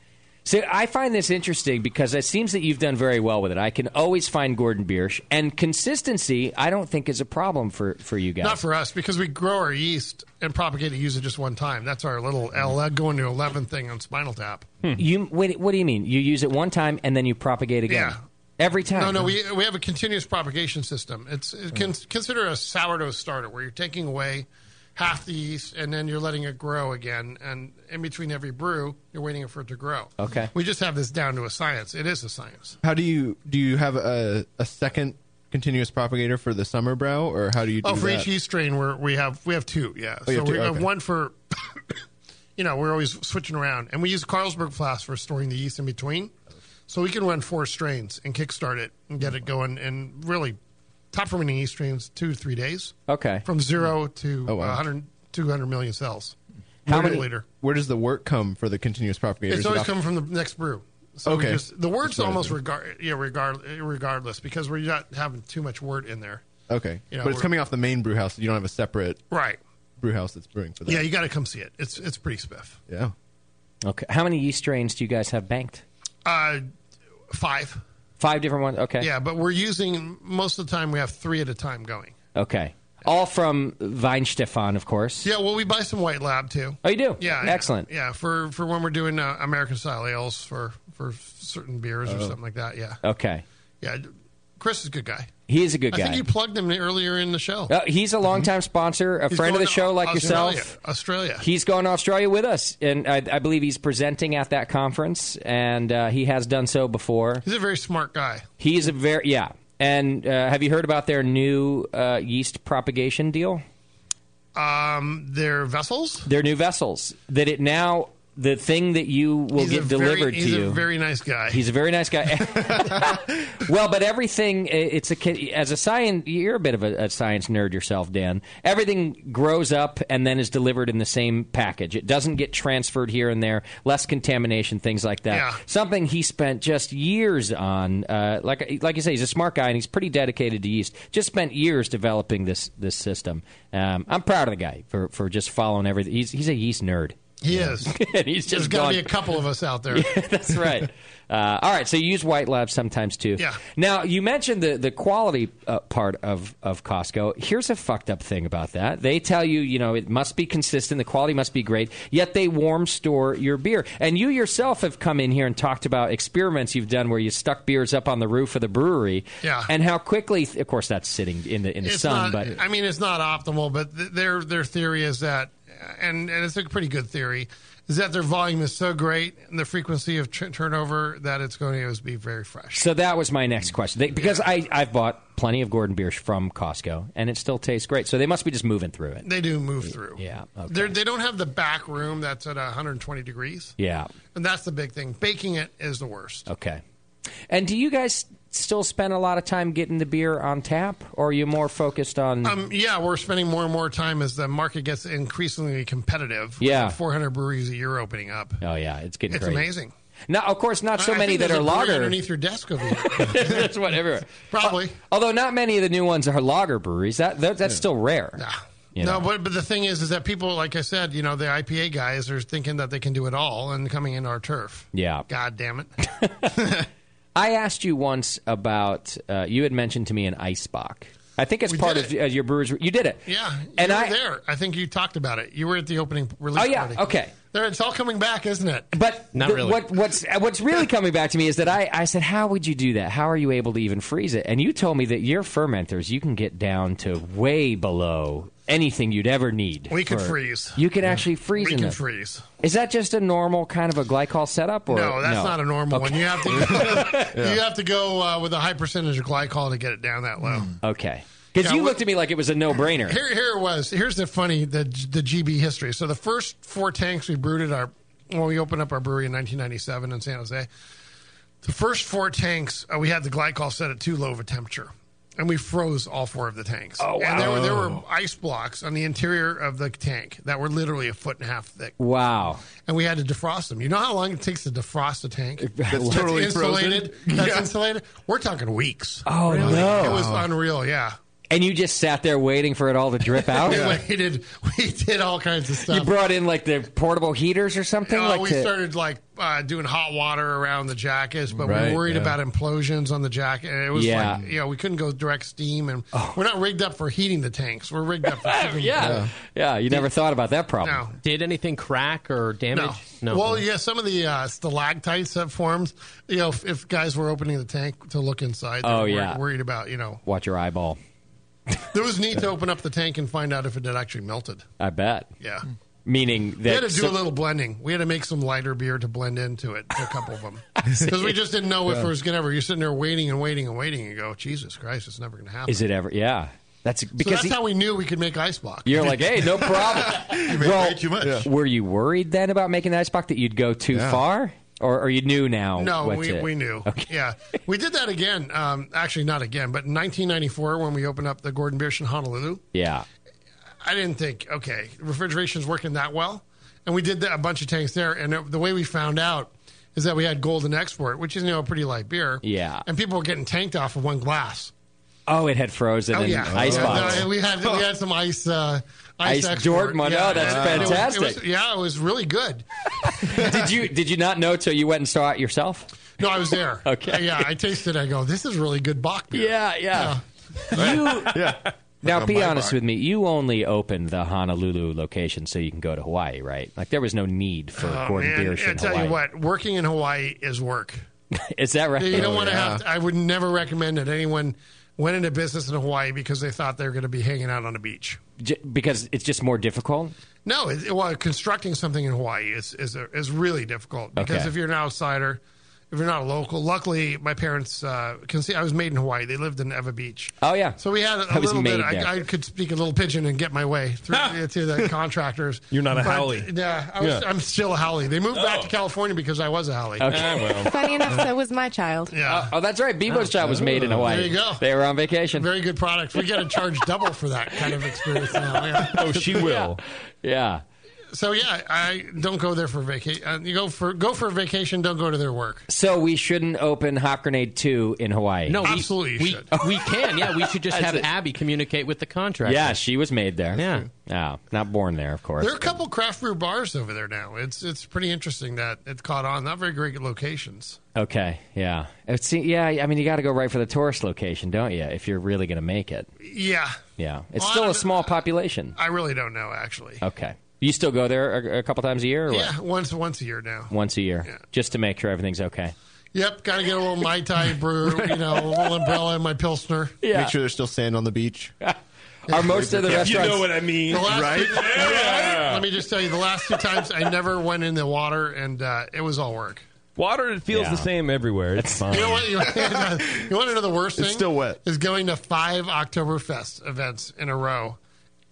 So I find this interesting because it seems that you've done very well with it. I can always find Gordon Biersch, and consistency I don't think is a problem for, for you guys.
Not for us because we grow our yeast and propagate it, use it just one time. That's our little L uh, going to eleven thing on Spinal Tap.
You wait, what do you mean? You use it one time and then you propagate again?
Yeah.
Every time.
No, no, we we have a continuous propagation system. It's it can, consider a sourdough starter where you're taking away half the yeast and then you're letting it grow again. And in between every brew, you're waiting for it to grow.
Okay.
We just have this down to a science. It is a science.
How do you do? You have a, a second continuous propagator for the summer brow, or how do you? do
oh, for
that?
each yeast strain, we're, we have we have two. Yeah,
Oh, you have
so
two,
we have
okay.
one for. you know, we're always switching around, and we use Carlsberg flask for storing the yeast in between, so we can run four strains and kickstart it and get it going, and really top fermenting yeast strains two to three days.
Okay.
from zero to
Oh, wow.
100, 200 million cells.
How
Where-
many-
later?
Where does the work come for the continuous propagator?
It's
Is it
always
off-
coming from the next brew. So we
Okay.
just, the word's
That's what I
almost
think.
regard, yeah, regard, regardless because we're not having too much word in there.
Okay,
You know,
but it's
we're-
coming off the main brew house. You don't have a separate
Right.
brew house that's brewing for that.
Yeah, you got to come see it. It's it's pretty spiff.
yeah.
Okay. How many yeast strains do you guys have banked?
Uh, five.
Five different ones. Okay.
Yeah, but we're using most of the time. We have three at a time going.
Okay. All from Weinstefan, of course.
Yeah, well, we buy some white lab too.
Oh, you do?
Yeah,
Excellent.
Yeah, for for when we're doing uh, American style ales for for certain beers or
Oh.
something like that. Yeah,
Okay.
yeah. Chris is a good guy.
He is a good
I
guy.
think you plugged him earlier in the show.
Uh, he's a longtime sponsor, a
He's
friend of
going
the
to
show, like
Australia.
yourself.
Australia.
He's gone to Australia with us, and I, I believe he's presenting at that conference, and uh, he has done so before.
He's a very smart guy.
He is a very yeah. And uh, have you heard about their new uh, yeast propagation deal?
Um, their vessels.
Their new vessels that it now the thing that you will
He's a
get
very-
delivered
he's
to you.
a very nice guy.
He's a very nice guy. well, but everything i- it's a ki- as a science you're a bit of a, a science nerd yourself, Dan. Everything grows up and then is delivered in the same package. It doesn't get transferred here and there, less contamination, things like that.
Yeah.
Something he spent just years on. Uh, like like you say, he's a smart guy and he's pretty dedicated to yeast. Just spent years developing this this system. Um, I'm proud of the guy for for just following everything. He's he's a yeast nerd.
He is.
And he's
There's
just
got
gone-
to be a couple of us out there.
Yeah, that's right. Uh, all right, so you use white labs sometimes too.
Yeah.
Now you mentioned the the quality uh, part of of Costco. Here's a fucked up thing about that. They tell you, you know, it must be consistent, the quality must be great. Yet they warm store your beer. And you yourself have come in here and talked about experiments you've done where you stuck beers up on the roof of the brewery.
Yeah.
And how quickly, of course, that's sitting in the in the
It's not-
sun, but
I mean, it's not optimal. But th- their their theory is that, and, and it's a pretty good theory, is that their volume is so great and the frequency of tr- turnover that it's going to always be very fresh.
So that was my next question they, because I I've bought plenty of Gordon beers from Costco and it still tastes great. So they must be just moving through it.
They do move through.
Yeah. okay.
They're- They don't have the back room that's at 120 degrees,
Yeah.
and that's the big thing. Baking it is the worst.
Okay. And do you guys still spend a lot of time getting the beer on tap, or are you more focused on?
Um, yeah, we're spending more and more time as the market gets increasingly competitive. with
Yeah.
400 breweries a year opening up.
oh yeah, it's getting
It's
great.
amazing.
Now, of course, not so
I- I
many
think
that
there's
are
a brewery
lager.
underneath your desk over here.
That's what everywhere.
Probably.
Although not many of the new ones are lager breweries. That, that that's still rare. You
no,
know?
but but the thing is, is that people, like I said, you know, the IPA guys are thinking that they can do it all and coming in our turf.
Yeah.
God damn it!
I asked you once about uh, you had mentioned to me an Eisbach. I think it's part of uh, your brewer's. You did it.
Yeah, you
And
were
I-
there. I think you talked about it. You were at the opening release
Oh, yeah,
party.
okay.
There, it's all coming back, isn't it?
But The- What, what's uh, what's really coming back to me is that I, I said, "How would you do that? How are you able to even freeze it?" And you told me that your fermenters you can get down to way below anything you'd ever need.
We could
for-
freeze.
You can actually freeze.
We
in
can
them.
freeze.
Is that just a normal kind of a glycol setup? Or
no, that's not a normal one.
Okay.
You have to you have to go uh, with a high percentage of glycol to get it down that low.
Okay, because
Yeah,
you
we-
looked at me like it was a no-brainer.
Here, here it was. Here's the funny the the GB history. So the first four tanks we brewed at our when we opened up our brewery in 1997 in San Jose, the first four tanks uh, we had the glycol set at too low of a temperature, and we froze all four of the tanks.
Oh, wow.
And there were there were
Oh.
ice blocks on the interior of the tank that were literally a foot and a half thick.
Wow.
And we had to defrost them. You know how long it takes to defrost a tank? That's
totally
insulated.
frozen?
That's
Yeah.
insulated. We're talking weeks.
Oh, no.
It was unreal. Yeah.
And you just sat there waiting for it all to drip out.
We waited. We did all kinds of stuff.
You brought in like the portable heaters or something.
No,
like
we
to-
started like uh, doing hot water around the jackets, but we
Right,
were worried
yeah.
about implosions on the jacket. And it was
Yeah. Oh.
like, you know, we couldn't go direct steam, and we're not rigged up for heating the tanks. We're rigged up for heating
yeah, yeah. You never thought about that problem.
No.
Did anything crack or damage?
No. Well, yeah, some of the uh, stalactites that formed, you know, if, if guys were opening the tank to look inside, they
Oh,
were
yeah.
worried about, you know,
Watch your eyeball.
it was neat to open up the tank and find out if it had actually melted.
I bet.
Yeah.
Meaning that
We had to do
so-
a little blending. We had to make some lighter beer to blend into it, a couple of them, because we just didn't know if
Yeah.
it was going to ever. You're sitting there waiting and waiting and waiting, and go, Jesus Christ, it's never going to happen.
Is it ever? Yeah. That's
so
because
that's
he-
how we knew we could make ice block.
you're like, hey, no problem. well, Were you worried then about making the ice box that you'd go too
Yeah.
far, or, or you knew now?
No,
what
we,
to-
we knew. Yeah. We did that again. Um, actually, not again, but in 1994 when we opened up the Gordon Biersch in Honolulu.
Yeah.
I didn't think, okay, refrigeration's working that well. And we did that, a bunch of tanks there. And it, the way we found out is that we had Golden Export, which is, you know, a pretty light beer.
Yeah.
And people were getting tanked off of one glass.
Oh, it had frozen
Oh,
and
yeah.
ice
Yeah,
box.
no, we, had, we had some ice. Uh, Ice,
Ice
export.
Dortmund. Oh, that's
and it was- it
fantastic.
was- yeah, it was really good.
did you did you not know till you went and saw it yourself?
No, I was there.
Okay.
Yeah, I tasted it. I go, this is really good Bach beer.
Yeah, yeah. Now,
Like a
be
Maybach.
honest with me. You only opened the Honolulu location so you can go to Hawaii, right? Like there was no need for
Oh,
Gordon
man,
Biersch
I
in
tell
Hawaii.
you what, working in Hawaii is work.
Is that right? Oh,
You don't want to have. To, I would never recommend that anyone went into business in Hawaii because they thought they were going to be hanging out on a beach.
J- because it's just more difficult.
No, it, well, constructing something in Hawaii is is a, is really difficult because
Okay.
if you're an outsider, if you're not a local. Luckily, my parents uh, can see I was made in Hawaii. They lived in Eva Beach.
Oh yeah.
So we had a
I was
little bit.
made there.
I, I could speak a little pigeon and get my way through to the contractors.
You're not a
But,
Howley.
Yeah, I was,
Yeah.
I'm still a Howley. They moved back to California because I was a Howley.
Oh. Okay. Ah, well.
Funny enough, so was my child.
Yeah. Oh,
Oh, that's right. Bebo's job was made in Hawaii.
There you go.
They were on vacation.
Very good product. We got to charge double for that kind of experience now. yeah.
Oh, she will. Yeah.
So yeah, I don't go there for vacation. Uh, you go for go for a vacation. Don't go to their work.
So we shouldn't open Hop Grenade Two in Hawaii.
No, we,
Absolutely you
we,
should.
we can. Yeah, we should just
That's
have
it.
Abby communicate with the contractor.
Yeah, she was made there.
Yeah.
Oh, not born there, of course.
There are a couple craft brew bars over there now. It's it's pretty interesting that it caught on. Not very great locations.
Okay. Yeah. It's, yeah. I mean, you got to go right for the tourist location, don't you? If you're really going to make it.
Yeah,
Yeah. It's
Well, I
still a
don't-
small population.
I really don't know actually.
Okay. You still go there a, a couple times a year? Or what?
Yeah, once once a year now.
Once a year, just to make sure everything's okay.
Yep, got to get a little mai tai brew. You know, a little umbrella and my pilsner.
Make sure there's still sand on the beach.
Are most of the
If you
restaurants?
know what I mean.
The last
Right?
two- Let me just tell you, the last two times I never went in the water, and uh, it was all work.
Water it feels
Yeah.
the same everywhere. It's fine.
You know what? You, you want to know the worst
It's
thing?
still
wet.
Is going to five Oktoberfest events in a row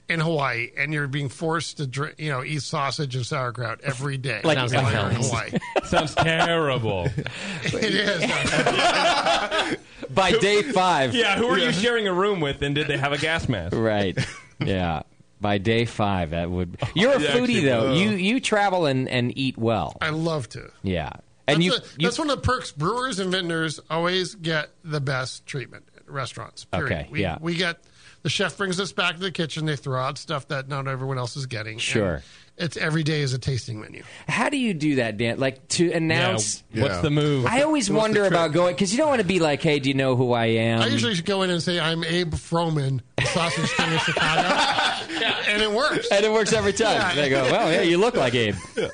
in Hawaii, and you're being forced to drink, you know, eat sausage and sauerkraut every day.
Like-
while
Sounds like
you're in
hell.
Hawaii.
Sounds terrible.
it is.
By day five.
Yeah, who are you sharing a room with, and did they have a gas mask?
Right. Yeah. By day five, that would. You're a
Yeah,
foodie
actually,
though.
uh,
you you travel and, and eat well.
I love to.
Yeah. And
that's
you,
the- that's one of the perks. Brewers and vendors always get the best treatment at restaurants. Period.
Okay,
We,
yeah.
We get the chef brings us back to the kitchen. They throw out stuff that not everyone else is getting. and
Sure.
It's every day is a tasting menu.
How do you do that, Dan? Like to announce
Yeah, what's Yeah. the
move?
I always
What's the
wonder
trick?
about going because you don't want to be like, "Hey, do you know who I am?"
I usually should go in and say I'm Abe Froman, sausage king of Chicago, and it works.
and it works every time.
Yeah.
They go, "Well, yeah, you look like Abe."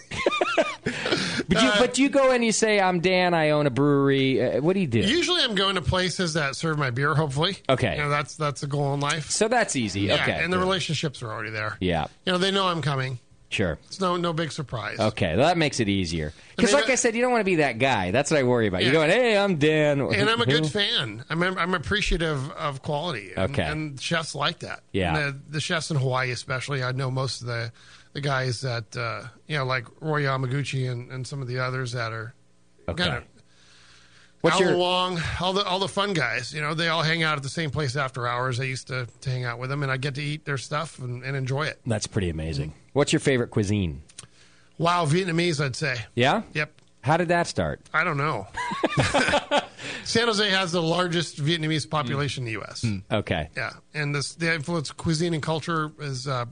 but you but you go in, you say, "I'm Dan. I own a brewery." Uh, what do you do?
Usually, I'm going to places that serve my beer. Hopefully,
Okay.
You know, that's that's a goal in life.
so that's easy.
Yeah,
okay.
and the relationships are already there.
yeah.
You know, they know I'm coming.
Sure.
It's no no big surprise.
Okay, well, that makes it easier. Because, like I said, you don't want to be that guy. That's what I worry about. You're
Yeah.
going, hey, I'm Dan.
and I'm a
Who?
good fan. I'm I'm appreciative of quality. And,
Okay.
and chefs like that.
Yeah.
And the, the chefs in Hawaii, especially, I know most of the the guys that uh, you know, like Roy Yamaguchi and, and some of the others that are
Okay.
kind of
What's
Al
your-
Wong, all the all the fun guys. You know, they all hang out at the same place after hours. I used to, to hang out with them, and I get to eat their stuff and, and enjoy it.
That's pretty amazing.
Mm-hmm.
What's your favorite cuisine?
Wow, Vietnamese, I'd say.
Yeah?
Yep.
How did that start?
I don't know. San Jose has the largest Vietnamese population in the U.S.
Okay.
Yeah, and this the influence of cuisine and culture has uh,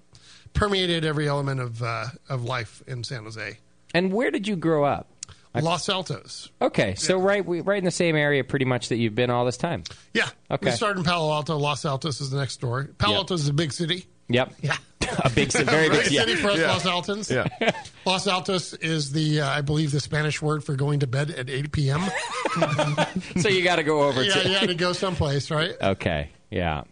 permeated every element of uh, of life in San Jose.
And where did you grow up? I-
Los Altos.
Okay, so right we, right in the same area pretty much that you've been all this time.
Yeah.
Okay.
We started in Palo Alto. Los Altos is the next door. Pal
Yep.
Alto is a big city.
Yep.
Yeah.
a big city, very big
Big
yeah.
city for us
Yeah.
Los Altans.
Yeah.
Los Altos is the, uh, I believe, the Spanish word for going to bed at 8 p.m.
so you got to go over
yeah,
to
you had to go someplace, right?
Okay. Yeah.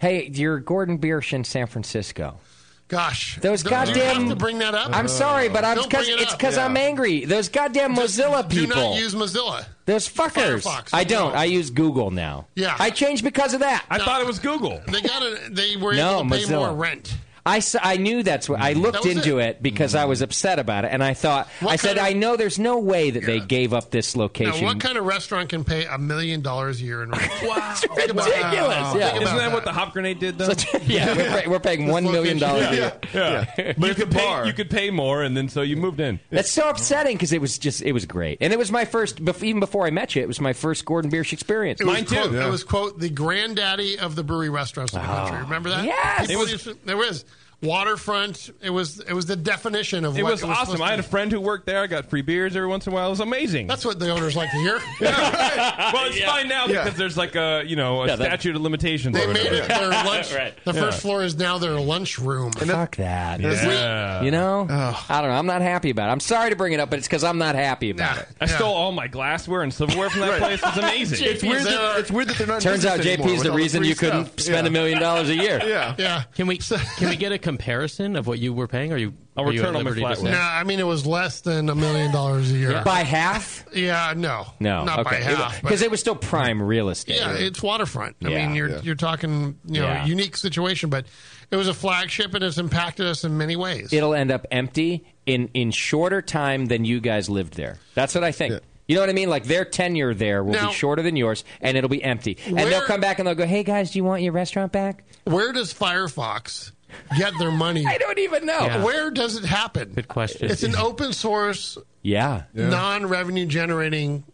Hey, you're Gordon Biersch in San Francisco.
Gosh,
those
Do you
goddamn.
have to bring that up?
I'm sorry, but I'm
Don't
cause,
bring it
it's
up.
because I'm angry. Those goddamn Mozilla
Do
people.
not use Mozilla.
those fuckers.
Firefox.
I don't. I use Google now.
Yeah.
I changed because of that.
I No. thought it
was Google.
They got a, They were
No,
able to pay
Mozilla.
more rent.
I, s- I knew that's what I looked
That was
into it, because I was upset about it, and I thought I said I know there's no way that they gave up this
Now,
location.
what kind of restaurant can pay a million dollars a year in rent? wow,
It's ridiculous, yeah.
Isn't that what the hop grenade did, though?
yeah, we're, pay- we're paying one million dollars. a year.
Yeah. But you could, pay, you could pay more, and then so you moved in.
That's so upsetting because it was just it was great, and it was my first bef- even before I met you. It was my first Gordon Biersch experience.
It was, quote, it was quote the granddaddy of the brewery restaurants in the
Ah.
country. Remember that?
Yes.
People
It was-
used to- there was waterfront. It was it was the definition of
It
what
was
it was supposed
awesome.
to
I had
be.
a friend who worked there. I got free beers every once in a while. It was amazing.
That's what the owners like to hear.
well, it's fine now because there's like a you know a statute of limitations.
They
or
made
whatever.
it their lunch. The
Yeah.
first floor is now their lunchroom.
Fuck that.
Yeah.
You know, I don't know. I'm not happy about it. I'm sorry to bring it up, but it's because I'm not happy about it.
I stole all my glassware and silverware from that
Right.
place. It's amazing.
It's weird that-
it's weird that they're not.
Turns out JP's the reason you couldn't spend a million dollars a year.
yeah.
Can we can we get a comparison of what you were paying? Are you?
I'll
are you at
return all my
liberty to
flatware.
say?
Nah, I mean it was less than a million dollars a year.
By half?
Yeah, no,
No,
not by half. but-
because it was still prime real estate.
Yeah, it's waterfront. I
Yeah.
mean, you're
Yeah.
you're talking, you know,
Yeah.
unique situation, but it was a flagship and it's impacted us in many ways.
It'll end up empty in in shorter time than you guys lived there. That's what I think. You know what I mean? Like their tenure there will
Now-
be shorter than yours, and it'll be empty. and they'll
Where-
come back and they'll go, "Hey guys, do you want your restaurant back?"
Where does Firefox get their money? I
don't even know.
Yeah.
Where does it happen?
Good question.
It's an open source,
Yeah,
non-revenue generating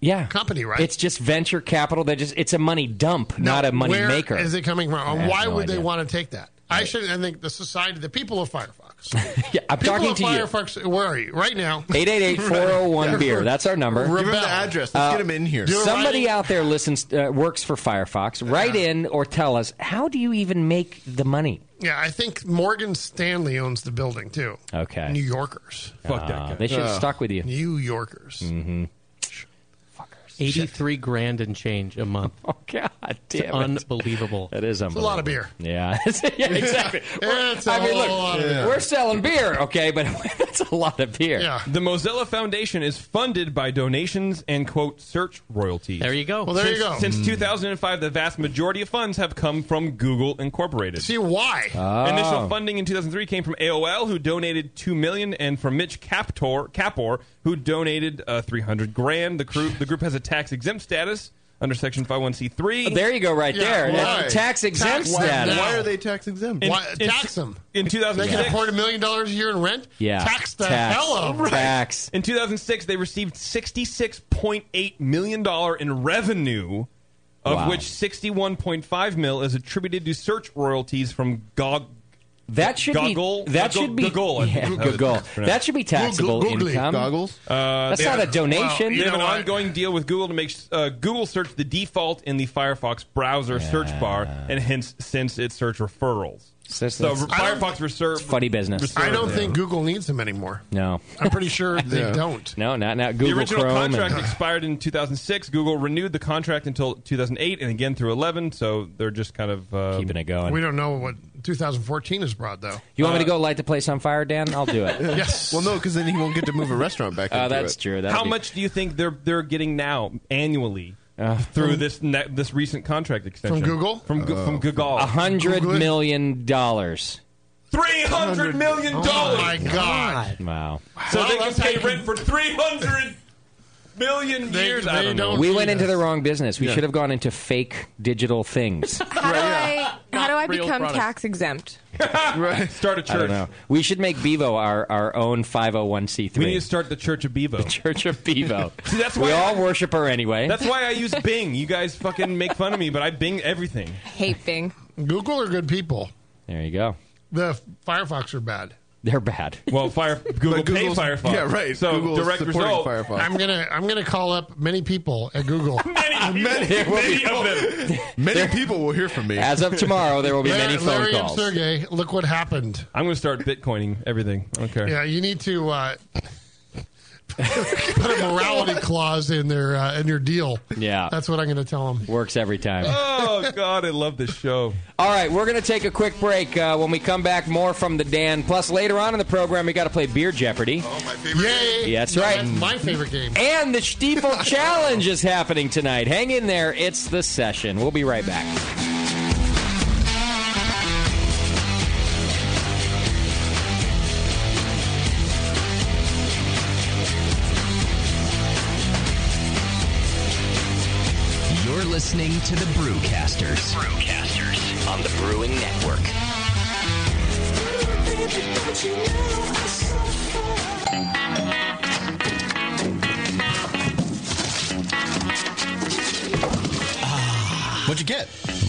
yeah.
company, right?
It's just venture capital. That just it's a money dump, not a money
Where
maker.
Is it coming
I
from? And
have
why
no
would they
idea.
want to take that? I should. I think the society, the people of Firefox.
Yeah, I'm
people
talking
of
to you.
Firefox, where are you right now?
888-401 beer. That's our number. Uh,
Give him the Rebel. address. Let's get him in here. Do it
Somebody
right.
out there listens, uh, works for Firefox. Write in or tell us how do you even make the money?
Yeah, I think Morgan Stanley owns the building too.
Okay.
New Yorkers.
Fuck that Ah, guy. they should've
Yeah.
stuck with you.
New Yorkers.
Mm-hmm. Eighty-three grand and change a month.
Oh God,
it's
damn it.
unbelievable.
That is
unbelievable.
a lot of beer.
Yeah, yeah exactly. We're-
It's a
I mean, look,
whole lot of beer.
we're selling beer, okay, but that's a lot of beer.
The Mozilla Foundation is funded by donations and quote search royalties. There
you go.
Well, there you go.
Since
Mm.
2005, the vast majority of funds have come from Google Incorporated.
See why? Oh.
Initial funding in 2003 came from AOL, who donated two million, and from Mitch Captor, Capor, who donated uh, 300 grand. The group the group has a tax exempt status under Section 501c3.
There you go, right
Yeah,
there.
why?
That's tax exempt
Tax- why-
status.
why
Are they tax exempt?
In-
Why,
in-
tax them.
In 2006,
They can afford a million dollars a year in rent.
Yeah.
Tax the
Tax.
hell out of 'em.
Tax.
In 2006, they received 66.8 million dollar in revenue, of
Wow.
which 61.5 mil is attributed to search royalties from Gog.
That should be-
Goggle-
that
Goggle-
should be-
Goggle, I think
yeah,
is how it's
Goggle.
pronounced.
That should be taxable Googly. income. Goggles?
Uh,
That's
they
not
have-
a donation. Well, you
they have
know
an
what?
ongoing deal with Google to make uh, Google search the default in the Firefox browser search bar, and hence since it search referrals.
So,
So
that's-
Firefox reserve
It's funny business.
reserve
I don't
them.
think Google needs them anymore.
No.
I'm pretty sure they don't.
No, not now. Google
the original
Chrome and-
contract expired in 2006. Google renewed the contract until 2008 and again through 11. So they're just kind of uh,
keeping it going.
We don't know what 2014 has brought though.
You want me to go light the place on fire, Dan? I'll do it.
yes. Well, no, because then he won't get to move a restaurant back.
Oh,
into
that's
it.
true. That'd
How
be-
much do you think they're they're getting now annually
Uh,
through this ne- this recent contract extension
Google?
Uh,
From Go-
Oh.
from Google.
A hundred
Google.
million dollars.
Three hundred million dollars.
Oh my God.
Wow.
So
Well,
they can
that's
pay rent for three hundred million
They-
years.
they
I don't know.
We went into the wrong business. We
Yeah.
should have gone into fake digital things.
Right, yeah.
I, how do I become tax exempt?
Oh,
Start a
I don't
church.
know. We should make Bevo our, our own 501c3.
We need to start the Church of Bevo. The
Church of Bevo.
See, that's
we
why
all worship her anyway.
That's why I use Bing. You guys fucking make fun of me, but I Bing everything.
Hate Bing.
Google are good people.
There you go.
The Firefox are bad.
They're bad.
Well, Fire Google Pay Firefox. So direct result.
I'm gonna I'm gonna call up many people at Google.
many,
many,
of them.
Many people will hear from me.
As of tomorrow, there will be
Larry, Larry and Sergey, look what happened.
I'm going to start Bitcoining everything. I don't care.
Yeah, you need to uh, put a morality clause in their uh, in your deal.
Yeah.
That's what I'm going to tell them.
Works every time.
Oh God, I love this show.
All right, we're going to take a quick break. Uh, when we come back, more from the Dan. Plus, later on in the program, we got to play Beer Jeopardy. Oh, my favorite.
Yay!
Yeah, that's right.
That's my favorite game.
And the Stiefel Challenge is happening tonight. Hang in there. It's the session. We'll be right back.
You're listening to the Brewcasters. Brewcasters on the Brewing Network.
What'd you get?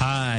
Hi,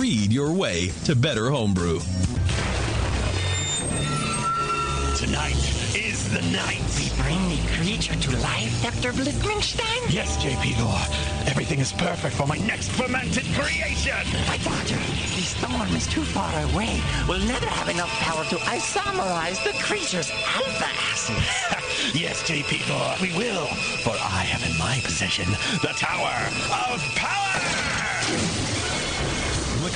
read your way to better homebrew.
Tonight is the night. We bring the creature to life, Dr. Blitzmingstein? Yes, JP Lore. Everything is perfect for my next fermented creation. But, Doctor, the storm is too far away. We'll never have enough power to isomerize the creature's alpha acid. yes, JP Lore, we will. For I have in my possession the Tower of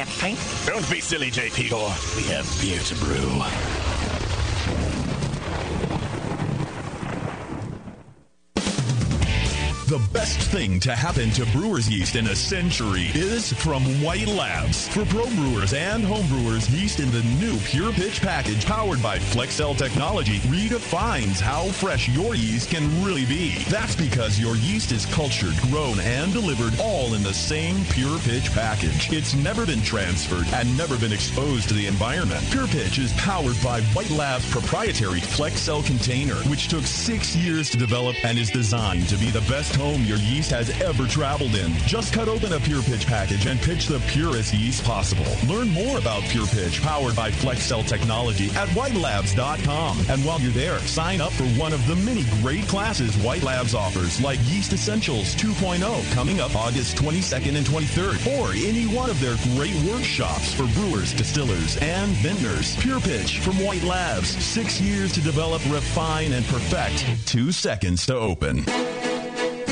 a pint. Don't be silly, JP Gore. We have beer to brew.
The
best thing to happen to brewer's yeast in a century is from White Labs. For pro brewers and home brewers, yeast in the new Pure Pitch package powered by Flexel technology redefines how fresh your yeast can really be. That's because your yeast is cultured, grown, and delivered all in the same Pure Pitch package. It's never been transferred and never been exposed to the environment. Pure Pitch is powered by White Labs proprietary Flexel container, which took six years to develop and is designed to be the best home your yeast has ever traveled in. Just cut open a Pure Pitch package and pitch the purest yeast possible. Learn more about Pure Pitch powered by Flexel technology at whitelabs.com. And while you're there, sign up for one of the many great classes White Labs offers, like Yeast Essentials 2.0 coming up August 22nd and 23rd, or any one of their great workshops for brewers, distillers, and vintners. Pure Pitch from White Labs. Six years to develop, refine, and perfect. Two seconds to open.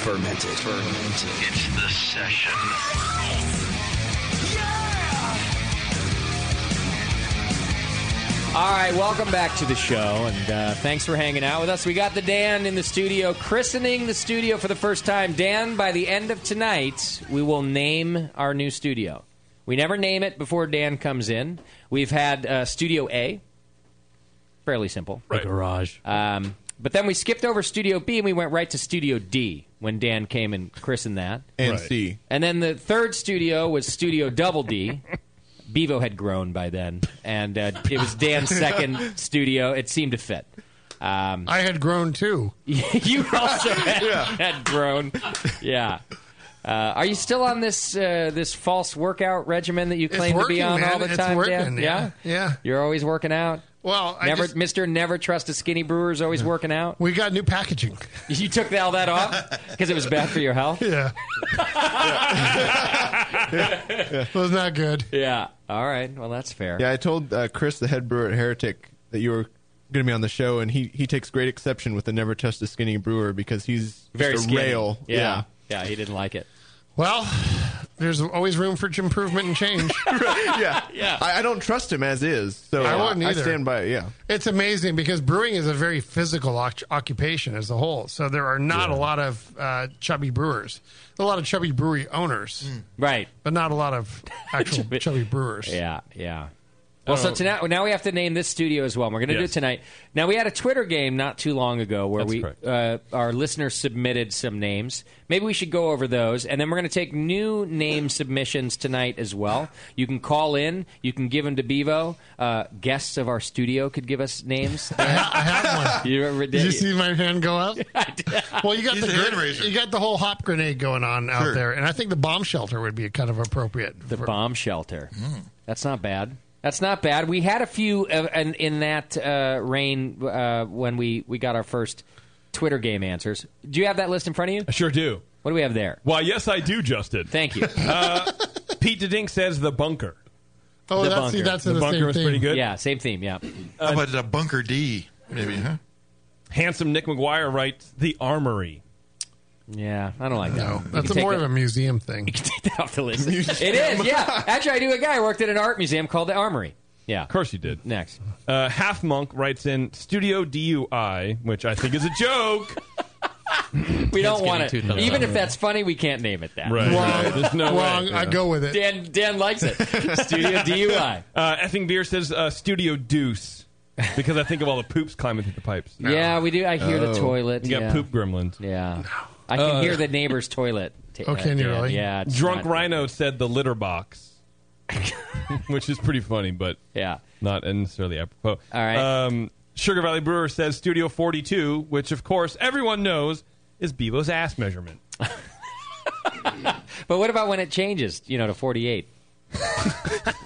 fermented, fermented. It's the session.
All right, welcome back to the show, and uh, thanks for hanging out with us. We got the Dan in the studio, christening the studio for the first time. Dan, by the end of tonight, we will name our new studio. We never name it before Dan comes in. We've had uh, Studio A, fairly simple, the garage. Um, but then we skipped over Studio B and we went right to Studio D when Dan came and christened that.
And Right. C.
And then the third studio was Studio Double D. Bevo had grown by then, and uh, it was Dan's second studio. It seemed to fit. Um,
I had grown too.
you also had, had grown. Yeah. Uh, are you still on this uh, this false workout regimen that you
It's
claim to be
working,
on
man.
all the
It's
time? Dan?
working, yeah. Yeah.
You're always working out.
Well, I
never,
just-
Mister, never trust a skinny brewer is always working out.
We got new packaging.
You took all that off because it was bad for your health.
Yeah. Was not good.
Yeah. All right. Well, that's fair.
Yeah, I told uh, Chris, the head brewer at Heretic, that you were going to be on the show, and he, he takes great exception with the never touch a skinny brewer because he's
Very
just a
skinny.
rail.
Yeah. yeah. He didn't like it.
Well, there's always room for improvement and change.
yeah.
Yeah.
I, I don't trust him as is, so
I wouldn't
I
either.
stand by it. Yeah.
It's amazing because brewing is a very physical oc- occupation as a whole. So there are not a lot of uh, chubby brewers. A lot of chubby brewery owners,
Mm. right?
But not a lot of actual chubby brewers.
Yeah, yeah. Well, so
Oh.
tonight, now we have to name this studio as well. and We're going to do it
Yes.
tonight. Now we had a Twitter game not too long ago where we uh, our listeners submitted some names. Maybe we should go over those, and then we're going to take new name submissions tonight as well. You can call in. You can give them to Bevo. Uh, guests of our studio could give us names. I have one. You remember,
Did you see my hand go up? Well, you got
He's
the
a hand
gr- you got the whole hop grenade going on out
Sure.
there, and I think the bomb shelter would be kind of appropriate.
The bomb shelter.
Mm.
That's not bad. That's not bad. We had a few uh, in, in that uh, rain uh, when we, we got our first Twitter game answers. Do you have that list in front of you? I
sure do.
What do we have there?
Why, yes, I do, Justin.
Thank you.
Uh, Pete Dedink says the bunker.
Oh,
The
that's see,
bunker.
that's
The
in the,
bunker
same Uh,
was
thing.
pretty good.
Yeah, same theme. Yeah.
How about the bunker D? Maybe, huh? Handsome Nick McGuire writes the armory.
Yeah, I don't like
No,
that.
that's more of a museum thing.
off the list. It is, yeah. Actually, I knew a guy who worked at an art museum called the Armory. Yeah. Of
course you did.
Next.
Uh, Half Monk writes in Studio DUI, which I think is a joke.
We don't
getting
want
too
it.
thumbs
Even
up.
if that's funny, we can't name it that.
Right, Wrong. right. There's no Wrong. way. I go
with it.
Dan, Dan likes it. Studio DUI.
Uh, Effing Beer says uh, Studio Deuce because I think of all the poops climbing through the pipes.
Yeah, we do. I hear the toilet.
Oh. You got
yeah.
poop gremlins.
Yeah. I can
Uh,
hear the neighbor's toilet. ta- uh,
Okay,
dad. Yeah. it's
Drunk
not-
Rhino said the litter box, which is pretty funny, but
yeah,
not necessarily apropos.
All right.
Um, Sugar Valley Brewer says Studio 42, which of course everyone knows is Bebo's ass measurement.
But what about when it changes? You know, to forty-eight. what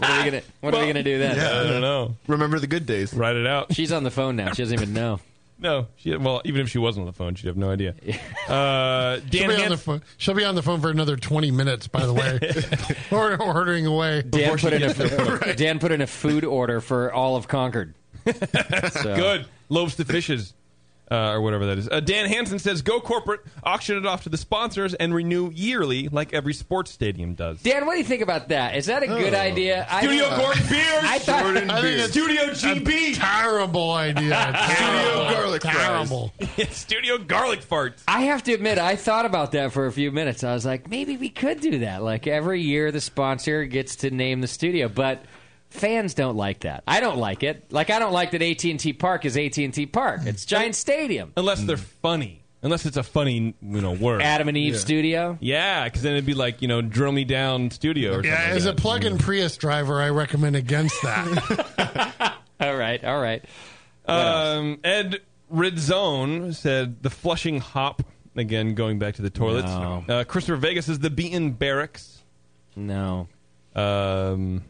are we gonna What are we gonna do then?
Yeah, I don't know.
Remember the good days.
Write it out.
She's on the phone now. She doesn't even know.
No, she, well, even if she was on the phone, she'd have no idea. Uh,
She'll
Dan
be, on
Hans-
the phone, she'll be on the phone for another 20 minutes, by the way. or ordering away.
Dan
before
put,
she
in a,
gets there.
Dan put in a food order for all of Concord. So-
Good. Loaves to fishes, uh, or whatever that is. Uh, Dan Hansen says, go corporate, auction it off to the sponsors, and renew yearly like every sports stadium does.
Dan, what do you think about that? Is that a good idea?
Studio Gordon Beers.
I thought,
I think it's
Studio GB.
terrible idea.
Studio
garlic fries.
Terrible.
Studio garlic farts.
I have to admit, I thought about that for a few minutes. I was like, maybe we could do that. Like every year, the sponsor gets to name the studio, but fans don't like that. I don't like it. Like I don't like that AT and T Park is AT and T Park. It's Giant Stadium.
Unless they're funny. Unless it's a funny, you know, word.
Mm. Adam and Eve Studio.
Yeah, because then it'd be like, you know, drill me down studio or
Yeah,
something.
as a plug in Prius driver, I recommend against that.
All right, all right.
Um, Ed Ridzone said the flushing hop. Again, going back to the toilets.
No.
Uh, Christopher Vega says the beaten barracks.
No.
Um,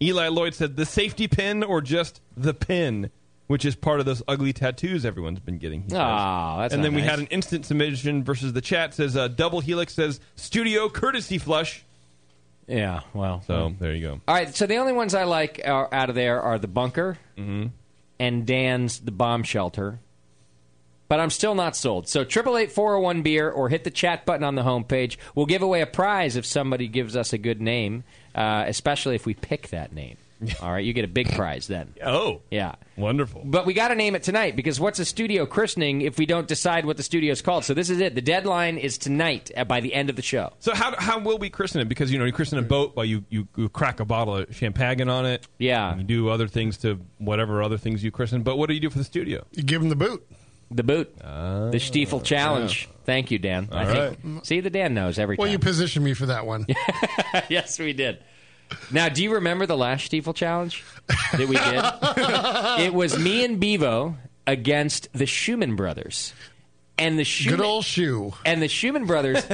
Eli Lloyd said the safety pin or just the pin, which is part of those ugly tattoos everyone's been getting. he says.
Aw, that's
and
not
then we
nice.
had an instant submission versus the chat says uh, double helix says studio courtesy flush.
Yeah, well,
so there you go.
All right, so the only ones I like are, out of there are the bunker
Mm-hmm.
and Dan's the bomb shelter. But I'm still not sold. So triple eight four zero one beer or hit the chat button on the homepage. We'll give away a prize if somebody gives us a good name, uh, especially if we pick that name. All right, you get a big prize then.
Oh,
yeah,
wonderful.
But we got to name it tonight because what's a studio christening if we don't decide what the studio's called? So this is it. The deadline is tonight uh, by the end of the show.
So how how will we christen it? Because you know you christen a boat by you, you you crack a bottle of champagne on it.
Yeah,
you do other things to whatever other things you christen. But what do you do for the studio?
You give him the boot.
The boot. the Stiefel challenge. Thank you, Dan. I
Ah, All
think- See, the Dan knows every
Well, you
time.
positioned me for that one.
yes, we did. Now, do you remember the last Stiefel challenge that we did? it was me and Bevo against the Schumann brothers. And the Schumann,
Good old shoe.
And the Schumann brothers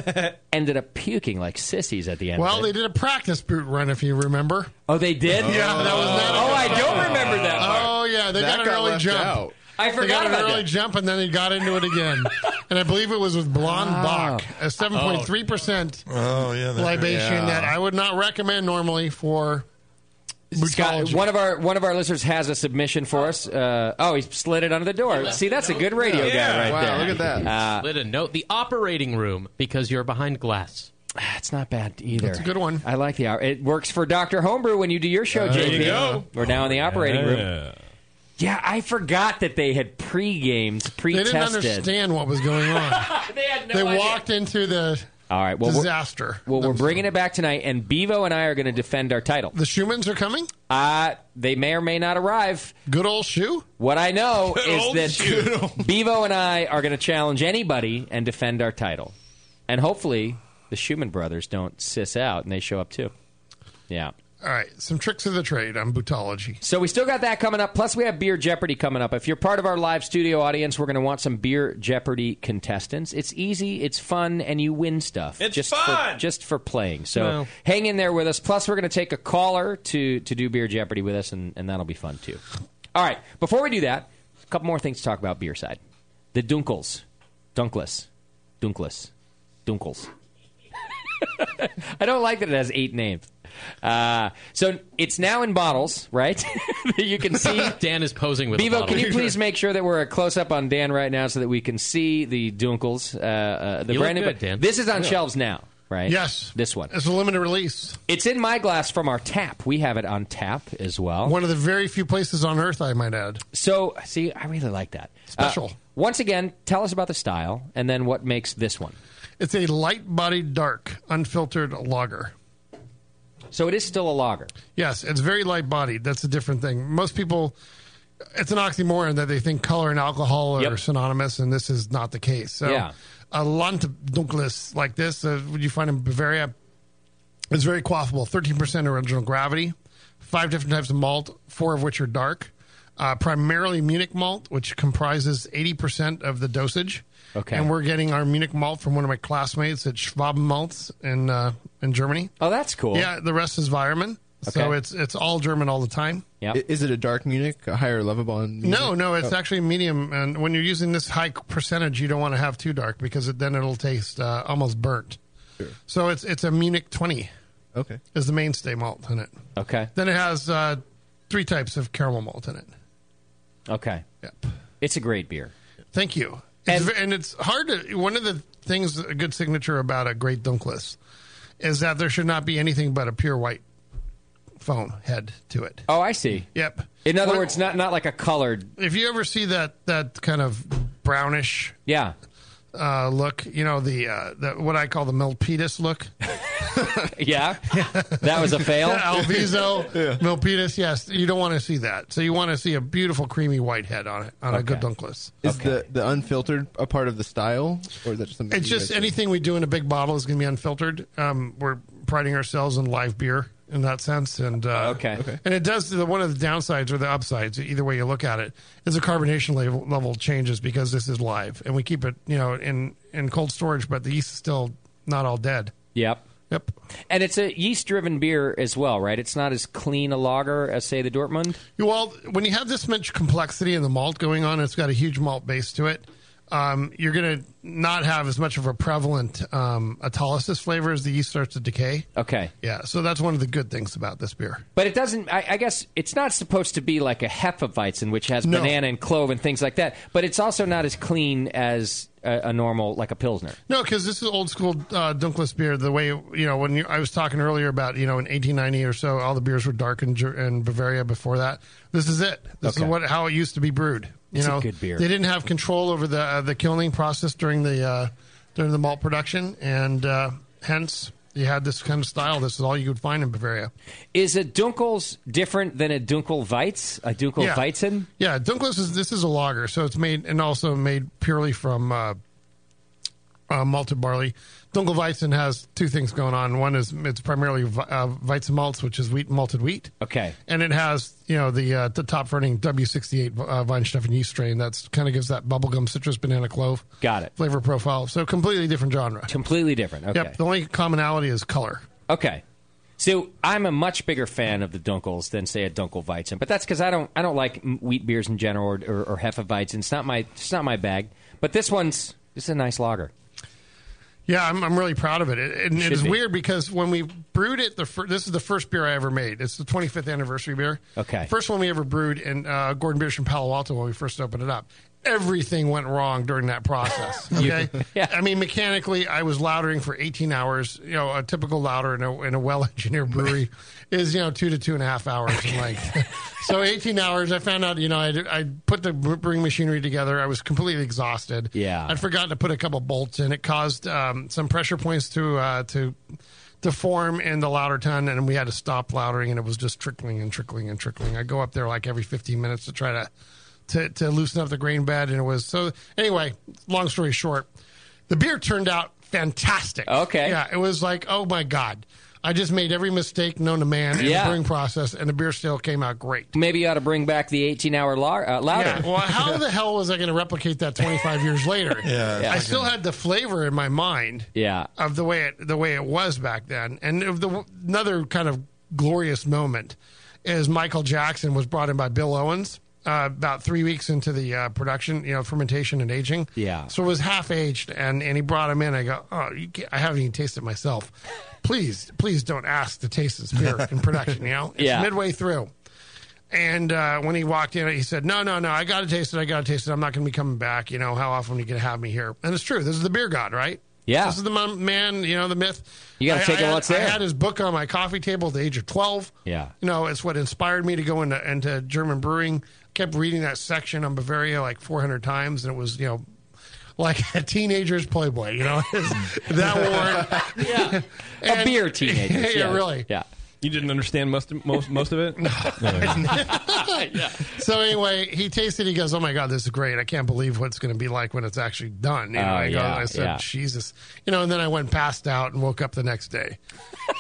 ended up puking like sissies at the end.
Well,
of
they
it.
did a practice boot run, if you remember.
Oh, they did?
Yeah, that was that.
Oh, I don't remember that part.
Oh, yeah, they
That
got an
got
early
left
jump.
out. I
They
forgot
got
about
an early
that.
jump, and then they got into it again. and I believe it was with Blonde
Ah.
Bach,
Oh.
a seven point three percent
Oh, yeah. that-
libation
yeah.
that I would not recommend normally for.
Scott, one of our one of our listeners has a submission for us. Uh, oh, he slid it under the door. See, that's a good radio guy right there. Uh,
Slid a note. The operating room because you're behind glass.
That's not bad either.
That's a
good one. I like the hour. It works for Doctor Homebrew when you do your show,
There
JP.
you go.
We're now in the operating
Yeah.
room. Yeah, I forgot that they had pre-gamed,
They didn't
pre-tested.
understand what was going on.
they had
no They walked into the
All right, well, we're-
disaster.
Well, we're bringing it back tonight, and Bevo and I are going to defend our title.
The Schumans are coming.
Uh, they may or may not arrive.
Good old shoe.
What I know
Good
is
old
that
shoe. Good
Bevo and I are going to challenge anybody and defend our title, and hopefully the Schumann brothers don't sis out and they show up too. Yeah.
All right, some tricks of the trade on bootology.
So we still got that coming up. Plus, we have Beer Jeopardy coming up. If you're part of our live studio audience, we're going to want some Beer Jeopardy contestants. It's easy, it's fun, and you win stuff. It's just fun! For, just for playing. So
No.
hang in there with us. Plus, we're going to take a caller to, to do Beer Jeopardy with us, and, and that'll be fun too. All right, before we do that, a couple more things to talk about beer side. The Dunkels. Dunkless. Dunkless. Dunkels. I don't like that it has eight names. Uh, so it's now in bottles, right? you can see.
Dan is posing with a
Bevo,
bottle.
can you please make sure that we're close up on Dan right now so that we can see the Dunkels, uh, uh, the
You look
brand new.
good, Dan.
This is on
Yeah.
shelves now, right?
Yes.
this one.
It's a limited release.
It's in my glass from our tap. We have it on tap as well.
One of the very few places on Earth, I might add.
So, see, I really like that.
Special.
Uh, once again, tell us about the style and then what makes this one.
It's a light bodied, dark, unfiltered lager.
So it is still a lager.
Yes, it's very light bodied. That's a different thing. Most people it's an oxymoron that they think color and alcohol are Yep. synonymous, and this is not the case. So,
Yeah.
a Landdunkles like this, uh, would you find in Bavaria, is very quaffable. Thirteen percent original gravity, five different types of malt, four of which are dark. Uh, primarily Munich malt, which comprises eighty percent of the dosage.
Okay.
and we're getting our Munich malt from one of my classmates at Schwaben Malts in uh, in Germany.
Oh, that's cool.
Yeah, the rest is Weirmann. So
Okay.
it's it's all German all the time.
Yeah.
Is it a dark Munich, a higher Levabon? Munich?
No, no, it's
Oh.
actually medium. And when you're using this high percentage, you don't want to have too dark because it, then it'll taste uh, almost burnt. So it's it's a Munich 20.
Okay.
Is the mainstay malt in it.
Okay.
Then it has uh, three types of caramel malt in it.
Okay.
Yep.
It's a great beer.
Thank you. It's, and, and it's hard to. One of the things, a good signature about a great Dunkless is that there should not be anything but a pure white foam head to it.
Oh, I see.
Yep.
In other words, not not like a colored.
If you ever see that that kind of brownish
Yeah.
uh, look, you know the, uh, the what I call the Milpitas look.
Yeah. That was a fail.
Alviso, Milpitas. Yes, you don't want to see that. So you want to see a beautiful creamy white head on it on a good Dunkless.
Is the, the unfiltered a part of the style, or is that just something?
It's
you
just
guys do?
anything we do in a big bottle is going to be unfiltered. Um, we're priding ourselves on live beer in that sense, and uh, okay. and it does the one of the downsides or the upsides, either way you look at it, is the carbonation level, level changes because this is live, and we keep it, you know, in in cold storage, but the yeast is still not all dead.
Yep.
Yep.
And it's a yeast-driven beer as well, right? It's not as clean a lager as say the Dortmund.
Well, when you have this much complexity in the malt going on, it's got a huge malt base to it. Um, you're going to not have as much of a prevalent um, autolysis flavor as the yeast starts to decay.
Okay.
Yeah, so that's one of the good things about this beer.
But it doesn't. I, I guess it's not supposed to be like a Hefeweizen, which has
No.
banana and clove and things like that. But it's also not as clean as a, a normal, like a pilsner.
No, because this is old school uh, Dunkless beer. The way you know when you, I was talking earlier about you know in 1890 or so, all the beers were dark in, Ger- in Bavaria. Before that, this is it. This
Okay.
is what how it used to be brewed. You
It's a
know,
good beer.
They didn't have control over the uh, the kilning process during the uh, during the malt production, and uh, hence you had this kind of style. This is all you could find in Bavaria.
Is a Dunkel's different than a Dunkelweiz? A Dunkelweizen?
Yeah, Dunkless is this is a lager, so it's made and also made purely from uh, uh, malted barley. Dunkelweizen has two things going on. One is it's primarily vi- uh, Weizen malts, which is wheat malted wheat,
Okay.
and it has you know the uh, the top running W68 uh, Weinsteffen yeast strain that's kind of gives that bubblegum citrus banana clove
Got it.
flavor profile. So completely different genre.
Completely different. Okay.
Yep. The only commonality is color.
Okay. So I'm a much bigger fan of the Dunkels than say a Dunkelweizen, but that's because I don't I don't like m- wheat beers in general or, or, or Hefeweizen. It's not my it's not my bag. But this one's this is a nice lager.
Yeah, I'm, I'm really proud of it. it and
Should
it is
be.
weird because when we brewed it, the fir- this is the first beer I ever made. It's the 25th anniversary beer.
Okay.
First one we ever brewed in uh, Gordon Beers from Palo Alto when we first opened it up. Everything went wrong during that process. Okay. I mean, mechanically, I was loudering for 18 hours. You know, a typical louder in a, in a well engineered brewery is, you know, two to two and a half hours in length. so 18 hours, I found out, you know, I, I put the brewing machinery together. I was completely exhausted.
Yeah.
I'd forgotten to put a couple bolts in. It caused um, some pressure points to uh, to to form in the louder ton, and we had to stop loudering, and it was just trickling and trickling and trickling. I go up there like every 15 minutes to try to to, to loosen up the grain bed, and it was so. Anyway, long story short, the beer turned out fantastic. Okay, yeah, it was like oh my god. I just made every mistake known to man in
Yeah.
the brewing process, and the beer still came out great.
Maybe you ought to bring back the 18 hour la- uh, louder.
Yeah. Well, how the hell was I going to replicate that 25 years later?
Yeah, Yeah.
I still had the flavor in my mind
Yeah.
of the way it the way it was back then. And of the another kind of glorious moment is Michael Jackson was brought in by Bill Owens uh, about three weeks into the uh, production, you know, fermentation and aging.
Yeah.
So it was half aged, and, and he brought him in. I go, oh, you can't, I haven't even tasted it myself. Please, please don't ask to taste this beer in production. You know, it's
Yeah.
midway through. And uh, when he walked in, he said, "No, no, no! I got to taste it. I got to taste it. I'm not going to be coming back. You know how often are you going to have me here?" And it's true. This is the beer god, right?
Yeah.
This is the mon- man. You know the myth.
You gotta
I-
take
I
it
had-
while it's there.
I had his book on my coffee table at the age of twelve.
Yeah.
You know, it's what inspired me to go into into German brewing. Kept reading that section on Bavaria like 400 times, and it was you know. Like a teenager's Playboy, you know, that word.
A Oh, beer teenager.
yeah, really.
Yeah.
You didn't understand most of, most most of it.
So anyway, he tasted. it, He goes, "Oh my god, this is great! I can't believe what's going to be like when it's actually done." You know,
Oh,
I, go,
yeah,
I said,
yeah.
"Jesus," you know. And then I went passed out and woke up the next day,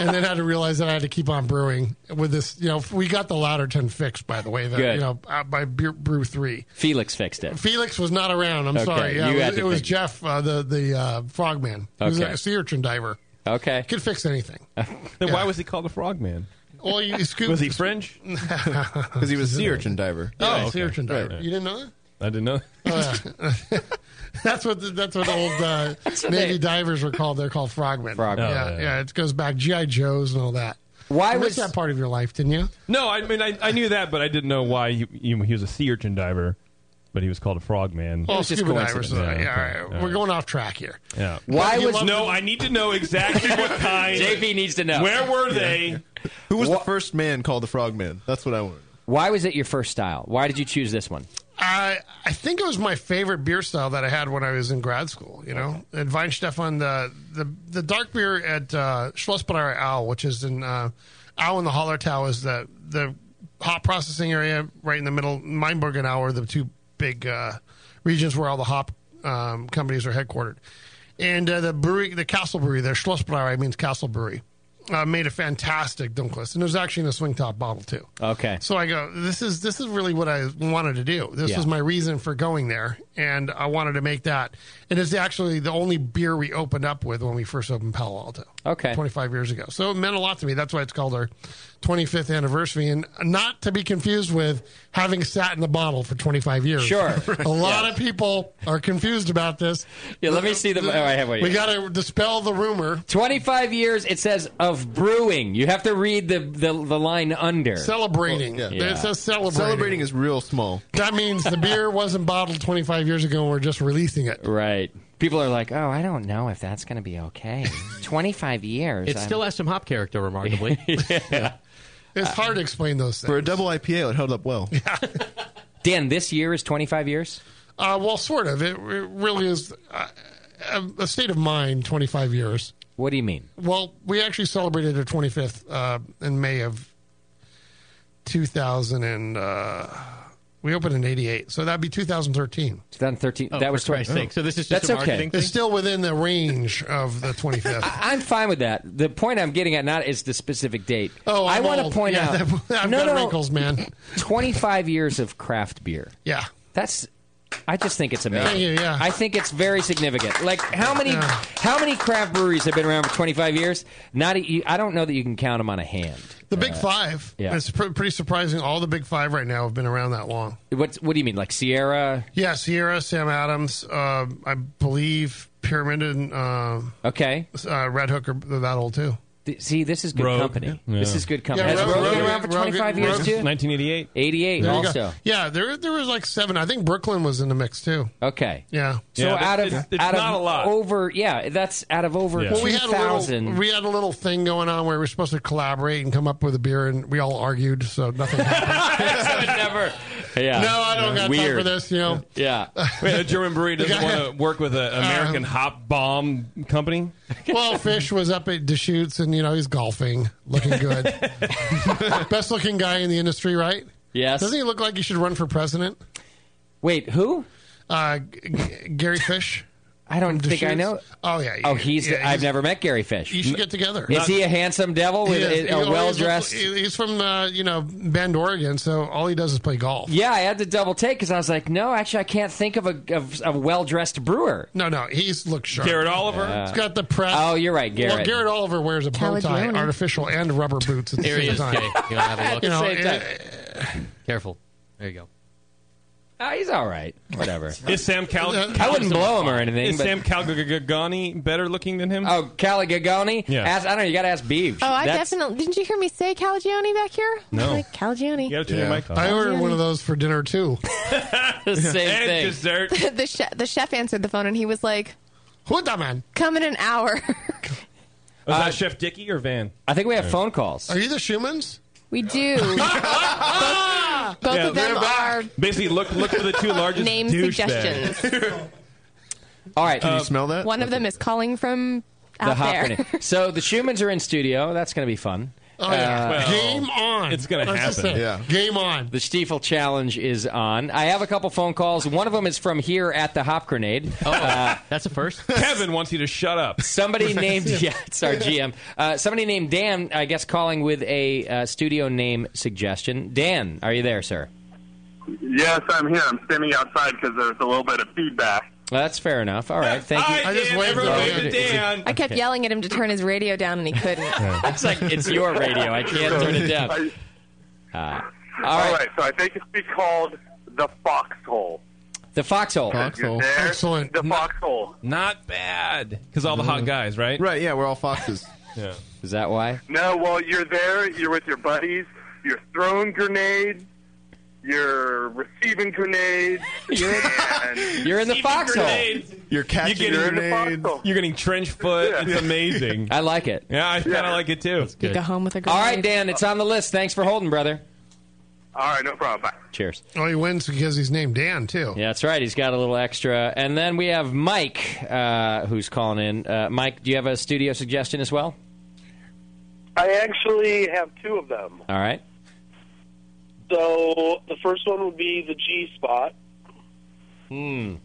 and then had to realize that I had to keep on brewing with this. You know, we got the Louderton fixed, by the way. That
Good.
you know, uh, by Beer- Brew Three.
Felix fixed it.
Felix was not around. I'm
Okay,
sorry. Yeah,
you
it
had
was,
to
it was
fix-
Jeff, uh, the the uh, Frogman. He was uh,
Okay.
a sea urchin diver.
Okay,
could fix anything.
Then why was he called the Frogman?
Well, you, you scoop-
Was he French? Because
he was a sea urchin diver.
Oh, sea urchin diver. You didn't know that?
I didn't know.
Oh, yeah. that's what the, that's what old uh,
That's what
Navy
they-
divers were called. They're called frogmen.
Frogmen.
Yeah,
Oh, yeah.
yeah, It goes back GI Joes and all that. Why you missed
was-
that part of your life? Didn't you?
No, I mean I, I knew that, but I didn't know why he, he, he was a sea urchin diver, but he was called a frogman.
Well, Oh, scuba divers. uh,
Yeah,
yeah, all right.
okay, all right.
We're going off track here.
Yeah.
Why But you was- love-
no? I need to know exactly what kind.
JP needs to know.
Where were they?
Who was the first man called the Frogman? That's what I want.
Why was it your first style? Why did you choose this one?
I I think it was my favorite beer style that I had when I was in grad school. You know, and Weinstefan the the the dark beer at uh, Schlossbrenner Au, which is in uh, Au in the Hallertau, is the the hop processing area right in the middle. Meinberg and Au are the two big uh, regions where all the hop um, companies are headquartered. And uh, the brewery, the Castle Brewery, their Schlossbrenner means Castle Brewery, uh, made a fantastic Dunkless, and it was actually in a swing top bottle too.
Okay.
So I go, this is this is really what I wanted to do. This
Yeah.
was my reason for going there, and I wanted to make that. And it's actually the only beer we opened up with when we first opened Palo Alto.
Okay.
25 years ago. So it meant a lot to me. That's why it's called our 25th anniversary, and not to be confused with having sat in the bottle for 25 years.
Sure.
a lot of people are confused about this.
Yeah, let me see the. Oh, I have one.
We got to dispel the rumor.
25 years, it says, of brewing. You have to read the, the, the line under.
Celebrating. It says celebrating.
Celebrating is real small.
That means the beer wasn't bottled 25 years ago, and we're just releasing it.
Right. People are like, oh, I don't know if that's going to be okay. 25 years.
It still has some hop character, remarkably.
yeah.
It's hard to explain those things.
For a double IPA, it held up well.
Dan, this year is 25 years?
Uh, well, sort of. It, it really is uh, a, a state of mind. Twenty five years.
What do you mean?
Well, we actually celebrated our twenty fifth uh, in May of two thousand and uh, we opened in eighty eight, so that'd be two thousand thirteen.
2013.
Oh,
that was 25. That's okay.
It's still within the range of the twenty fifth.
I- I'm fine with that. The point I'm getting at not is the specific date.
Oh,
I
I'm
want to
old.
point
Yeah,
out
that- I've
no,
got
no,
wrinkles, man.
25 years of craft beer.
Yeah.
That's I just think it's amazing.
Thank you, yeah.
I think it's very significant. Like how many
Yeah.
how many craft breweries have been around for 25 years? Not a, you- I don't know that you can count them on a hand.
The Big
Uh,
Five.
yeah.
It's pr- pretty surprising. All the Big Five right now have been around that long.
What what do you mean? Like Sierra?
Yeah, Sierra, Sam Adams, uh, I believe Pyramid and uh,
okay,
uh, Red Hook are they're that old too.
Th- see, this is good
Rogue.
company.
Yeah.
This is good company.
Yeah,
Has
Rogue-
Rogue been
Rogue-
around for
Rogue-
25 years
Rogue-
too?
1988.
88
There you go.
also.
Yeah, there there was like seven. I think Brooklyn was in the mix too.
Okay.
Yeah.
So out of out of over yeah, that's out of over
Well, we had, a little,
2000.
we had a little thing going on where we were supposed to collaborate and come up with a beer, and we all argued, so nothing happened.
never. Yeah.
No, I don't got time
Weird.
for this. You know, Um,
Yeah.
Wait, a German brewery doesn't want to work with an American hop bomb company.
well, Fish was up at Deschutes, and you know he's golfing, looking good, best looking guy in the industry, right?
Yes.
Doesn't he look like he should run for president?
Wait, who?
Uh, G- G- Gary Fish.
I don't
from
think I
Deschutes.
know.
Oh yeah.
Oh, he's.
yeah,
I've never met Gary Fish.
You should get together.
Is he a handsome devil with
He is.
a-
He
a
always
well
looks-
dressed?
He's from uh, you know Bend, Oregon, so all he does is play golf.
Yeah, I had to double take because I was like, no, actually, I can't think of a of, of well dressed brewer.
No, no, he's looks sharp.
Garrett Oliver?
He's got the press.
Oh, you're right,
Well,
Garrett.
Garrett Oliver wears a bow tie,
Calagione.
artificial and rubber boots at the
Here
same
he is,
time.
Jay. You wanna have a look?
You know,
At the same
it-
Careful. There you go.
Oh, he's all right. Whatever.
Is Sam Cal?
I wouldn't blow him or anything,
Is
but-
Sam Calgagani better looking than him?
Oh, Caligagoni.
Yeah.
Ask, I don't know. You got to ask Beeves.
Oh, I
That's-
definitely didn't. You hear me say Calagione back here?
No.
like, Calagione.
I ordered one of those for dinner too.
the same
And thing. dessert.
the chef, the chef answered the phone, and he was like,
"Who that man?
Come in an hour."
Was Oh, that Chef Dicky or Van?
I think we have phone calls.
Are you the Schumans?
we do. both both
Yeah,
of them
they're back.
are
Basically, look look for the two largest
Name
douchebags.
suggestions.
All right.
Can you smell that?
One of them is calling from
the
out
hop
there.
grenade. So the Schumans are in studio. That's going to be fun.
Oh, yeah.
Uh,
Game on.
it's gonna
Let's just
happen.
say,
Yeah.
Game on.
The Stiefel Challenge is on. I have a couple phone calls. One of them is from here at the Hop Grenade. Oh,
that's a first.
Kevin wants you to shut up.
Somebody named yeah, it's our GM. Uh, somebody named Dan, I guess, calling with a uh, studio name suggestion. Dan, are you there, sir?
Yes, I'm here. I'm standing outside because there's a little bit of feedback.
Well, that's fair enough. All right, thank you.
I just Dan, waved everyone at him. waved at Dan.
I kept yelling at him to turn his radio down, and he couldn't.
It's like it's your radio. I can't turn it down. Uh,
All right. so I think it's be called the Foxhole.
the Foxhole.
Foxhole. Excellent. The Foxhole.
Not bad. Because all the hot guys, right?
Right, yeah, we're all foxes.
yeah.
Is that why?
No, well, you're there. You're with your buddies. You're throwing grenades. You're receiving grenades. you're, and
You're in the foxhole.
You're
catching You're getting- grenades. You're getting trench foot. It's amazing.
I like it.
Yeah, I kind of like it too.
You go home with a
All
grenade.
right, Dan, it's on the list. Thanks for holding, brother.
All right, no problem.
Cheers.
Oh, he wins because he's named Dan, too.
Yeah, that's right. He's got a little extra. And then we have Mike, uh, who's calling in. Uh, Mike, do you have a studio suggestion as well?
I actually have two of them.
All right.
So the first one would be the G spot.
Hmm.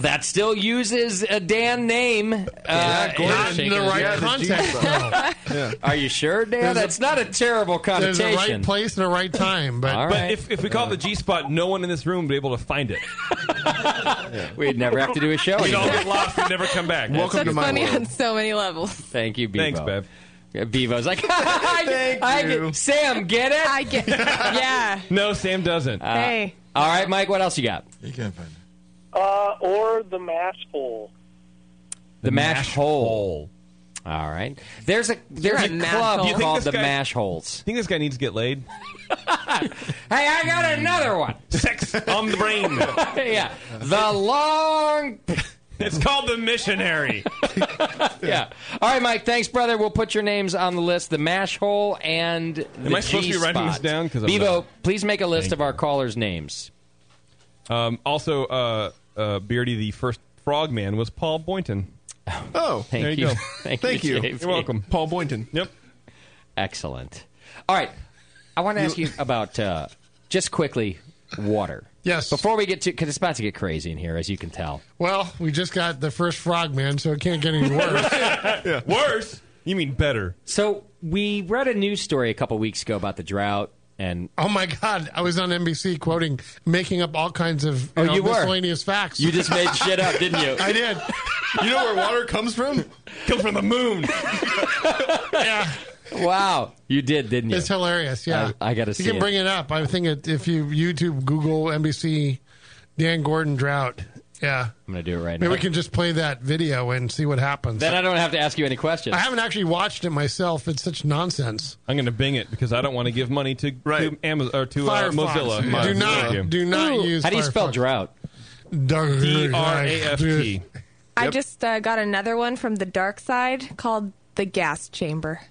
That still uses a Dan name. Uh,
Not in the right context, though.
Are you sure, Dan?
There's a-
That's not a terrible
There's a
connotation.
right place and a right time, but,
But if, if we call it the G spot, no one in this room would be able to find it.
We'd never have to do a show.
We'd all
anymore.
get lost and never come back.
Welcome to
That's
my
funny
world.
on so many levels.
Thank you, Bevo.
Thanks, Bev.
Yeah, Bevo's like, I,
Thank
I,
you.
Sam, get it?
I get. Yeah.
No, Sam doesn't.
Uh, All right, Mike, what else you got?
You can't find
Uh, or the mash hole.
The, mash, hole. All right. There's a there's
You're a
a
mash
club
hole. You think
called
this
the
guy-
Mash Holes.
Think this guy needs to get laid?
Hey, I got another one.
Sex on the brain.
yeah. The long.
It's called the missionary.
yeah. All right, Mike. Thanks, brother. We'll put your names on the list: the Mash Hole and the
I supposed to be writing
G-Spot.
this down? 'Cause I'm
Bevo,
not.
please make a list
Thank
of our callers' names.
Um, also, uh, uh, Beardy, the first frogman, was Paul Boynton.
Oh,
Thank
there you,
you.
go.
Thank
Thank
you,
you.
JP.
You're welcome.
Paul Boynton.
Yep.
Excellent. All right. I want to ask you about uh, just quickly water.
Yes.
Before we get to, because it's about to get crazy in here, as you can tell.
well, we just got the first frogman, so it can't get any worse.
Worse? You mean better?
So we read a news story a couple weeks ago about the drought, and
oh, my God. I was on NBC quoting, making up all kinds of you
Oh,
know,
you were.
miscellaneous facts.
You just made shit up, didn't you?
I did.
You know where water comes from?
Comes from the moon.
wow, you did, didn't you?
It's hilarious. Yeah,
I, I got to see.
You can bring it up. I think it, if you YouTube, Google, NBC, Dan Gordon drought. Yeah,
I'm gonna do it right
maybe
now.
we can just play that video and see what happens.
Then I don't have to ask you any questions.
I haven't actually watched it myself. It's such nonsense.
I'm going to bing it because I don't want to give money to, to Amazon or to uh,
Firefox.
Mozilla.
Do
Thank
not-
you.
do not Ooh. use
How do you spell
Firefox.
drought?
D
R A F T.
I
Yep.
just uh, got another one from the dark side called the gas chamber.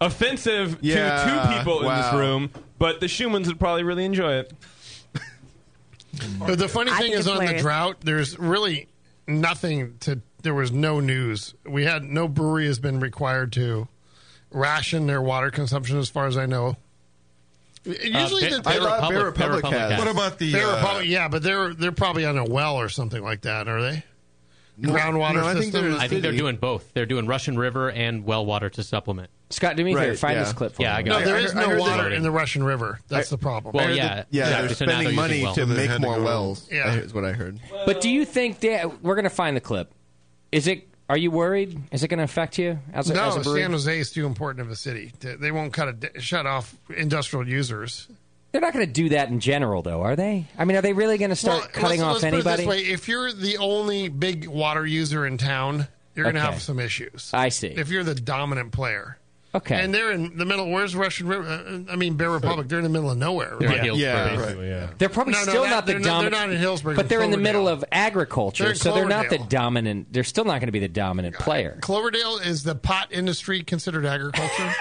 Offensive to two
Yeah,
people in this
wow.
room, but the Schumans would probably really enjoy it.
But the funny
I
thing
think
is,
it's
on the
hilarious.
drought, there's really nothing to. There was no news. We had no brewery has been required to ration their water consumption, as far as I know. Usually,
Uh,
Bear- Bear
the,
Uh,
I thought Bear Republic- Bear Republic Republic has. has.
What about the
uh,
Republic? Yeah, but they're they're probably on a well or something like that, are they? Groundwater
I think,
system.
they're doing both. They're doing Russian River and well water to supplement.
Scott, do me a favor. Find this clip for
Yeah,
me.
I got
No,
it.
there is no water in the Russian River. That's the problem.
Well, yeah,
yeah,
exactly.
they're
So now they're
spending
using
money
wells.
to
So they
make
had to
more
go-
wells. Yeah, is what I heard.
But do you think that we're going to find the clip? Is it? Are you worried? Is it going to affect you as a,
no,
as a brewery?
San Jose is too important of a city. They they won't cut a d shut off industrial users.
They're not going to do that in general, though, are they? I mean, are they really going to start
Well,
cutting
let's-
off
let's put it this
anybody?
way, if you're the only big water user in town, you're going to
Okay.
have some issues.
I see.
If you're the dominant player.
Okay.
And they're in the middle. Where's Russian River? uh, I mean, Bear Republic. They're in the middle of nowhere.
They're in
right?
Hillsborough, Yeah. basically,
Right.
They're probably
No, no,
still
that-
not the
they're
dominant.
They're not in Hillsborough.
but they're in the
Cloverdale.
middle of agriculture,
They're in
so they're not the
Cloverdale.
dominant. They're still not going to be the dominant player.
Cloverdale is the pot industry considered agriculture?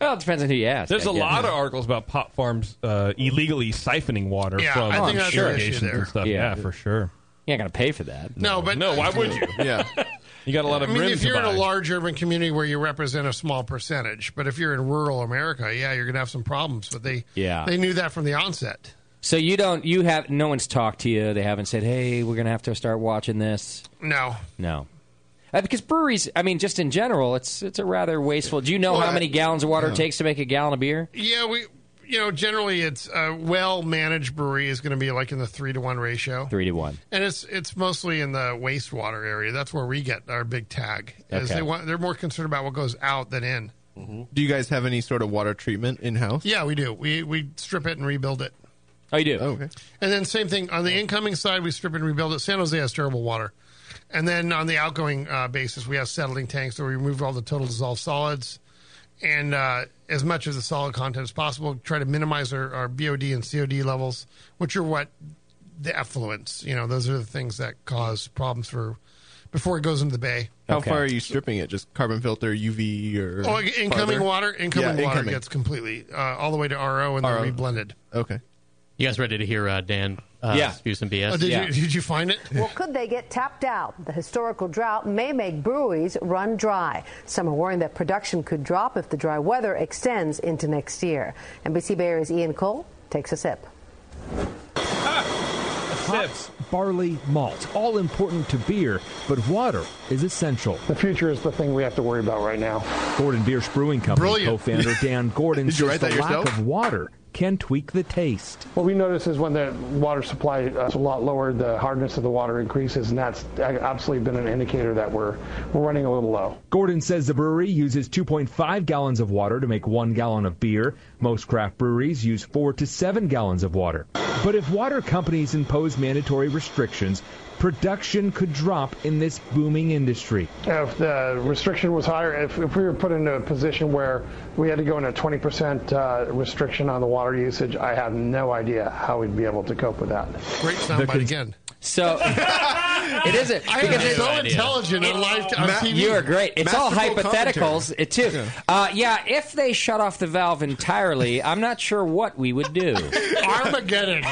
Well, it depends on who you ask.
There's a
a
lot of articles about pot farms uh, illegally siphoning water
Yeah,
from
I think that's the issue
irrigations
there.
and stuff. Yeah.
Yeah.
for sure.
You ain't going to pay for that.
no, but
No, why would you?
yeah.
You got a lot
I
of
mean,
ribs
if you're
to
in a
buy.
large urban community where you represent a small percentage, but if you're in rural America, yeah, you're going to have some problems. But they
Yeah.
they knew that from the onset.
So you don't you have no one's talked to you. They haven't said, "Hey, we're going to have to start watching this."
No.
No. Uh, because breweries, I mean, just in general, it's it's a rather wasteful. Do you know
Well,
how
I-
many gallons of water
yeah.
it takes to make a gallon of beer?
Yeah, we you know generally it's a well managed brewery is going to be like in the three to one ratio.
Three to one.
And it's it's mostly in the wastewater area. That's where we get our big tag. Is
Okay.
they want they're more concerned about what goes out than in.
Do you guys have any sort of water treatment in house?
Yeah, we do. We we strip it and rebuild it.
Oh, you do.
okay.
And then same thing on the incoming side, we strip and rebuild it. San Jose has terrible water. And then on the outgoing uh, basis, we have settling tanks where we remove all the total dissolved solids and uh, as much of the solid content as possible. Try to minimize our, our BOD and COD levels, which are what the effluents. You know, those are the things that cause problems for before it goes into the bay.
How far are you stripping it? Just carbon filter, UV, or
Oh, incoming
farther?
water. Incoming
Yeah,
water
incoming.
gets completely uh, all the way to RO and
RO.
then reblended.
Okay.
You guys ready to hear uh, Dan uh,
Yeah.
spew some BS?
Oh, did you did you find it?
Well, could they get tapped out? The historical drought may make breweries run dry. Some are worrying that production could drop if the dry weather extends into next year. NBC Bay Area's Ian Cole takes a sip.
Hops, barley, malt, all important to beer, but water is essential. The future is the thing we have to worry about right now. Gordon Beer Brewing Company
Brilliant.
co-founder Dan Gordon
Did you
says
write that
the lack
yourself?
of water can tweak the taste.
What we notice is when the water supply uh, is a lot lower, the hardness of the water increases, and that's uh, absolutely been an indicator that we're we're running a little low.
Gordon says the brewery uses 2.5 gallons of water to make one gallon of beer. Most craft breweries use four to seven gallons of water. But if water companies impose mandatory restrictions, production could drop in this booming industry.
If the restriction was higher, if, if we were put into a position where we had to go into a 20% uh, restriction on the water usage, I have no idea how we'd be able to cope with that.
Great soundbite again.
So it isn't.
I am
because it's
so intelligent on live on
Ma-
TV.
You are great. It's all
Masterful
hypotheticals.
commentary.
It too. Uh, yeah, if they shut off the valve entirely, I'm not sure what we would do
Armageddon.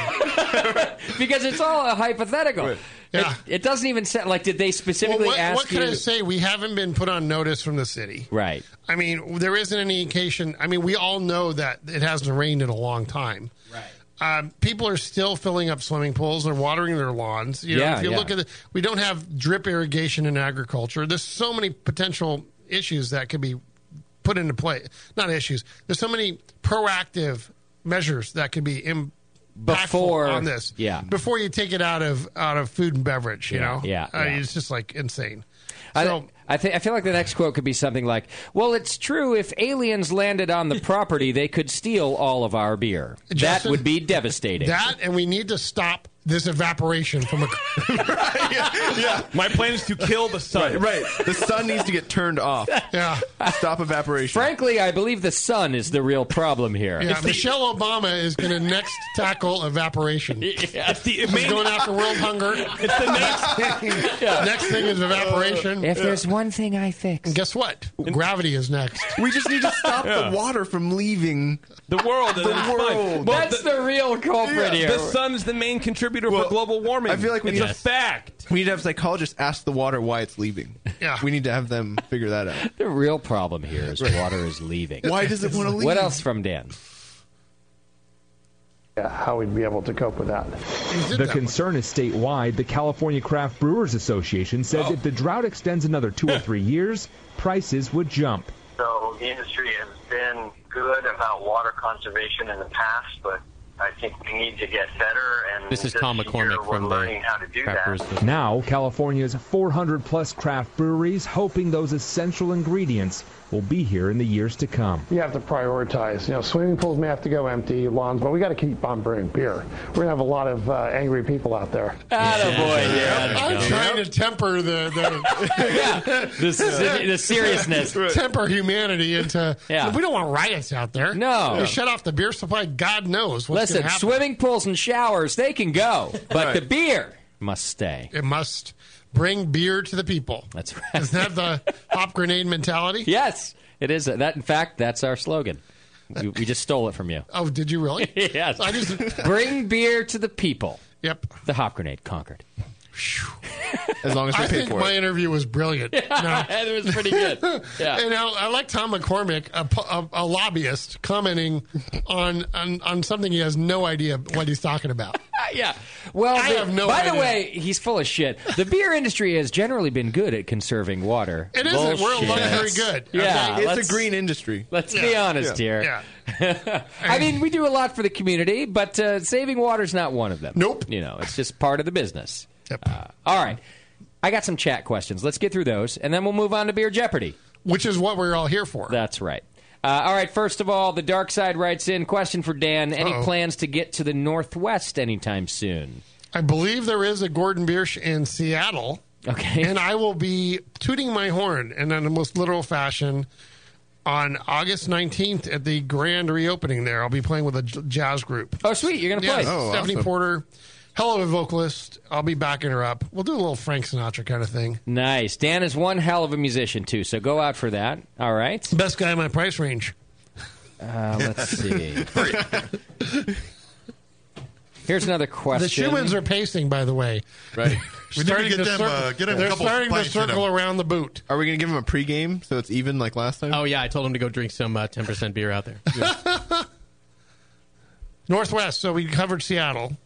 because it's all a hypothetical. It, it doesn't even sound like. Did they specifically
what,
ask
what can
you?
I say? We haven't been put on notice from the city.
Right.
I mean, there isn't any indication. I mean, we all know that it hasn't rained in a long time. Right. Um, people are still filling up swimming pools. They're watering their lawns. You know,
Yeah,
if you
yeah.
look at the, we don't have drip irrigation in agriculture. There's so many potential issues that could be put into play. Not issues. There's so many proactive measures that could be impactful
Before-
on this.
yeah.
Before you take it out of out of food and beverage. You
Yeah,
know.
yeah,
Uh,
yeah.
It's just like insane.
I, I, thi- I feel like the next quote could be something like, "Well, it's true. If aliens landed on the property, they could steal all of our beer. that
Justin,
would be devastating."
That and we need to stop this evaporation from a.
yeah. My plan is to kill the sun.
Right, right. The sun needs to get turned off.
Yeah.
Stop evaporation.
Frankly, I believe the sun is the real problem here.
Yeah, Michelle Obama is going to next tackle evaporation.
It's the,
She's going after world hunger. It's the next thing. Next thing is evaporation.
If there's one thing I fix,
and guess what? Gravity is next.
We just need to stop
Yeah.
the water from leaving
the world.
The
and it's fine.
world.
Well,
That's
the real culprit
here.
The sun's the main contributor for global warming.
I feel like we
it's
need
a fact.
We need to have psychologists ask the water why it's leaving.
Yeah.
We need to have them figure that out.
The real problem here is water is leaving.
Why does it wanna
What
leave?
else from Dan?
Yeah, how we'd be able to cope with that.
The concern is statewide. The California Craft Brewers Association says if the drought extends another two or three years, prices would jump.
So the industry has been good about water conservation in the past, but I think we need to get better. And
This is Tom
year
McCormick
we're
from the
learning how to do
Craft Brewers
that.
Now, California's 400 plus craft breweries hoping those essential ingredients will be here in the years to come.
You have to prioritize. You know, swimming pools may have to go empty, lawns, but we got to keep on brewing beer. We're gonna have a lot of uh, angry people out there.
I'm trying to temper the the,
This is the- the seriousness.
Temper humanity into.
Yeah.
We don't want riots out there.
No.
You shut off the beer supply. God knows what's going
Listen,
to happen.
swimming pools and showers, they can go, but
Right.
the beer must stay.
It must bring beer to the people.
That's right.
Isn't that the hop grenade mentality?
Yes, it is. That, in fact, that's our slogan. We, we just stole it from you.
Oh, did you really?
yes.
I just
Bring beer to the people.
Yep.
The hop grenade conquered.
as long as we
I
pay
think
for
my
it.
interview was brilliant.
Yeah, it was pretty good. Yeah.
and I, I like Tom McCormick, a, po- a, a lobbyist, commenting on, on on something he has no idea what he's talking about.
Uh, yeah. Well,
I have no
By the
idea.
way, he's full of shit. The beer industry has generally been good at conserving water.
It isn't. We're
Bullshit.
luxury good.
Yeah,
Okay? It's a
let's-
green
industry.
Let's be
Yeah.
honest
Yeah.
here. I mean, we do a lot for the community, but uh, saving water's not one of them. Nope. You know, it's just part of the business. Yep. Uh, all right. I got some chat questions. Let's get through those, and then we'll move on to Beer Jeopardy.
Which is what we're all here for.
That's right. Uh, all right, first of all, the dark side writes in question for Dan Any
Uh-oh.
plans to get to the Northwest anytime soon?
I believe there is a Gordon Biersch in Seattle.
Okay.
And I will be tooting my horn and in the most literal fashion on August 19th at the grand reopening there. I'll be playing with a j- jazz group.
Oh, sweet. You're going to
Yeah,
play. Oh,
Stephanie
awesome.
Porter. Hell of a vocalist. I'll be backing her up. We'll do a little Frank Sinatra kind of thing.
Nice. Dan is one hell of a musician, too, so go out for that. All right.
Best guy in my price range.
Uh, let's see. Here's another question.
The Schumans are pacing, by the way.
Right.
We need to Starting get to them, circle- uh, get them a they're couple starting to pints, you know. circle around the boot.
Are we going to give him a pregame so it's even like last time?
Oh yeah, I told him to go drink
uh,
some ten percent beer out there.
Northwest. So we covered Seattle.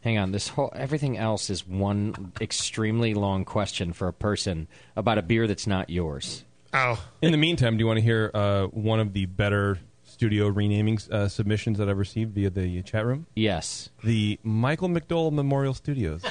Hang on, this whole everything else is one extremely long question for a person about a beer that's not yours.
Oh.
In the meantime, do you want to hear uh, one of the better studio renamings uh, submissions that I've received via the chat room?
Yes.
The Michael McDowell Memorial Studios.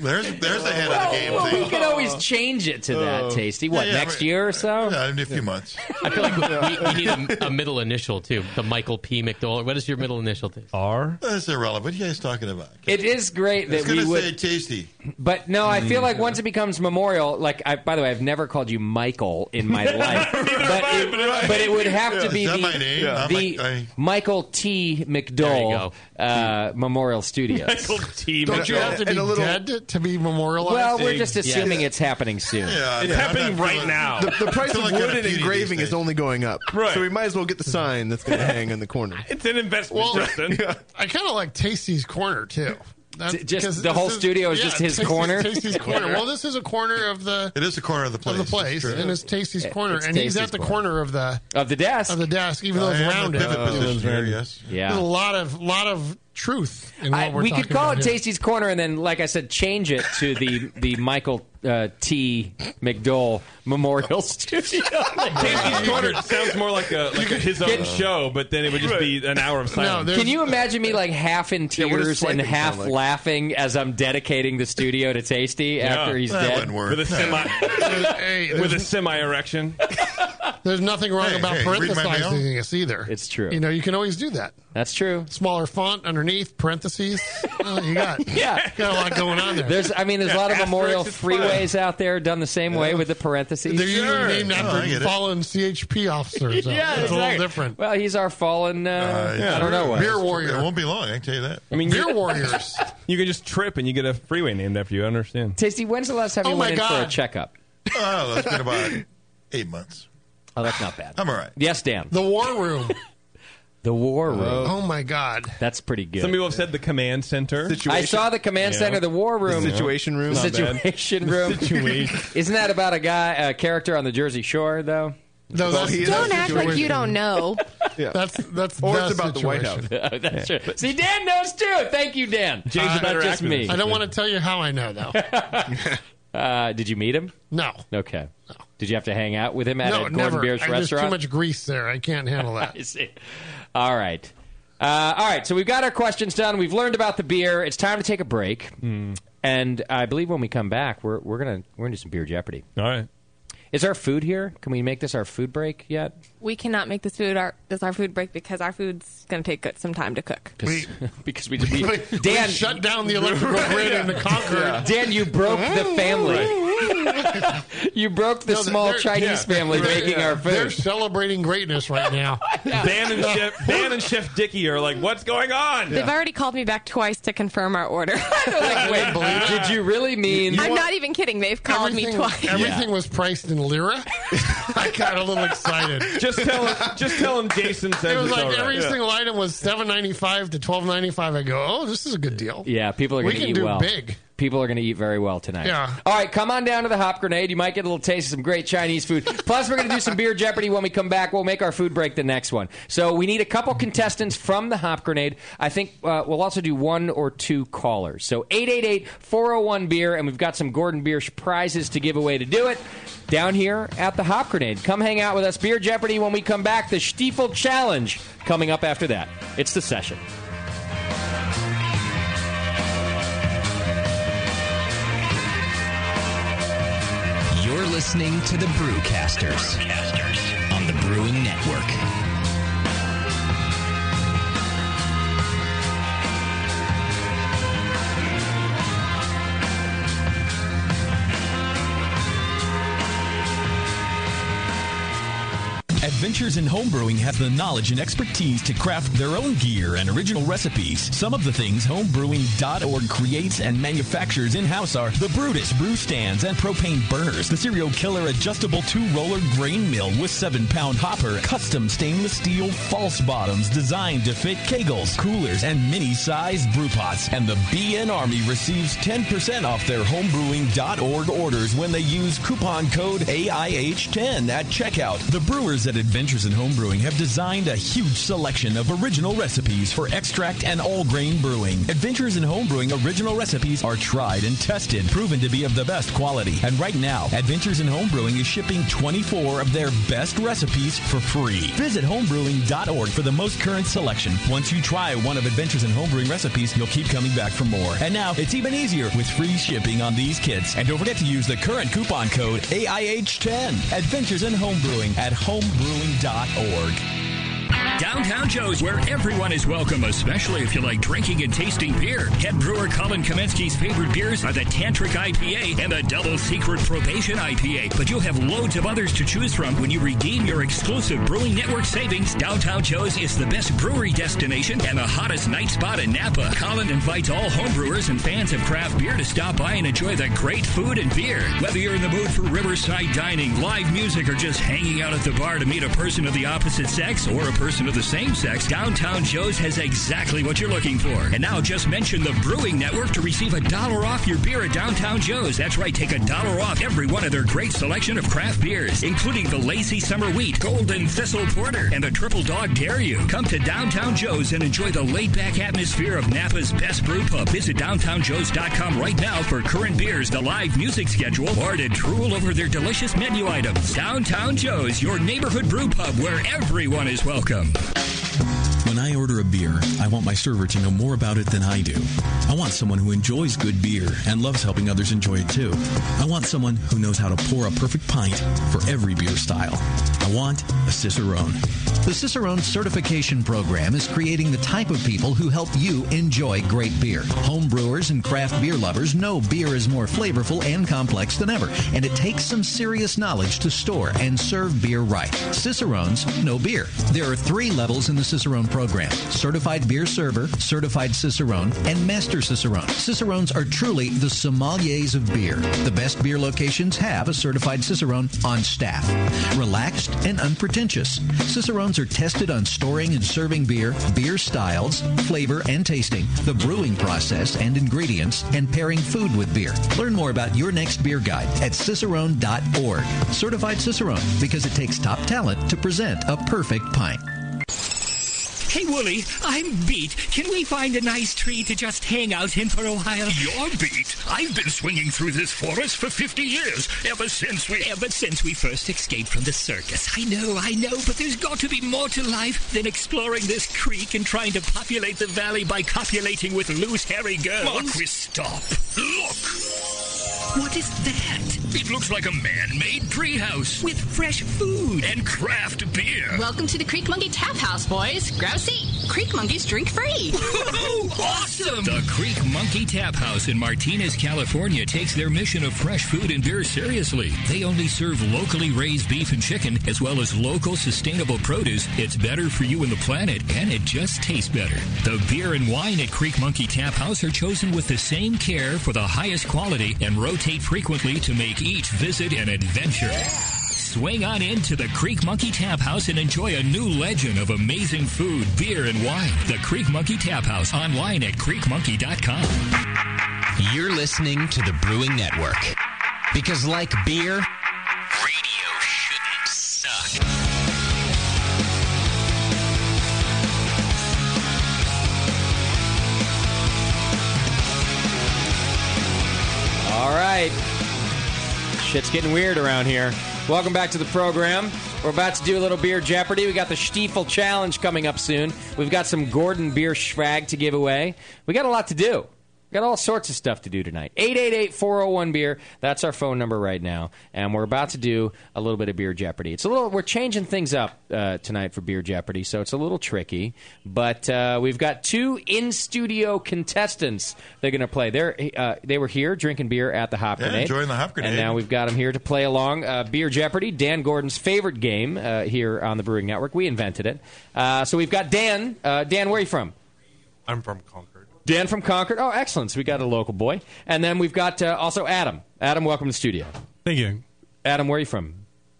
There's there's the head of the game.
Well,
thing.
we could always change it to that,
Oh.
Tasty. What,
Yeah, yeah,
next
but-
year or so?
Yeah, in a few months.
I feel like we, we need a, a middle initial too. The Michael P. McDowell. What is your middle initial? Taste?
R.
That's irrelevant. What are you guys talking about?
It is great
I was
that
going
we
to
would.
say tasty.
But no, I feel
Hmm.
like once it becomes memorial, like I, by the way, I've never called you Michael in my life, but, it, but it would have to
Is
be
that
the,
my name?
the
I'm like- I-
Michael T. McDowell uh, Memorial Studios.
T.
Don't you have to be dead to be memorialized?
Well, we're just assuming it's happening soon.
It's yeah, happening I'm not right feeling- now. The- the price of wood and engraving is only going up.
Right.
So we might as well get the sign that's going to hang in the corner.
It's an investment, Justin.
I kind of like Tasty's corner too. That's-
J- just
because
the whole
this
studio is just his
Tasty's-
corner?
Tasty's corner. Well, this is a corner of the
It is the corner of the place.
of the place,
It's true.
and it's Tasty's corner,
Eh, It's
and he's
Tasty's
at the
corner.
corner. of the
of the desk
of the desk, even
I
though it's
am the
rounded.
pivot position here, yes.
There's a
Yeah.
lot of lot of truth in what
I-
we're
we
talking
could call
about
it
here.
Tasty's Corner, and then, like I said, change it to the the Michael uh, T. McDowell Memorial Studio.
Tasty's Corner sounds more like a like a his own
Get-
show, but then it would just be an hour of silence.
Can you imagine me like half in
what does
tears and
swiping
half
sound like?
laughing as I'm dedicating the studio to Tasty after he's dead?
with a semi
Hey,
with a semi erection.
There's nothing wrong
Hey,
about
hey, read my mail.
parenthesizing us either.
It's true.
You know, you can always do that.
That's true.
Smaller font underneath parentheses. Oh, you got yeah, got a lot going on there.
There's, I mean, there's a lot of
Asterisks,
memorial
it's fun.
freeways out there done the same way with the parentheses.
They're usually named after fallen CHP officers. though.
Yeah,
it's a
exactly.
little different.
Well, he's our fallen. Uh,
yeah.
I don't know. What.
Beer warrior.
It won't be long. I can tell Oh, you that.
I mean,
Beer
you-
warriors.
You can just trip and you get a freeway named after you. I understand.
Tasty, when's the last time
Oh
you
my
went in for a
God.
checkup?
Oh, that's been about eight months.
Oh, that's not bad.
I'm all right. Uh,
Yes, Dan.
The war room.
The war room.
Oh my God.
That's pretty good.
Some people have said the command center.
I saw the command
Yeah.
center, the war
The
room,
situation room. Not
the
bad.
situation room.
situation.
Isn't that about a guy, a character on the Jersey Shore, though?
No, that's- Well, he is
Don't act like you don't know.
That's that's
Or
the
it's about the White
situation.
House. That's true. See, Dan knows too. Thank you, Dan.
Uh,
Not just me.
I don't want to tell you how I know though.
Uh, did you meet him?
No.
Okay. Did you have to hang out with him at
no,
a
never.
Gordon Biersch
I- there's
restaurant?
too much grease there. I can't handle that.
I see. All right. Uh, all right. So we've got our questions done. We've learned about the beer. It's time to take a break. And I believe when we come back, we're we're gonna we're gonna do some beer jeopardy.
All right.
Is our food here? Can we make this our food break yet?
We cannot make this food our this our food break because our food's going to take good- some time to cook.
Because because we, we Dan
shut down the electrical grid in the Concord.
Dan, you broke the family. You broke
No,
the
they're-
small
they're-
Chinese
yeah.
family
They're-
making
yeah.
our food.
They're celebrating greatness right now.
Dan and Chef Dan and Chef Dicky are like, what's going on?
They've already called me back twice to confirm our order.
Did you really mean?
I'm not even kidding. They've called me
everything,
twice.
everything was priced in lira. I got a little excited.
Just tell him. Just tell him Jason says
It was
it's all
like
right.
every
Yeah.
single item was seven ninety five to twelve ninety five. I go, oh, this is a good deal.
Yeah, people are
We
going to
can
eat
do
well.
big.
people are going to eat very well tonight.
Yeah.
All right, come on down to the Hop Grenade. You might get a little taste of some great Chinese food. Plus, we're going to do some beer Jeopardy when we come back. We'll make our food break the next one. So we need a couple contestants from the Hop Grenade. I think uh, we'll also do one or two callers. So 888-401-BEER, and we've got some Gordon Beer prizes to give away to do it down here at the Hop Grenade. Come hang out with us. Beer Jeopardy when we come back. The Stiefel Challenge coming up after that. It's the session.
You're listening to the Brewcasters, on the Brewing Network.
Adventures in Homebrewing have the knowledge and expertise to craft their own gear and original recipes. Some of the things homebrewing.org creates and manufactures in house are the Brutus brew stands and propane burners, the serial killer adjustable two roller grain mill with seven pound hopper, custom stainless steel false bottoms designed to fit kegels, coolers, and mini sized brew pots. And the BN Army receives 10% off their homebrewing.org orders when they use coupon code AIH10 at checkout. The brewers at Adventures in Homebrewing have designed a huge selection of original recipes for extract and all grain brewing. Adventures in Homebrewing original recipes are tried and tested, proven to be of the best quality. And right now, Adventures in Homebrewing is shipping 24 of their best recipes for free. Visit homebrewing.org for the most current selection. Once you try one of Adventures in Homebrewing recipes, you'll keep coming back for more. And now it's even easier with free shipping on these kits. And don't forget to use the current coupon code AIH10. Adventures in Homebrewing at homebrewing.org.
Downtown Joe's, where everyone is welcome, especially if you like drinking and tasting beer. Head brewer Colin Kaminsky's favorite beers are the Tantric IPA and the Double Secret Probation IPA. But you'll have loads of others to choose from when you redeem your exclusive Brewing Network savings. Downtown Joe's is the best brewery destination and the hottest night spot in Napa. Colin invites all homebrewers and fans of craft beer to stop by and enjoy the great food and beer. Whether you're in the mood for riverside dining, live music, or just hanging out at the bar to meet a person of the opposite sex or a person of the same sex, Downtown Joe's has exactly what you're looking for. And now just mention the Brewing Network to receive a dollar off your beer at Downtown Joe's. That's right, take a dollar off every one of their great selection of craft beers, including the Lazy Summer Wheat, Golden Thistle Porter, and the Triple Dog Dare You. Come to Downtown Joe's and enjoy the laid back atmosphere of Napa's best brew pub. Visit downtownjoes.com right now for current beers, the live music schedule, or to drool over their delicious menu items. Downtown Joe's, your neighborhood brew pub where everyone is welcome.
When I order a beer, I want my server to know more about it than I do. I want someone who enjoys good beer and loves helping others enjoy it too. I want someone who knows how to pour a perfect pint for every beer style. I want a Cicerone.
The Cicerone Certification Program is creating the type of people who help you enjoy great beer. Home brewers and craft beer lovers know beer is more flavorful and complex than ever, and it takes some serious knowledge to store and serve beer right. Cicerones know beer. There are three levels in the Cicerone program certified beer server, certified Cicerone, and master Cicerone. Cicerones are truly the sommeliers of beer. The best beer locations have a certified Cicerone on staff. Relaxed and unpretentious, Cicerones are tested on storing and serving beer, beer styles, flavor and tasting, the brewing process and ingredients, and pairing food with beer. Learn more about your next beer guide at cicerone.org. Certified Cicerone, because it takes top talent to present a perfect pint.
Hey, Wooly, I'm beat. Can we find a nice tree to just hang out in for a while?
You're beat. I've been swinging through this forest for 50 years, ever since we.
Ever since we first escaped from the circus. I know, I know, but there's got to be more to life than exploring this creek and trying to populate the valley by copulating with loose, hairy girls.
Marquis, stop. Look! What is that? It looks like a man made treehouse. With fresh food. And craft beer.
Welcome to the Creek Monkey Tap House, boys. Grab a seat. Creek Monkeys drink free.
awesome! The Creek Monkey Tap House in Martinez, California takes their mission of fresh food and beer seriously. They only serve locally raised beef and chicken, as well as local sustainable produce. It's better for you and the planet, and it just tastes better. The beer and wine at Creek Monkey Tap House are chosen with the same care for the highest quality and rotate frequently to make each visit an adventure. Swing on into the Creek Monkey Tap House and enjoy a new legend of amazing food, beer, and wine. The Creek Monkey Tap House online at creekmonkey.com.
You're listening to the Brewing Network. Because, like beer, radio shouldn't suck.
All right. Shit's getting weird around here. Welcome back to the program. We're about to do a little beer jeopardy. We got the Stiefel Challenge coming up soon. We've got some Gordon beer schwag to give away. We got a lot to do. We got all sorts of stuff to do tonight. 888-401-BEER. That's our phone number right now. And we're about to do a little bit of beer jeopardy. It's a little we're changing things up uh, tonight for beer jeopardy, so it's a little tricky, but uh, we've got two in-studio contestants they're going to play. They're uh, they were here drinking beer at the Hop
Yeah,
Grenade.
enjoying the Hop Grenade.
And now we've got them here to play along. Uh, beer Jeopardy, Dan Gordon's favorite game uh, here on the Brewing Network. We invented it. Uh, so we've got Dan. Uh, Dan, where are you from?
I'm from Concord.
Dan from Concord. Oh, excellent. So we got a local boy. And then we've got uh, also Adam. Adam, welcome to the studio.
Thank you.
Adam, where are you from?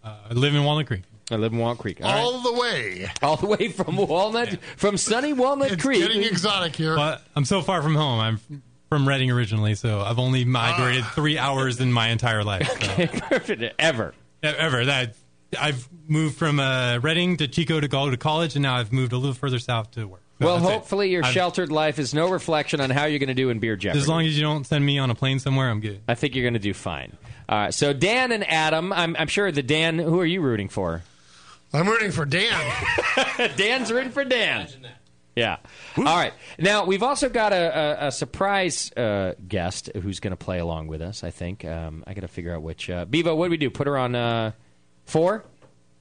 Uh, I live in Walnut Creek.
I live in Walnut Creek. All,
All
right.
the way.
All the way from Walnut, from sunny Walnut Creek.
Getting exotic here.
But I'm so far from home. I'm from Reading originally, so I've only migrated
Ah.
three hours in my entire life. so.
Perfect. Ever.
E- Ever. That I've moved from uh, Reading to Chico to go to college, and now I've moved a little further south to work. So
Well,
that's it.
hopefully your
I've-
sheltered life is no reflection on how you're going to do in Beer Jeopardy.
As long as you don't send me on a plane somewhere, I'm good.
I think you're going to do fine. All right. So Dan and Adam, I'm, I'm sure the Dan. Who are you rooting for?
I'm rooting for Dan.
Dan's rooting for Dan. Yeah. All right. Now we've also got a, a, a surprise uh, guest who's going to play along with us. I think um, I got to figure out which. Uh, Bevo, what do we do? Put her on uh, four.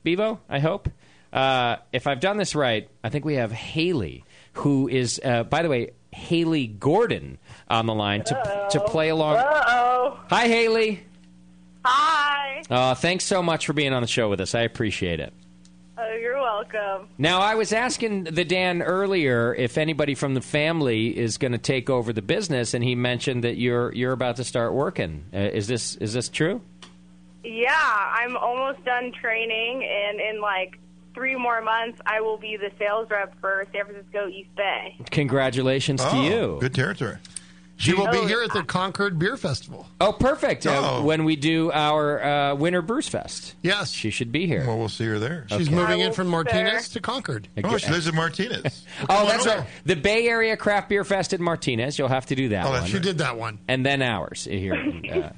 Bevo, I hope. Uh, if I've done this right, I think we have Haley, who is, uh, by the way, Haley Gordon on the line to, to play along.
Uh-oh.
Hi, Haley.
Hi.
Uh, thanks so much for being on the show with us. I appreciate it.
Oh, you're welcome.
Now, I was asking the Dan earlier if anybody from the family is going to take over the business, and he mentioned that you're you're about to start working. Uh, is this is this true?
Yeah, I'm almost done training, and in like three more months, I will be the sales rep for San Francisco East Bay.
Congratulations to you.
Oh, Good territory.
She will be here at the Concord Beer Festival.
Oh, perfect. Uh,
Oh.
when we do our uh, Winter Brews Fest.
Yes.
She should be here. Well,
we'll see her there.
She's moving in from Martinez to Concord.
Oh, she lives in Martinez.
Oh, that's right. The Bay Area Craft Beer Fest at Martinez. You'll have to do that
Oh,
one.
that's right. You did that one.
And then ours here. Uh,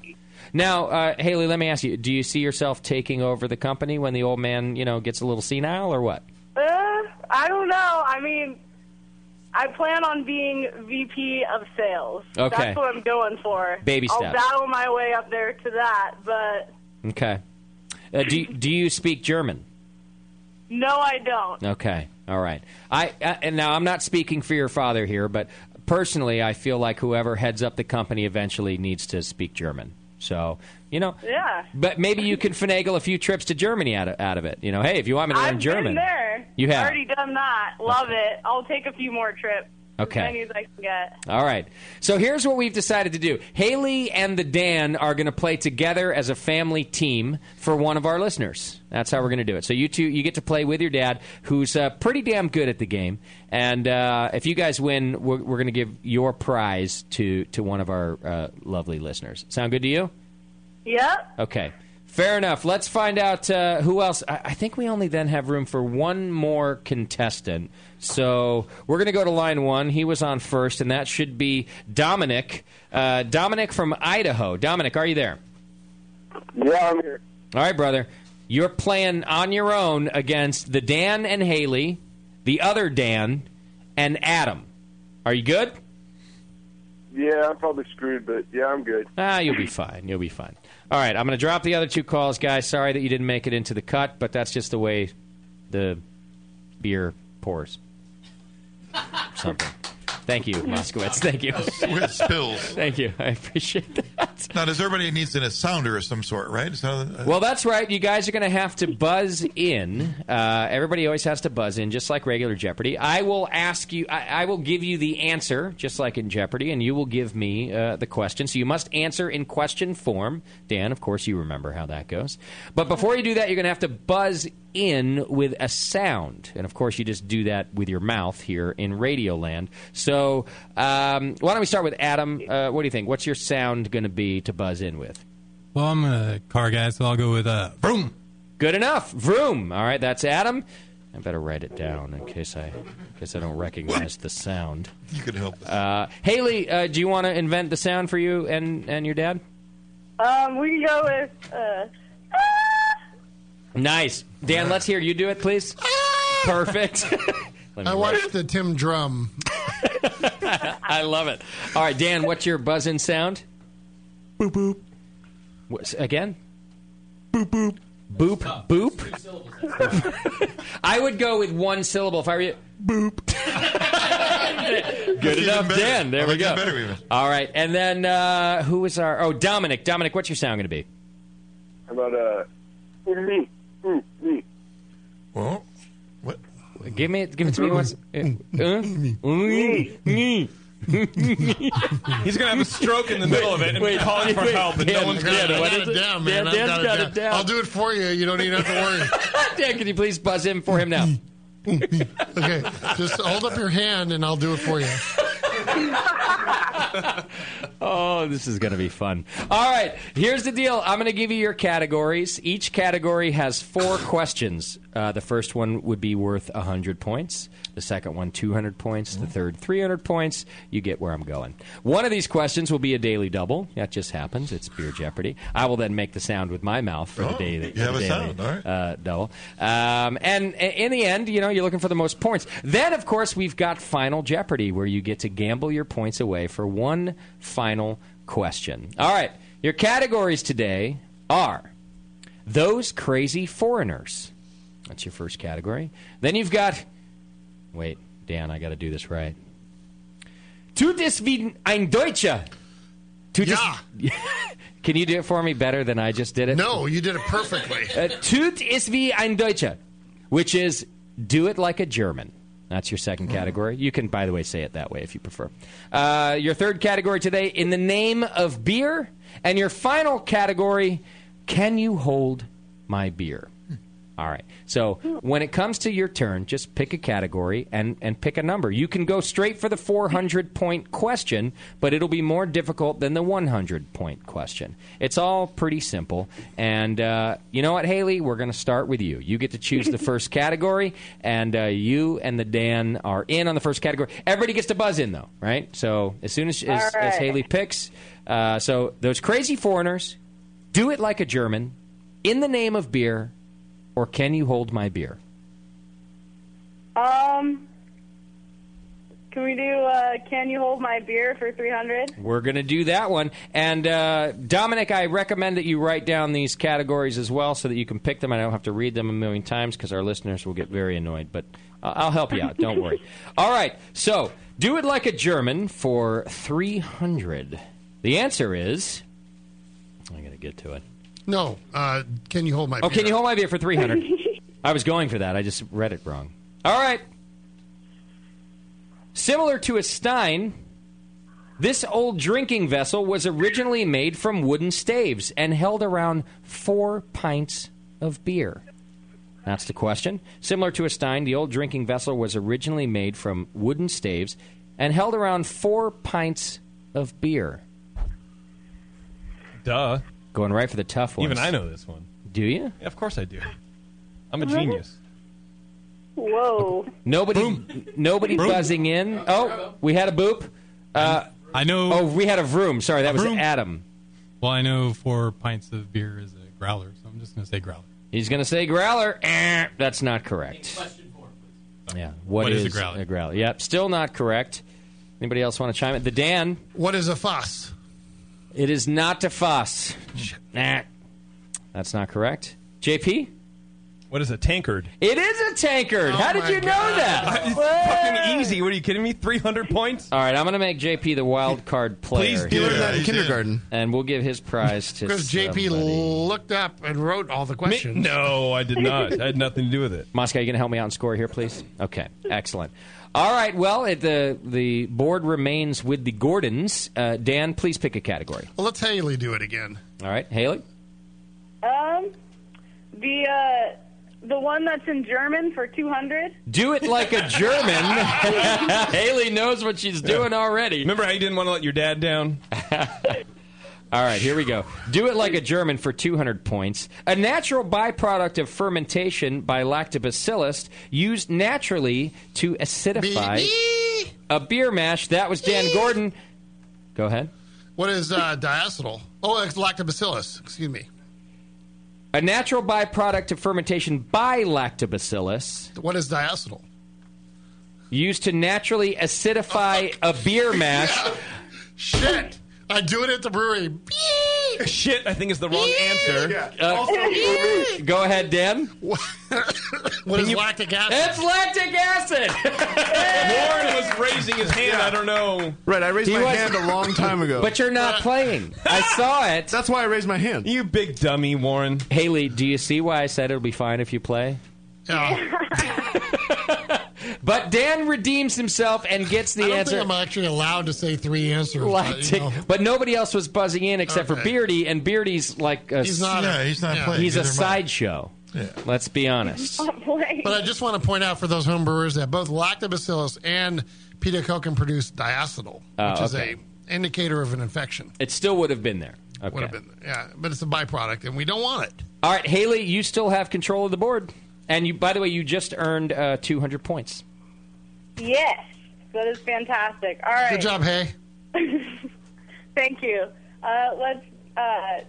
now, uh, Haley, let me ask you: Do you see yourself taking over the company when the old man, you know, gets a little senile, or what?
Uh, I don't know. I mean, I plan on being VP of sales.
Okay.
That's what I'm going for.
Baby
I'll
steps.
battle my way up there to that, but
Okay. Uh, do Do you speak German?
no, I don't.
Okay. All right. I uh, and now I'm not speaking for your father here, but personally, I feel like whoever heads up the company eventually needs to speak German. So you know,
Yeah.
but maybe you can finagle a few trips to Germany out of out of it. You know, hey, if you want me to learn
I've
German,
been there.
You have.
already done that. Love it. I'll take a few more trips.
Okay.
As many as I can get.
All right. So here's what we've decided to do. Haley and the Dan are going to play together as a family team for one of our listeners. That's how we're going to do it. So you two, you get to play with your dad, who's uh, pretty damn good at the game. And uh, if you guys win, we're, we're going to give your prize to to one of our uh, lovely listeners. Sound good to you?
Yep.
Okay. Fair enough. Let's find out uh, who else. I, I think we only then have room for one more contestant. So we're going to go to line one. He was on first, and that should be Dominic. Uh, Dominic from Idaho. Dominic, are you there?
Yeah, I'm here.
All right, brother. You're playing on your own against the Dan and Haley, the other Dan, and Adam. Are you good?
Yeah, I'm probably screwed, but yeah, I'm good.
Ah, you'll be fine. You'll be fine. All right, I'm going to drop the other two calls, guys. Sorry that you didn't make it into the cut, but that's just the way the beer pours. Something. Thank you, Moskowitz. Thank you.
With spills.
Thank you. I appreciate that.
Now, does everybody needs a sounder of some sort, right? It's not a-
Well, that's right. You guys are going to have to buzz in. Uh, everybody always has to buzz in, just like regular Jeopardy. I will ask you. I, I will give you the answer, just like in Jeopardy, and you will give me uh, the question. So you must answer in question form. Dan, of course, you remember how that goes. But before you do that, you're going to have to buzz in with a sound. And of course, you just do that with your mouth here in Radioland. So um, why don't we start with Adam? Uh, what do you think? What's your sound going to be to buzz in with?
Well, I'm a car guy, so I'll go with uh, vroom.
Good enough. Vroom. All right, that's Adam. I better write it down in case I, in case I don't recognize the sound.
You could help.
Uh, Haley, uh, do you want to invent the sound for you and, and your dad?
Um, we can go with uh,
Nice. Dan, let's hear you do it, please. Perfect. Let me
I watched the Tim Drum.
I love it. All right, Dan, what's your buzz in sound? Boop boop. What's, again? Boop boop. Boop boop. I would go with one syllable if I were you. Boop. Good
That's
enough,
even better.
Dan. There
I
we
like
go.
that better even.
All right, and then uh, who is our? Oh, Dominic. Dominic, what's your sound going to be?
How about uh,
mm,
me, me, me.
Well,
Give me, give it to me once. Uh, uh?
He's gonna have a stroke in the middle of it and be calling for help, and no one's gonna
I
know
got
what
it
is it?
down, man.
Yeah,
I've
Dan's
got it
got
down.
it down.
I'll do it for you. You don't even have to worry.
Dan, can you please buzz in for him now?
okay, just hold up your hand and I'll do it for you.
Oh, this is going to be fun. All right, here's the deal. I'm going to give you your categories. Each category has four questions. Uh, the first one would be worth 100 points, the second one, 200 points, the third, 300 points. You get where I'm going. One of these questions will be a daily double. That just happens. It's Beer Jeopardy. I will then make the sound with my mouth for the
Oh,
day that
you have
the
a
daily,
sound, all right.
uh, double. Um, and i- in the end, you know, you're looking for the most points. Then, of course, we've got Final Jeopardy, where you get to gamble your points away for one final question. All right, your categories today are those crazy foreigners. That's your first category. Then you've got. Wait, Dan, I got to do this right. Tut es wie ein Deutscher. Tut es- Can you do it for me better than I just did it?
No, you did it perfectly.
Uh, tut ist wie ein Deutscher, which is do it like a German. That's your second category. You can, by the way, say it that way if you prefer. Uh, your third category today, in the name of beer. And your final category, can you hold my beer? All right. So when it comes to your turn, just pick a category and, and pick a number. You can go straight for the 400 point question, but it'll be more difficult than the 100 point question. It's all pretty simple. And uh, you know what, Haley? We're going to start with you. You get to choose the first category, and uh, you and the Dan are in on the first category. Everybody gets to buzz in, though, right? So as soon as, as,
All
as
right.
Haley picks, uh, so those crazy foreigners, do it like a German, in the name of beer or can you hold my beer?
um. Can we do? Uh, can you hold my beer for three hundred?
We're going to do that one. And uh, Dominic, I recommend that you write down these categories as well so that you can pick them. I don't have to read them a million times because our listeners will get very annoyed, but uh, I'll help you out. Don't worry. All right. So do it like a German for 300. The answer is. I got to get to it.
No, uh, can you hold my
oh,
beer?
can you hold my beer for 300? I was going for that. I just read it wrong. All right. Similar to a stein, this old drinking vessel was originally made from wooden staves and held around four pints of beer. That's the question. Similar to a stein, the old drinking vessel was originally made from wooden staves and held around four pints of beer.
Duh.
Going right for the tough ones.
Even I know this one.
Do you?
Yeah, of course I do. I'm a genius.
Whoa.
Nobody, nobody buzzing in. Oh, we had a boop. Uh,
I know.
Oh, we had a vroom. Sorry, that was
vroom.
Adam.
Well, I know four pints of beer is a growler, so I'm just going to say growler.
He's going to say growler. Eh, that's not correct. Yeah.
What is a growler?
Yep. Still not correct. Anybody else want to chime in? The Dan.
What is a fuss?
It is not a fuss. Nah. That's not correct. JP.
What is a tankard?
It is a tankard.
Oh
How did you know that?
It's fucking easy. What are you kidding me? 300 points?
All right, I'm going to make JP the wild card player.
Please do. He learned that in Yeah, he's in.
kindergarten.
and we'll give his prize to
Because JP
somebody.
looked up and wrote all the questions.
No, I did not. I had nothing to do with it.
Moscow, you going to help me out and score here, please? Okay, excellent. All right, well, it, the the board remains with the Gordons. Uh, Dan, please pick a category.
Well, let's Haley do it again.
All right, Haley.
Um, the uh, The one that's in German for 200?
Do it like a German. Haley knows what she's doing already.
Remember how you didn't want to let your dad down?
All right, here we go. Do it like a German for 200 points. A natural byproduct of fermentation by lactobacillus used naturally to acidify a beer mash. That was Dan Gordon. Go ahead.
What is uh, diacetyl? Oh, it's lactobacillus. Excuse me.
A natural byproduct of fermentation by lactobacillus
What is diacetyl?
used to naturally acidify a beer mash.
Shit! I do it at the brewery.
Shit, I think is the wrong answer.
Uh, go ahead, Dan.
What is lactic acid?
It's lactic acid.
Warren was raising his hand. I don't know.
Right, I raised
He
my
was-
hand a long time ago.
But you're not playing. I saw it.
That's why I raised my hand.
You big dummy, Warren. Haley, do you see why I said it'll be fine if you play? But Dan redeems himself and gets the
I don't
answer.
think I'm actually allowed to say three answers. But, you
Lactic,
know,
but nobody else was buzzing in except for
Okay.
Beardy, and Beardy's like a,
He's not a- Yeah, he's not yeah. playing.
He's a
Neither am I.
sideshow. Let's be honest.
but I just want to point out for those home brewers that both lactobacillus and pedicoccan produce diacetyl,
Oh,
which
okay.
is a indicator of an infection.
It still would have been there. Okay.
Would have been, yeah, but it's a byproduct, and we don't want it.
All right, Haley, you still have control of the board, and you. By the way, you just earned uh, 200 points.
Yes. That is fantastic. All right.
Good job, Hay.
Thank you. Uh, let's uh,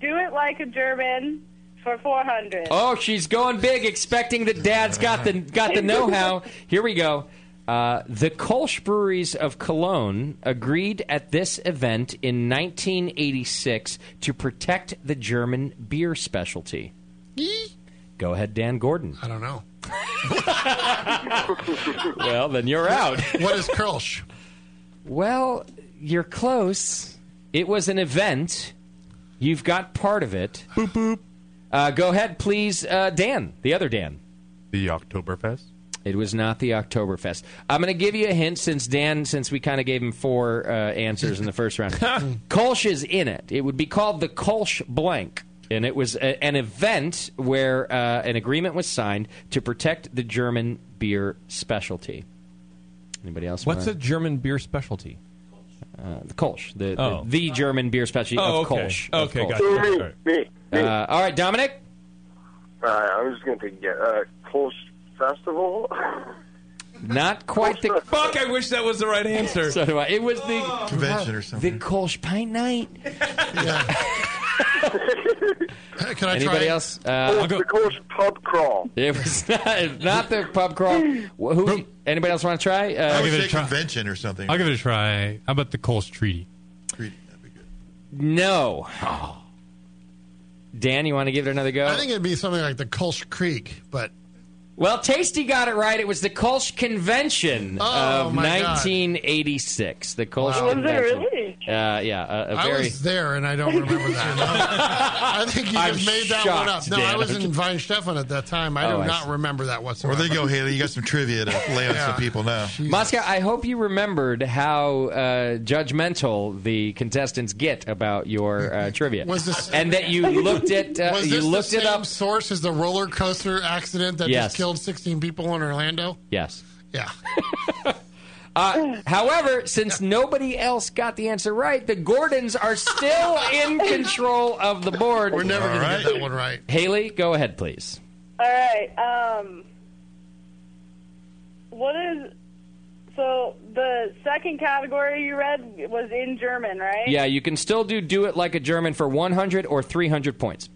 do it like a German for 400.
Oh, she's going big, expecting that Dad's got the got the know-how. Here we go. Uh, the Kolsch breweries of Cologne agreed at this event in 1986 to protect the German beer specialty. Go ahead, Dan Gordon.
I don't know.
Well, then you're out.
What is Kirsch?
Well, you're close. It was an event. You've got part of it. Boop boop. Uh, go ahead, please, uh, Dan, the other Dan.
The Oktoberfest?
It was not the Oktoberfest. I'm going to give you a hint since Dan, since we kind of gave him four uh, answers in the first round. Kolsch is in it. It would be called the Kolsch Blank. And it was a, an event where uh, an agreement was signed to protect the German beer specialty. Anybody else?
What's a
wanna-
German beer specialty?
Uh, the Kolsch, the,
Oh.
the, the German beer specialty
Oh,
of
okay.
Kolsch. of
Okay,
Kolsch.
gotcha.
Me, me, me.
Uh, all right, Dominic.
Uh, I was just going to get uh, Kolsch Festival.
Not quite the
fuck. I wish that was the right answer.
so do I. It was the
Convention or
something. The Kolsch Pint Night.
Can I
Anybody
try?
else? Uh,
Kolsch- Oh, the Kolsch Pub Crawl.
It was not, not the pub crawl. Wh- Who, anybody else want to try? Uh,
I'll give it a convention or something.
I'll give it a try. How about the Coles Treaty?
No. Dan, you want to give it another go?
I think it'd be something like the Kolsch Creek, but
Well, Tasty got it right. It was the Kolsch Convention
Oh,
of
my God.
1986. The Kolsch
Wow. Was it
Convention.
really?
Uh, yeah, a, a
I
very.
was there and I don't remember that. I think you
I'm
just made that one up.
shocked,
No, I
Dan.
was in Weinstefan at that time. I
Oh,
do
I
not
see.
remember that
Where
whatsoever.
they go, Haley? You got some trivia to lay on
Yeah.
some people now.
Moscow, I hope you remembered how uh, judgmental the contestants get about your uh, trivia,
Was this-
and that you looked at uh,
was
you
this
looked
the
it
same
up.
Source is the roller coaster accident that
Yes.
just killed 16 people in Orlando.
Yes.
Yeah.
Uh, however, since nobody else got the answer right, the Gordons are still in control of the board. We're
never gonna get that one right.
Haley, go ahead, please.
All right. Um, what is. So the second category you read was in German, right?
Yeah, you can still do "Do It Like a German" for 100 or 300 points.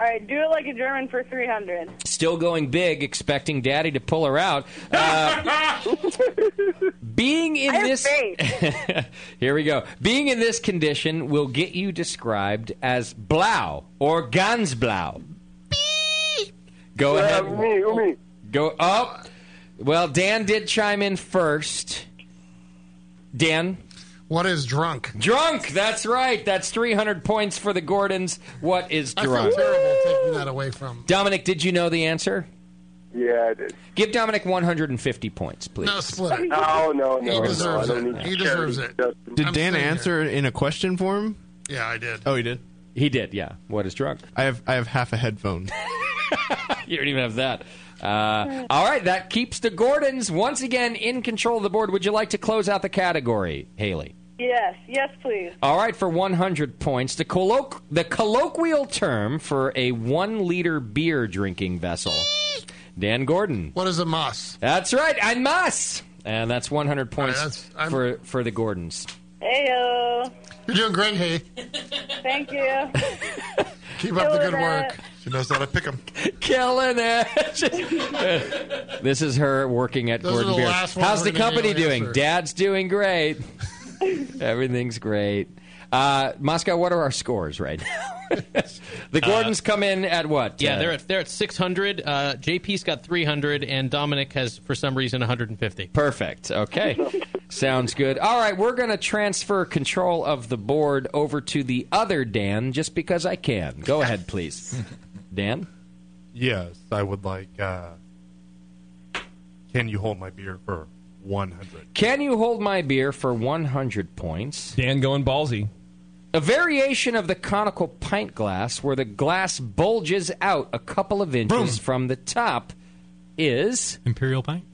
All right, do it like a German for 300.
Still going big, expecting Daddy to pull her out. Uh, being in this, here we go. Being in this condition will get you described as blau or gansblau. Go ahead. Go up. Well, Dan did chime in first. Dan.
What is drunk?
Drunk. That's right. That's 300 points for the Gordons. What is
I feel
drunk?
terrible taking that away from.
Dominic, did you know the answer?
Yeah, I did.
Give Dominic 150 points, please.
No, split it.
Oh,
No, no, no.
He deserves
no, I
it.
don't need
He
charity.
deserves it.
Did
I'm
Dan
sitting here.
answer in a question form?
Yeah, I did.
Oh, he did.
He did. Yeah. What is drunk?
I have I have half a headphone.
you don't even have that. Uh, all right, that keeps the Gordons once again in control of the board. Would you like to close out the category, Haley?
Yes, yes, please.
All right, for 100 points, the, colloq- the colloquial term for a one liter beer drinking vessel. Dan Gordon.
What is a muss?
That's right, a muss. And that's 100 points for, for the Gordons.
Heyo.
You're doing great, Hey.
Thank you.
Keep
up the Killing good work.
She knows how to pick them.
Killing it. this is her working at
Those are
Gordon
the
Beer.
last ones
How's
we're
the
gonna be
company
able to
doing?
answer.
Dad's doing great. Everything's great. Uh, Moscow, what are our scores right now? the Gordons come in at what?
Uh, Yeah,
Uh,
they're at they're at 600. Uh, JP's got 300, and Dominic has for some reason 150.
Perfect. Okay. Sounds good. All right, we're going to transfer control of the board over to the other Dan just because I can. Go ahead, please. Dan?
Yes, I would like. Uh, can you hold my beer for 100?
Can you hold my beer for 100 points? Dan going ballsy. A variation of the conical pint glass where the glass bulges out a couple of inches from the top is.
Imperial pint?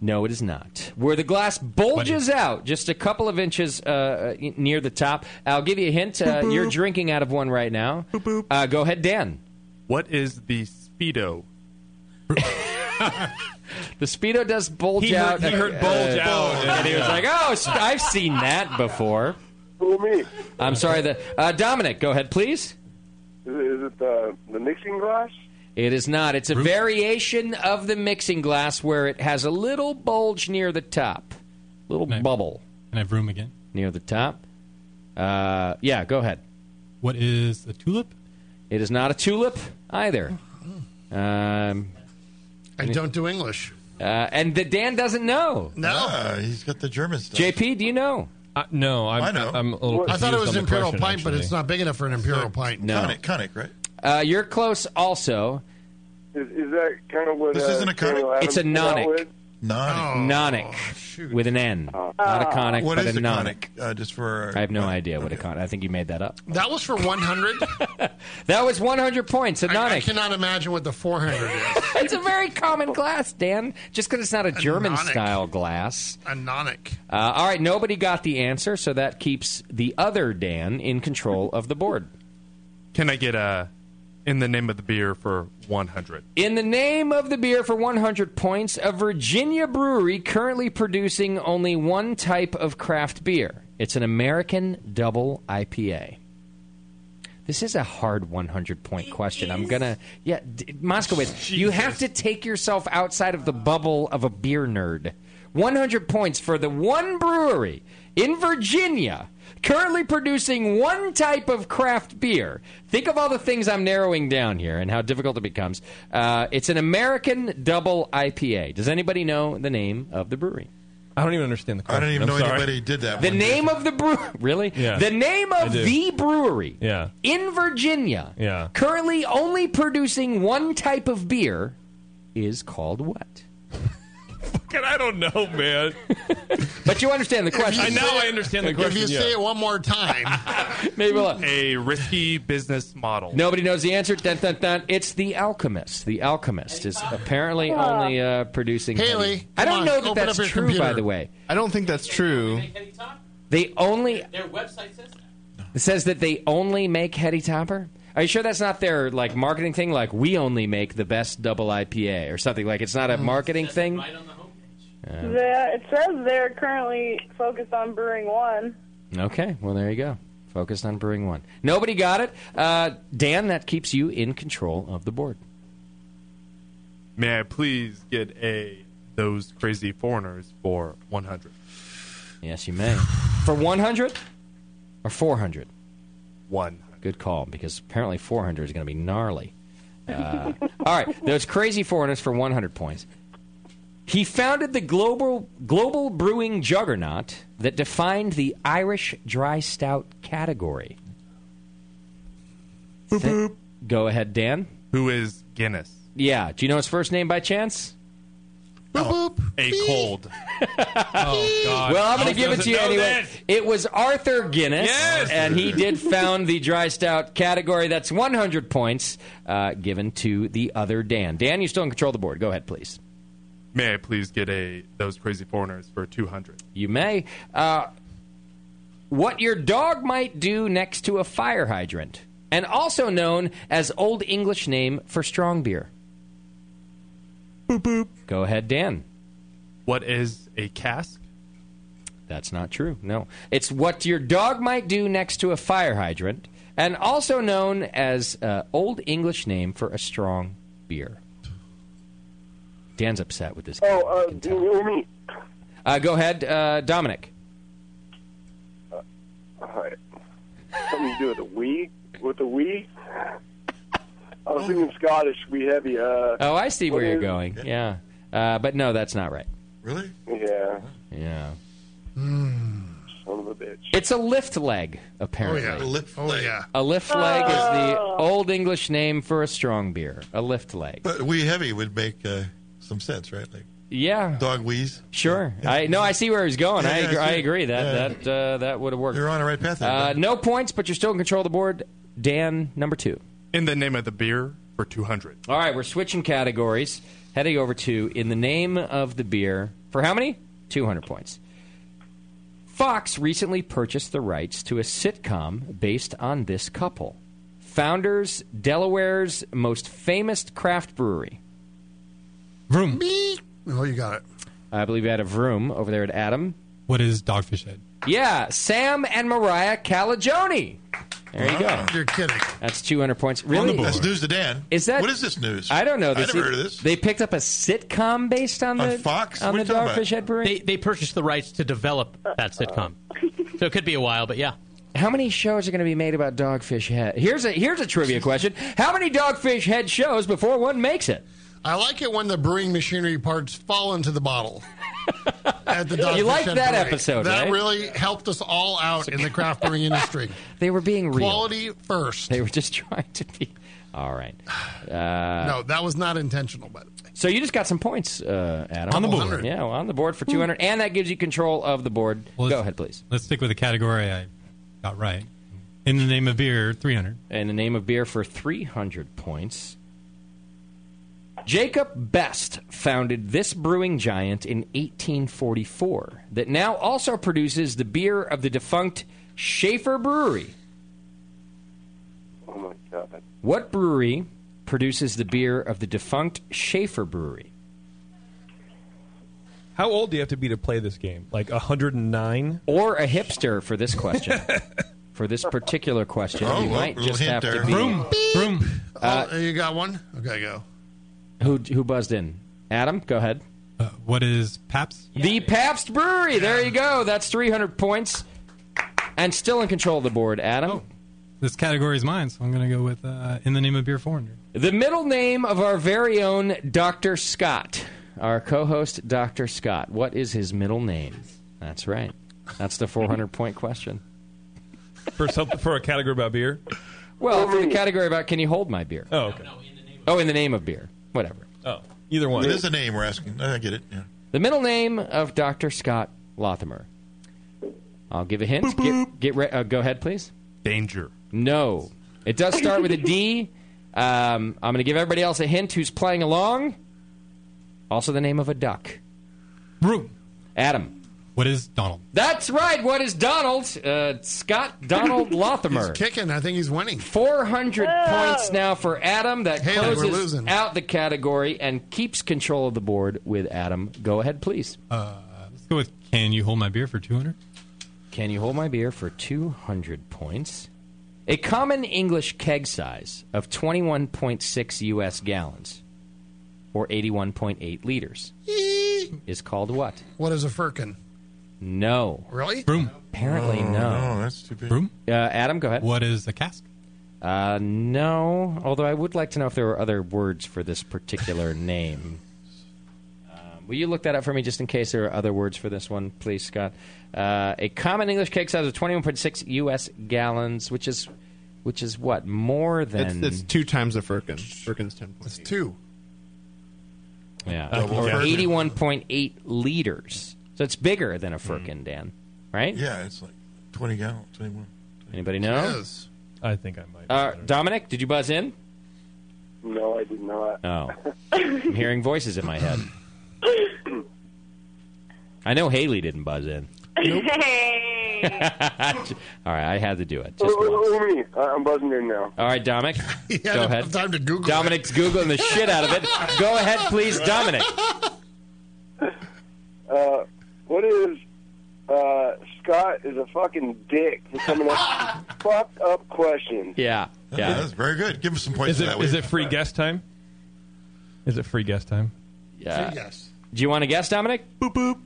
No, it is not. Where the glass bulges out just a couple of inches uh, uh, near the top. I'll give you a hint. Uh,
Boop, boop.
You're drinking out of one right now. Uh, go ahead, Dan.
What is the Speedo?
The Speedo does bulge
He heard-
out. uh,
he heard bulge out,
And he was
yeah.
like, oh, sp- I've seen that before. Who me? I'm sorry. The, uh, Dominic, go ahead,
Is
please.
it, is it the, the mixing glass?
It is not. It's a variation of the mixing glass where it has a little bulge near the top, little bubble
Can I have room again?
near the top. Uh, yeah, go ahead.
What is a tulip?
It is not a tulip either. Um,
I don't do English. Ah.
Uh, and the Dan doesn't know.
No,
Uh, he's got the German stuff.
JP, do you know?
Uh, no, I'm,
I know.
I'm a little.
I thought it
confused
was
on the
Imperial
question,
Pint, but
actually.
it's not big enough for an Imperial Pint.
No.
Conic, conic, right?
Uh, you're close also.
Is, is that kind of what?
This
uh,
isn't a conic?
Daniel Adams
It's a
came out
nonic.
with?
Oh, Nonic.
Oh,
With an N. Not a
Ah.
conic,
What
but
is
a
a
nonic.
Uh, just for
I have no idea what a con. I think you made that up.
That was for 100.
That was 100 points. A nonic.
I, I cannot imagine what the 400 is.
it's a very common glass, Dan. Just because it's not a German
nonic.
style glass.
A nonic.
Uh, all right, nobody got the answer, so that keeps the other Dan in control of the board.
Can I get a in the name of the beer for 100?
In the name of the beer for 100 points, a Virginia brewery currently producing only one type of craft beer. It's an American double IPA. This is a hard 100 point question. I'm going to. Yeah, d- Moskowitz, you have to take yourself outside of the bubble of a beer nerd. 100 points for the one brewery in Virginia currently producing one type of craft beer. Think of all the things I'm narrowing down here and how difficult it becomes. Uh, it's an American double IPA. Does anybody know the name of the brewery?
I don't even understand the
I
question.
don't even
I'm
know
sorry.
anybody did that.
The
one.
name of the brew really?
Yeah.
The name
I
of
do.
the brewery
Yeah.
in Virginia,
Yeah.
currently only producing one type of beer, is called what?
Fucking, I don't know, man.
But you understand the question.
I now I understand the question.
If you
yeah.
say it one more time,
maybe we'll-
A risky business model.
Nobody knows the answer. Dun, dun, dun. It's the Alchemist. The Alchemist is apparently only uh, producing.
Ah. Haley,
I
come
don't
on,
know
open
that
up
that's
your
true, by
computer.
the way.
I don't think that's true.
They only
Their website says
It says that they only make Hetty Topper. Are you sure that's not their like marketing thing? Like we only make the best double IPA or something. Like it's not
Mm.
a marketing thing. Uh,
Yeah, it says they're currently focused on brewing one.
okay, well there you go. Focused on brewing one. Nobody got it. Uh, Dan, that keeps you in control of the board.
May I please get a those crazy foreigners for 100?
Yes, you may. For 100 or 400? One. Good call, because apparently 400 is going to be gnarly. Uh, all right, those crazy foreigners for 100 points. He founded the global global brewing juggernaut that defined the Irish dry stout category. Boop, boop. Go ahead, Dan.
Who is Guinness?
Yeah. Do you know his first name by chance?
Oh,
a cold. oh God!
Well, I'm going
Hope
to give it
doesn't
to you
know
anyway.
that.
It was Arthur Guinness, and he did found the dry stout category. That's 100 points uh, given to the other Dan. Dan, you still in control of the board. Go ahead, please.
May I please get a those crazy foreigners for two hundred?
You may. Uh, what your dog might do next to a fire hydrant, and also known as Old English name for strong beer. Boop boop. Go ahead, Dan.
What is a cask?
That's not true. No. It's what your dog might do next to a fire hydrant, and also known as uh, Old English name for a strong beer. Dan's upset with this.
Oh, uh, do you hear me?
Uh, go ahead, uh, Dominic.
Alright. Something to do with a we? With a we? I was thinking Scottish, we heavy. Uh,
Oh, I see where
what
you're
is-
going. Yeah. Uh, but no, that's not right.
Really?
Yeah.
Yeah.
Son of a bitch.
Hmm. It's a lift leg, apparently.
Oh, yeah.
A lift leg is the old English name for a strong beer. A lift leg.
But we heavy would make uh, some sense, right? Like
Yeah.
dog wheeze.
Sure. I no, I see where he's going.
Yeah,
I
yeah,
agree,
I
I
see it.
agree that
Yeah.
that uh, that would have worked.
You're on the right path. there,
Uh,
bud.
no points, but you're still in control of the board. Dan number two.
In the name of the beer for two hundred.
All right, we're switching categories, heading over to in the name of the beer for how many? Two hundred points. Fox recently purchased the rights to a sitcom based on this couple, founders Delaware's most famous craft brewery.
Vroom.
Oh, you got it.
I believe we had a vroom over there at Adam.
What is Dogfish Head?
Yeah, Sam and Mariah Calagione. There you go.
You're kidding.
That's 200 points. Really?
That's news to Dan.
Is that
what is this news?
I don't know.
I
This
never
is-
heard of this.
They picked up a sitcom based on the on the Dogfish Head Brewery.
They, they purchased the rights to develop that sitcom, so it could be a while. But yeah,
How many shows are going to be made about Dogfish Head? Here's a here's a trivia question. How many Dogfish Head shows before one makes it?
I like it when the brewing machinery parts fall into the bottle. At the
You
Dogfish
like
Head
that
Brewery.
episode,
That
right?
really helped us all out in the craft brewing industry.
They were being real.
Quality first.
They were just trying to be. All right. Uh,
No, that was not intentional, but
So you just got some points, uh, Adam.
On the board.
Yeah, well, on the board for 200. And that gives you control of the board. Go ahead, please.
Let's stick with the category I got right. In the name of beer, 300.
And the name of beer for 300 points. Jacob Best founded this brewing giant in 1844 that now also produces the beer of the defunct Schaefer Brewery.
Oh my god.
What brewery produces the beer of the defunct Schaefer Brewery?
How old do you have to be to play this game? Like 109?
Or a hipster for this question? for this particular question,
Oh,
you
well,
might
little
just
hint
have
there.
to be.
Vroom,
Uh,
oh, you got one. Okay, go.
Who who buzzed in? Adam, go ahead.
Uh, what is Paps?
The Pabst Brewery. There you go. That's 300 points, and still in control of the board. Adam.
This category is mine, so I'm going to go with uh, In the Name of Beer 400.
The middle name of our very own Dr. Scott, our co host, Dr. Scott. What is his middle name? That's right. That's the 400 point question.
For, something, for a category about beer?
Well, for the category about can you hold my beer?
Oh, okay.
Oh, in the name of beer. Whatever.
Oh, either one.
It is a name we're asking. I get it. Yeah.
The middle name of Dr. Scott Lothamer. I'll give a hint. Get, get re- uh, go ahead, please.
Danger.
No. It does start with a D. Um, I'm going to give everybody else a hint who's playing along. Also, the name of a duck.
Room.
Adam.
What is Donald?
That's right. What is Donald? Uh, Scott Donald Lothamer.
He's kicking. I think he's winning.
400 points now for Adam. That
Hey, we're
closes
losing.
out the category and keeps control of the board with Adam. Go ahead, please.
Uh, let's go with Can You Hold My Beer for 200?
Can you hold my beer for 200 points? A common English keg size of 21.6 U.S. gallons, or 81.8 liters, is called what?
What is a firkin?
No.
Really?
Broom.
Apparently,
Oh,
no.
no,
that's too big.
Broom?
Uh, Adam, go ahead.
What is a cask?
Uh, no. Although I would like to know if there were other words for this particular name. Um, will you look that up for me just in case there are other words for this one, please, Scott? Uh, a common English keg size of 21.6 U.S. gallons, which is which is what more than
It's, it's two times a firkin. Firkin's ten points.
It's two.
Yeah.
Double
or
firkin.
81.8 liters. So it's bigger than a
Hmm.
firkin, Dan, right?
Yeah, it's like 20 gallons, 21.
Anybody know?
Yes.
I think I might. Uh, Dominic, did you buzz in?
No, I did not.
Oh. I'm hearing voices in my head. I know Haley didn't buzz in.
Hey.
All right, I had to do it.
Just me. I- I'm buzzing in now.
All right, Dominic. go ahead.
Time to Google.
Dominic's googling the shit out of it. Go ahead, please, Dominic.
Uh, what is uh, Scott is a fucking dick for coming up with fucked up questions.
Yeah.
Yeah, that's very good. Give him some points
Is
for
it
that
is
way.
it free guest time? Is it free guest time?
Yeah.
Free guess.
Do you want to guess, Dominic?
Boop boop.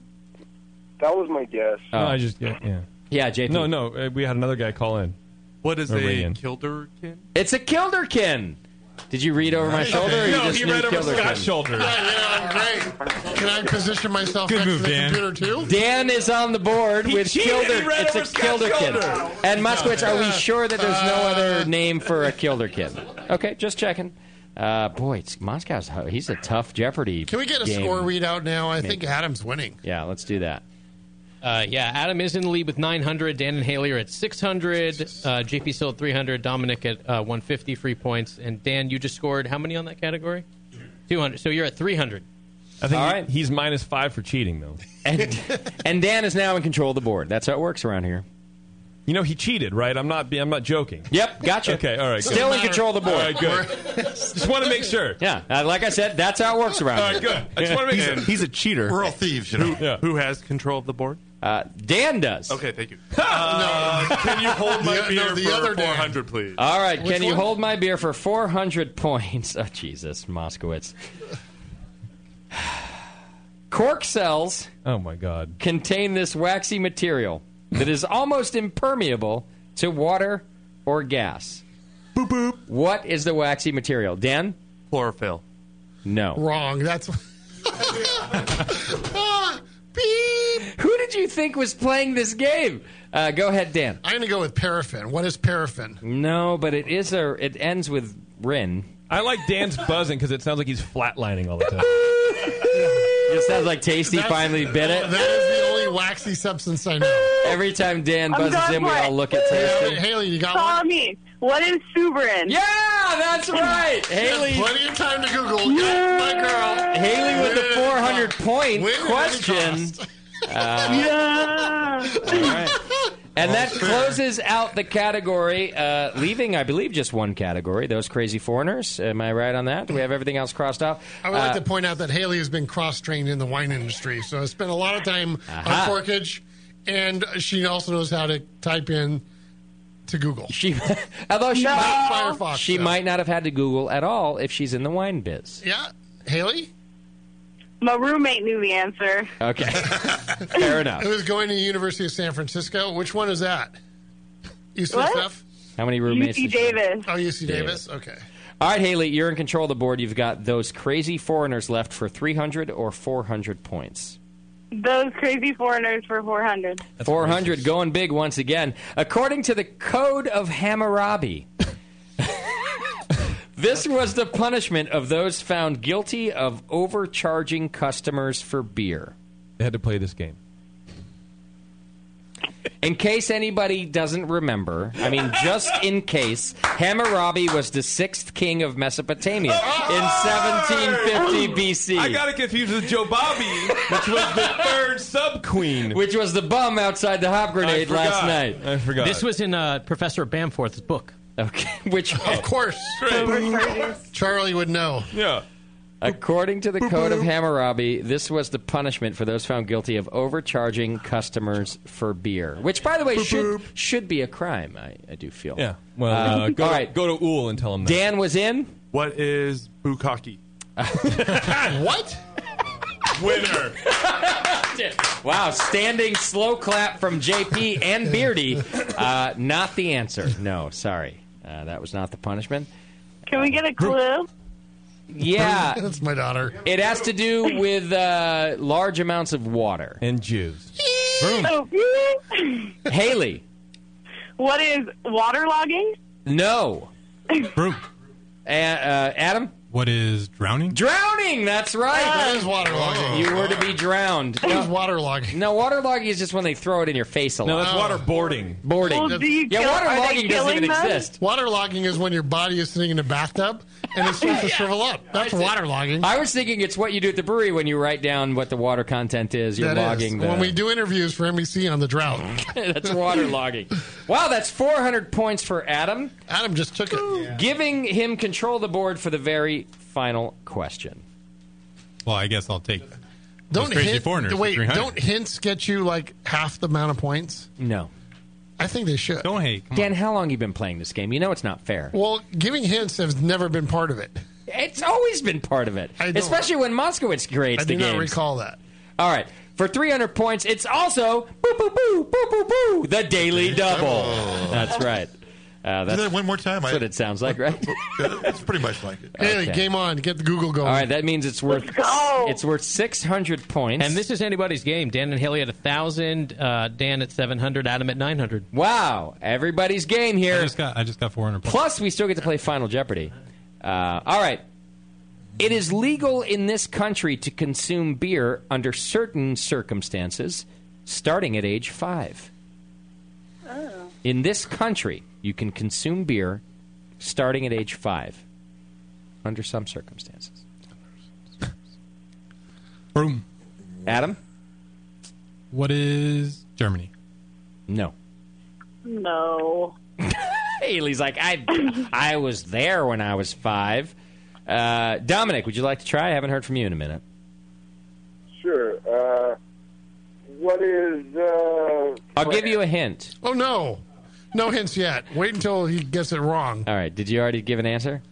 That was my guess.
Oh.
No, I just yeah. Yeah,
yeah JP.
No, no, uh, we had another guy call in.
What is
Or
a
ring in.
Kilderkin?
It's a Kilderkin. Did you read over my
Nice.
shoulder? Or you
No,
just
he
knew
read over
Kilderkin?
Scott's shoulder.
Great. Can I position myself
Good
next
move,
to the
Dan.
computer too?
Dan is on the board
He
with
cheated. He
Kilder.
ran
It's a
over Scott's shoulder.
Kilderkin. And Moskowitz, are we
Uh,
sure that there's no other name for a Kilderkin? Okay, just checking. Uh, boy, it's Moscow's. uh, He's a tough Jeopardy.
Can we get a
game.
score readout now? I think
Maybe.
Adam's winning.
Yeah, let's do that.
Uh, yeah, Adam is in the lead with 900. Dan and Haley are at 600. Uh, JP still at 300. Dominic at uh, 150 free points. And Dan, you just scored how many on that category? 200. So you're at 300.
I think he- he's minus five for cheating though.
And and Dan is now in control of the board. That's how it works around here.
You know he cheated, right? I'm not. be- I'm not joking.
Yep, gotcha.
Okay, all right.
Still
good.
in control of the board.
All right, good. Just want to make sure.
Yeah, uh, like I said, that's how it works around.
All right,
here.
good. I just wanna make He's a- sure. he's a
cheater.
We're all thieves, you know?
Who,
Yeah.
who has control of the board?
Uh, Dan does.
Okay, thank you. Uh, Can you hold my
The-
beer
no, the
for
other Dan.
400, please?
All right,
Which
can you
one?
hold my beer for 400 points? Oh, Jesus, Moskowitz. Cork cells.
Oh my God.
Contain this waxy material that is almost impermeable to water or gas. Boop boop. What is the waxy material, Dan?
Chlorophyll.
No.
Wrong. That's. Ah, beep.
Who did you think was playing this game? Uh, go ahead, Dan.
I'm going to go with paraffin. What is paraffin?
No, but it is a. It ends with Rin.
I like Dan's buzzing because it sounds like he's flatlining all the time.
It sounds like Tasty
That's-
finally bit it.
That is the only waxy substance I know.
Every time Dan
I'm
buzzes
done
in, we
for
all
it.
look at Tasty.
Haley, you got one?
Tommy, what is Suberin?
Yeah, that's right.
She had
Haley.
Plenty of time to Google. Yeah, my girl.
Haley with the
Win.
400 point
Win at any
question. Uh,
yeah.
And that closes out the category, uh, leaving, I believe, just one category those crazy foreigners. Am I right on that? Do we have everything else crossed off?
I would like to
Uh,
point out that Haley has been cross trained in the wine industry, so I spent a lot of time
Aha.
on corkage, and she also knows how to type in to Google.
She, Uh, although she,
No.
might,
Firefox,
she
though.
might not have had to Google at all if she's in the wine biz.
Yeah, Haley.
My roommate knew the answer.
Okay. Fair enough.
It was going to the University of San Francisco. Which one is that? UCSF.
How many roommates?
UC
does she-
Davis.
Oh, UC
Davis.
Davis. Okay.
All right, Haley, you're in control of the board. You've got those crazy foreigners left for 300 or 400 points.
Those crazy foreigners for 400.
400 going big once again. According to the Code of Hammurabi, this was the punishment of those found guilty of overcharging customers for beer.
They had to play this game.
In case anybody doesn't remember, I mean, just in case, Hammurabi was the sixth king of Mesopotamia in 1750 BC.
I got it confused with Joe Bobby, which was the third sub Oh, queen.
Which was the bum outside the hop grenade
I forgot.
last night.
I forgot.
This was in uh, Professor Bamforth's book.
Okay. Which,
Oh.
Of course. Charlie would know.
Yeah.
according to the Code of Hammurabi, this was the punishment for those found guilty of overcharging customers for beer. Which, by the way, should, should be a crime, I, I do feel.
Yeah. Well,
Uh,
uh, go,
all
to-
right.
go to Ool and tell him that.
Dan was in.
What is bukkake?
what?
Winner.
Wow, standing slow clap from JP and Beardy. Uh, not the answer. No, sorry. Uh, that was not the punishment. Uh,
Can we get a clue?
Yeah.
That's my daughter.
It has to do with uh, large amounts of water.
And Jews.
Oh,
Haley,
what is waterlogging?
no. Uh, uh, Adam?
What is drowning?
Drowning. That's right.
That is waterlogging.
You were to be drowned.
That is waterlogging.
No, waterlogging is just when they throw it in your face a lot.
No, that's waterboarding.
Boarding. yeah, waterlogging doesn't even exist.
Waterlogging is when your body is sitting in a bathtub and it starts to shrivel up. That's waterlogging.
I was thinking it's what you do at the brewery when you write down what the water content is. You're
That is.
logging. The,
When we do interviews for NBC on the drought,
that's water logging. Wow, that's 400 points for Adam.
Adam just took it,
giving him control of the board for the very final question.
Well, I guess I'll take.
Don't
Those crazy
hint,
foreigners.
Wait,
for 300.
don't hints get you like half the amount of points?
No.
I think they should.
Don't hate. Dan, how long you been playing this game? You know it's not fair.
Well, giving hints has never been part of it.
It's always been part of it, especially when Moskowitz grades
I
the
do not
games.
recall that.
All right. For 300 points, it's also boo, boo, boo, boo, boo, boo, the Daily Double. That's right. Uh, that's,
that one more time.
That's what it sounds like, right?
it's pretty much like it.
Hey, game on. Get the Google going.
All right, that means it's worth it's worth 600 points.
And this is anybody's game. Dan and Haley at 1,000, uh, Dan at 700, Adam at 900.
Wow. Everybody's game here.
I just got, I just got 400 points.
Plus, we still get to play Final Jeopardy. Uh, all right. It is legal in this country to consume beer under certain circumstances, starting at age five.
Oh.
In this country, you can consume beer starting at age five, under some circumstances.
Boom.
Adam?
What is Germany?
No.
No.
Haley's like, I, I was there when I was five. Uh, Dominic, would you like to try? I haven't heard from you in a minute.
Sure. Uh, what is? Uh,
I'll give you a hint.
Oh no, no hints yet. Wait until he gets it wrong.
All right. Did you already give an answer?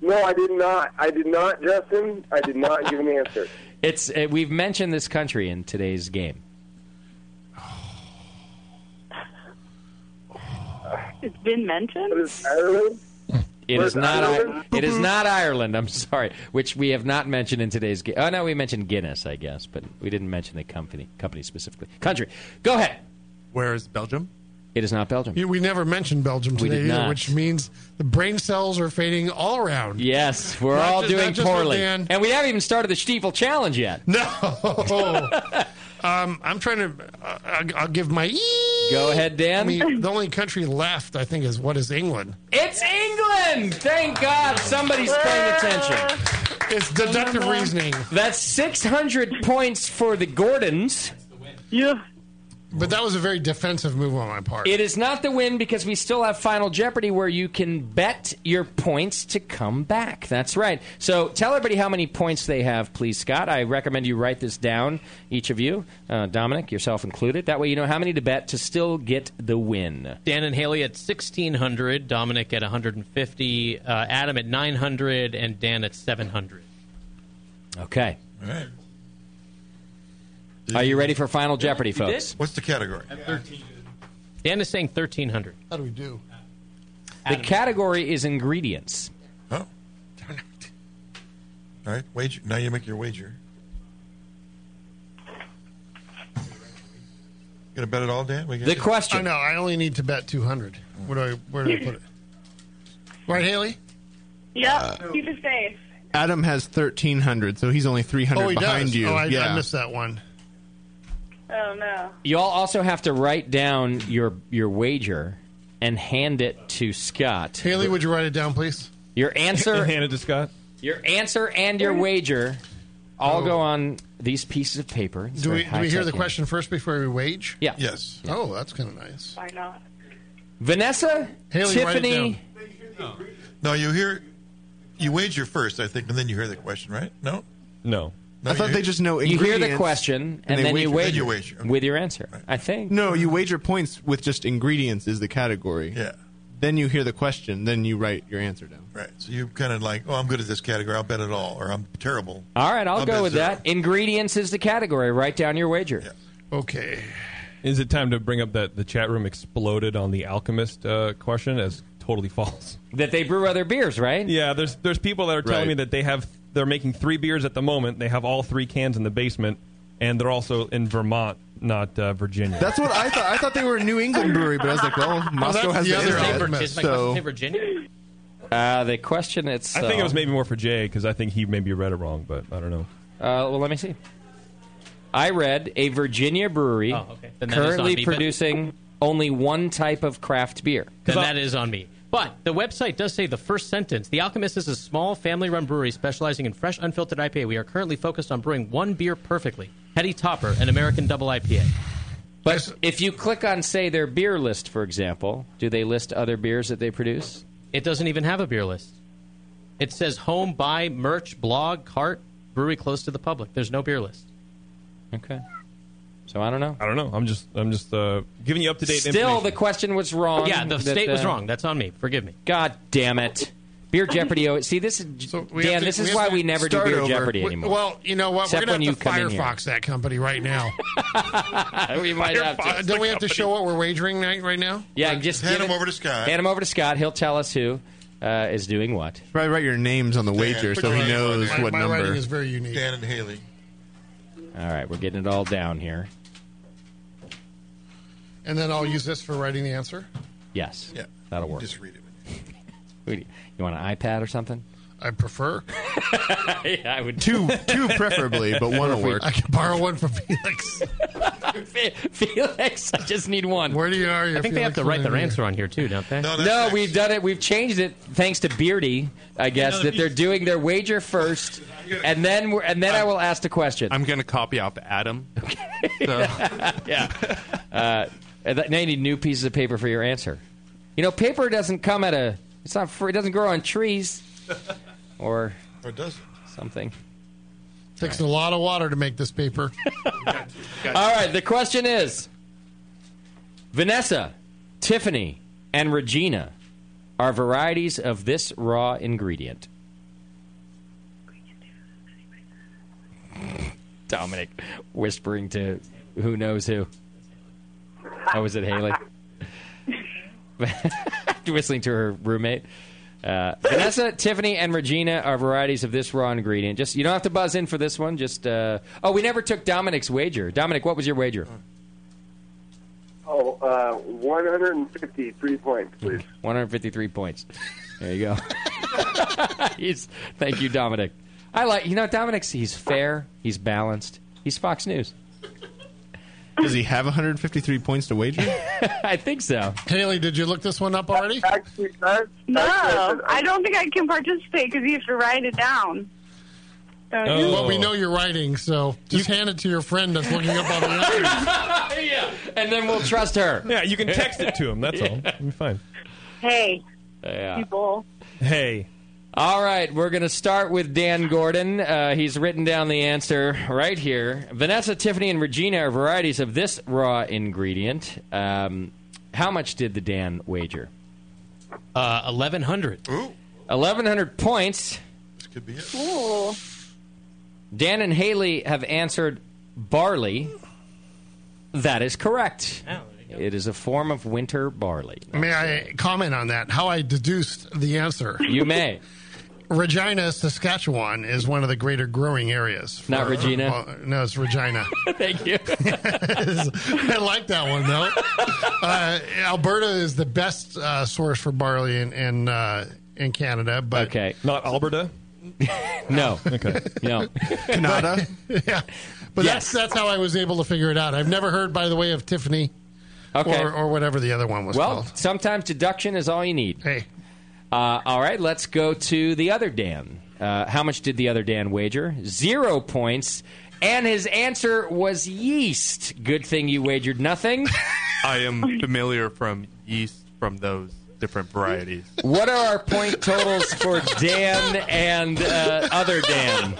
No, I did not. I did not, Justin. I did not give an answer.
It's uh, we've mentioned this country in today's game.
It's been mentioned.
It is
Where's
not.
Ireland?
I- it is not Ireland. I'm sorry, which we have not mentioned in today's game. Oh no, we mentioned Guinness, I guess, but we didn't mention the company company specifically. Country. Go ahead.
Where is Belgium?
It is not Belgium.
You- We never mentioned Belgium
We
today,
did
either,
not.
which means the brain cells are fading all around.
Yes, we're
Not
all
just-
doing
not just for
poorly,
Dan.
and we haven't even started the Stiefel Challenge yet.
No, um, I'm trying to. Uh, I'll- I'll give my. e-
Go ahead, Dan.
I mean, the only country left, I think, is what is England.
It's England. Thank God somebody's paying attention.
It's deductive reasoning.
That's 600 points for the Gordons.
Yeah. But that was a very defensive move on my part.
It is not the win because we still have Final Jeopardy where you can bet your points to come back. That's right. So tell everybody how many points they have, please, Scott. I recommend you write this down, each of you, uh, Dominic, yourself included. That way you know how many to bet to still get the win.
Dan and Haley at 1,600, Dominic at 150, uh, Adam at 900, and Dan at 700.
Okay. Are you ready for Final Jeopardy,
You did?
folks?
What's the category?
Dan is saying 1,300.
How do we do?
The category is ingredients.
All right, wager. Now you make your wager. Gonna bet it all, Dan? We Um,
The question.
I know. I only need to bet 200. Where do I? Where do I put it? Right, Haley.
Yep. Keep it safe.
Adam has thirteen hundred, so he's only three hundred
Oh, he
behind
does.
you.
Oh, I- I
yeah.
missed that one.
Oh no.
You all also have to write down your your wager and hand it to Scott.
Haley, would you write it down, please?
Your answer
hand it to Scott.
Your answer and your wager all go on these pieces of paper. It's
Do
very
we do we hear the
high-tech.
question first before we wage?
Yeah.
Yes.
Oh, that's kind of nice.
Why not?
Vanessa,
Haley, write it
Tiffany,
No, you hear. You wager first, I think, and then you hear the question, right? No.
No.
No,
I thought
you-
they just know
you
ingredients.
hear the question and,
they
then you wager,
Then you wager.
with your answer. I think.
No, you wager points with just ingredients is the category.
Yeah.
Then you hear the question, then you write your answer down.
Right. So you kind of like, oh, I'm good at this category. I'll bet it all, or I'm terrible.
All right, I'll,
I'll
go
bet
with
zero.
that. Ingredients is the category. Write down your wager.
Okay.
Is it time to bring up that the chat room exploded on the alchemist uh, question as totally false?
That they brew other beers, right?
Yeah, there's there's people that are telling
Right.
me that they have they're making three beers at the moment. They have all three cans in the basement, and they're also in Vermont, not uh, Virginia.
That's what I thought. I thought they were a New England brewery, but I was like, well, Moscow has
that's the
the
other
internet,
element.
Is my question
so
say Virginia?
Uh, the question um, itself.
I think it was maybe more for Jay because I think he maybe read it wrong, but I don't know.
Uh, well, let me see. I read a Virginia brewery
Oh, okay. Then that is on
currently
me, but-
producing only one type of craft beer.
Then that is on me. But the website does say the first sentence The Alchemist is a small family run brewery specializing in fresh, unfiltered IPA. We are currently focused on brewing one beer perfectly Hetty Topper, an American double IPA.
But if you click on, say, their beer list, for example, do they list other beers that they produce?
It doesn't even have a beer list. It says home, buy, merch, blog, cart, brewery close to the public. There's no beer list.
Okay. So I don't know.
I don't know. I'm just I'm just uh, giving you up to date.
Still, the question was wrong.
Yeah, the
that,
state was
uh,
wrong. That's on me. Forgive me.
God damn it. Beer Jeopardy. always- See, this is
We have
Dan.
to-
this
we
is
have
why
to
we never do
start
Beer
over.
Jeopardy
We-
anymore.
Well, you know what?
Except
We're
when
gonna
you
have to
come in here.
Firefox that company right now.
we might have to.
Don't we have to show what we're wagering night right now?
Yeah, just
hand
give
him
it-
over to Scott.
Hand him over to Scott. He'll tell us who uh, is doing what.
Probably write your names on the wager so he knows
My-
what
my
number.
writing is very unique.
Dan and Haley.
All right, we're getting it all down here.
And then I'll use this for writing the answer.
Yes.
Yeah.
That'll work.
Just read it.
Who do You you want an iPad or something?
I prefer.
yeah, I would.
Two, two preferably, but one will work.
I can borrow one from Felix.
Felix, I just need one.
Where do you are?
I think they have to write their answer on here, too, don't they?
No, we've done it. We've changed it thanks to Beardy, I guess, that they're doing their wager first, and then we're, and then i will ask the question.
I'm going to copy off Adam.
yeah. Uh, and that- now you need new pieces of paper for your answer. You know, paper doesn't come at a. It's not. Free, it doesn't grow on trees, or
or Oh, does
something.
Takes a lot of water to make this paper.
All right, the question is Vanessa, Tiffany, and Regina are varieties of this raw ingredient. Dominic whispering to who knows who. Oh, was it Haley? Whistling to her roommate. Uh, Vanessa, Tiffany, and Regina are varieties of this raw ingredient. Just you don't have to buzz in for this one. Just uh, oh, we never took Dominic's wager. Dominic, what was your wager?
Oh, uh, 153 points, please.
153 points. There you go. he's, thank you, Dominic. I like you know Dominic's. He's fair. He's balanced. He's Fox News.
Does he have 153 points to wager?
I think so.
Haley, did you look this one up already?
No, I don't think I can participate because you have to write it down. Don't
Oh.
you?
Oh. Well, we know you're writing, so just hand it to your friend that's looking up on the answers.
yeah, and then we'll trust her.
Yeah, you can text it to him. That's all. It'll be fine.
Hey,
Uh,
Yeah.
people.
Hey.
All right, we're going to start with Dan Gordon. Uh, he's written down the answer right here. Vanessa, Tiffany, and Regina are varieties of this raw ingredient. Um, how much did the Dan wager?
Uh, 1,100.
1,100 points.
Ooh.
Dan and Haley have answered barley. That is correct. It is a form of winter barley.
May I comment on that? How I deduced the answer?
You may.
Regina, Saskatchewan is one of the greater growing areas.
Not
for-
Regina?
uh, no, it's Regina.
Thank you.
I like that one though. Uh, Alberta is the best uh, source for barley in in, uh, in Canada, but
okay,
not Alberta.
No. Okay. No.
Canada. yeah, but that's
Yes.
that's how I was able to figure it out. I've never heard, by the way, of Tiffany,
Okay.
or, or whatever the other one was
Well,
called.
sometimes deduction is all you need.
Hey.
Uh, all right, let's go to the other Dan. Uh, how much did the other Dan wager? Zero points. And his answer was yeast. Good thing you wagered nothing.
I am familiar from yeast from those different varieties.
What are our point totals for Dan and uh, other Dan?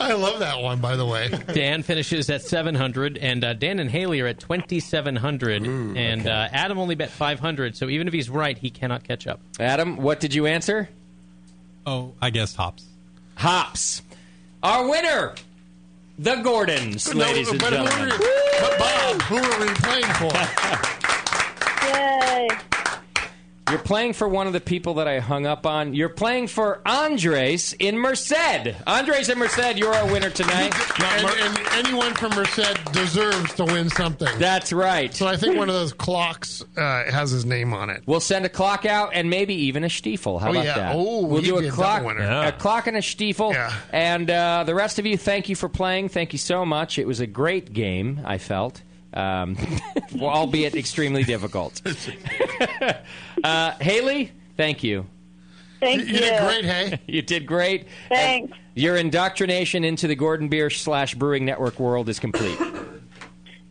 I love that one, by the way.
Dan finishes at 700, and uh, Dan and Haley are at 2,700, and uh, Adam only bet 500. So even if he's right, he cannot catch up.
Adam, what did you answer?
Oh, I guess hops.
Hops. Our winner, the Gordons,
No,
ladies and
but who are
gentlemen.
you- but Bob, who are we playing for?
Yay.
You're playing for one of the people that I hung up on. You're playing for Andres in Merced. Andres in Merced, you're our winner tonight.
And, and anyone from Merced deserves to win something.
That's right.
So I think one of those clocks uh, has his name on it.
We'll send a clock out and maybe even a stiefel. How
Oh,
about
yeah.
that?
Oh,
we'll
you'd
do
be
a
a double
clock,
winner.
a clock and a stiefel. And uh, the rest of you, thank you for playing. Thank you so much. It was a great game. I felt, um, albeit extremely difficult. uh, Haley, thank you.
Thank you.
hey?
you did great.
Thanks.
Your indoctrination into the Gordon Beer slash Brewing Network world is complete.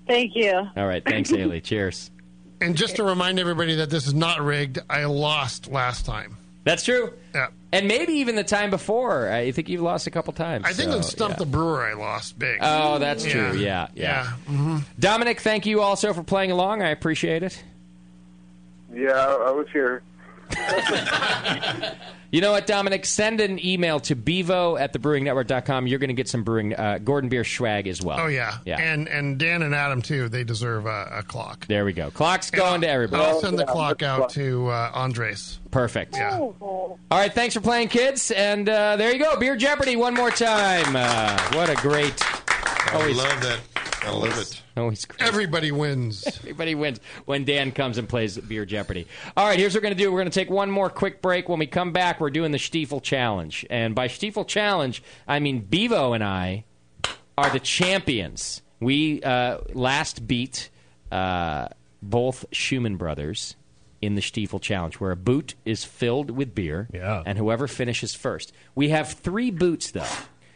Thank you.
All right, thanks, Haley. Cheers.
And just to remind everybody that this is not rigged, I lost last time.
That's true.
Yeah.
And maybe even the time before. I think you've lost a couple times.
I think
so,
on Stump
yeah.
the Brewer, I lost big.
Oh, that's true. Yeah, yeah.
Mm-hmm.
Dominic, thank you also for playing along. I appreciate it.
Yeah, I I was here.
You know what, Dominic? Send an email to bevo at thebrewingnetwork.com. You're going to get some brewing uh, Gordon Beer swag as well.
Oh yeah.
Yeah.
And and Dan and Adam too. They deserve a, a clock.
there we go. Clock's going to everybody.
I'll send the clock out to uh, Andres.
Perfect.
Yeah.
All right, thanks for playing, kids. And uh, there you go. Beer Jeopardy one more time. Uh, what a great.
I love that. I love it.
Always
Everybody wins.
Everybody wins when Dan comes and plays Beer Jeopardy. All right, here's what we're going to do. We're going to take one more quick break. When we come back, we're doing the Stiefel Challenge. And by Stiefel Challenge, I mean Bevo and I are the champions. We uh, last beat uh, both Schumann brothers in the Stiefel Challenge, where a boot is filled with beer, and whoever finishes first. We have three boots, though.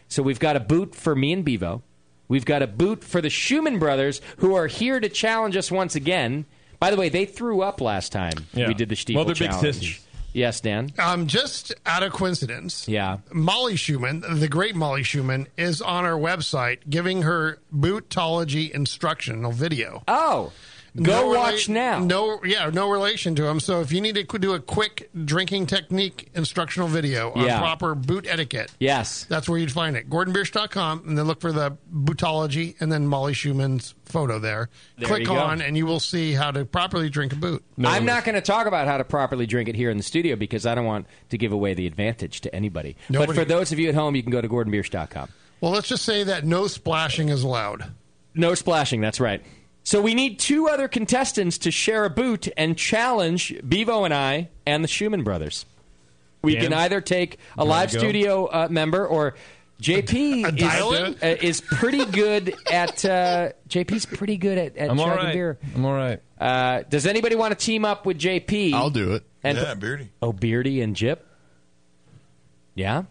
So we've got a boot for me and Bevo. We've got a boot for the Schumann brothers, who are here to challenge us once again. By the way, they threw up last time
Yeah.
we did the Stiefel
Well, they're big
Challenge.
sissies.
Yes, Dan.
Um, just out of coincidence,
Yeah.
Molly Schumann, the great Molly Schumann, is on our website giving her bootology instructional video.
Oh, go watch now.
No, yeah, no relation to him. So if you need to qu- do a quick drinking technique instructional video on
Yeah.
proper boot etiquette,
Yes.
that's where you'd find it. GordonBiersch.com, and then look for the bootology, and then Molly Schumann's photo there.
There you
Click
go.
on, and you will see how to properly drink a boot.
I'm not going to talk about how to properly drink it here in the studio because I don't want to give away the advantage to anybody. But
Nobody-
for those of you at home, you can go to gordonbiersch.com.
Well, let's just say that no splashing is allowed.
No splashing, that's right. So we need two other contestants to share a boot and challenge Bevo and I and the Schumann brothers. We
Dan?
can either take a
You wanna
live
go?
studio uh, member or JP is,
dial-in?
uh, is pretty good at uh, JP's pretty good at, at
I'm all
chugging
right.
beer.
I'm all right.
Uh, does anybody want to team up with JP? I'll do it.
Yeah, Beardy.
Oh, Beardy and Jip. Yeah.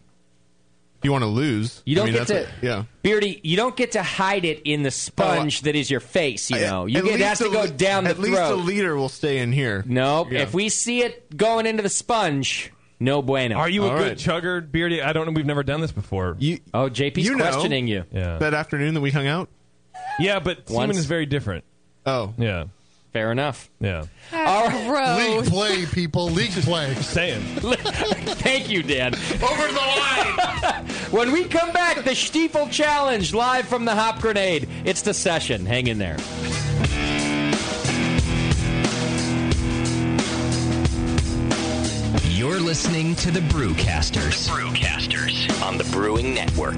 You want to lose?
You don't
I mean,
get to
that's what- yeah. Oh,
Beardy, you don't get to hide it in the sponge that is your face, you know. You
At
get, it
least
has to
a
go
li-
down the
at
throat.
least the leader will stay in here.
Nope.
Yeah.
If we see it going into the sponge, no bueno.
Are you a
All
good
right.
chugger, Beardy? I don't know. We've never done this before.
oh, JP's
you know uh,
questioning you.
Yeah.
That afternoon that we hung out.
Yeah, but Seaman
Once-
is very different.
Oh,
yeah.
Fair enough.
Yeah.
All
right. League play, people. League play.
Saying.
Thank you, Dan.
Over the line.
When we come back, the Stiefel Challenge live from the Hop Grenade. It's the session. Hang in there.
You're listening to the Brewcasters. Brewcasters on the Brewing Network.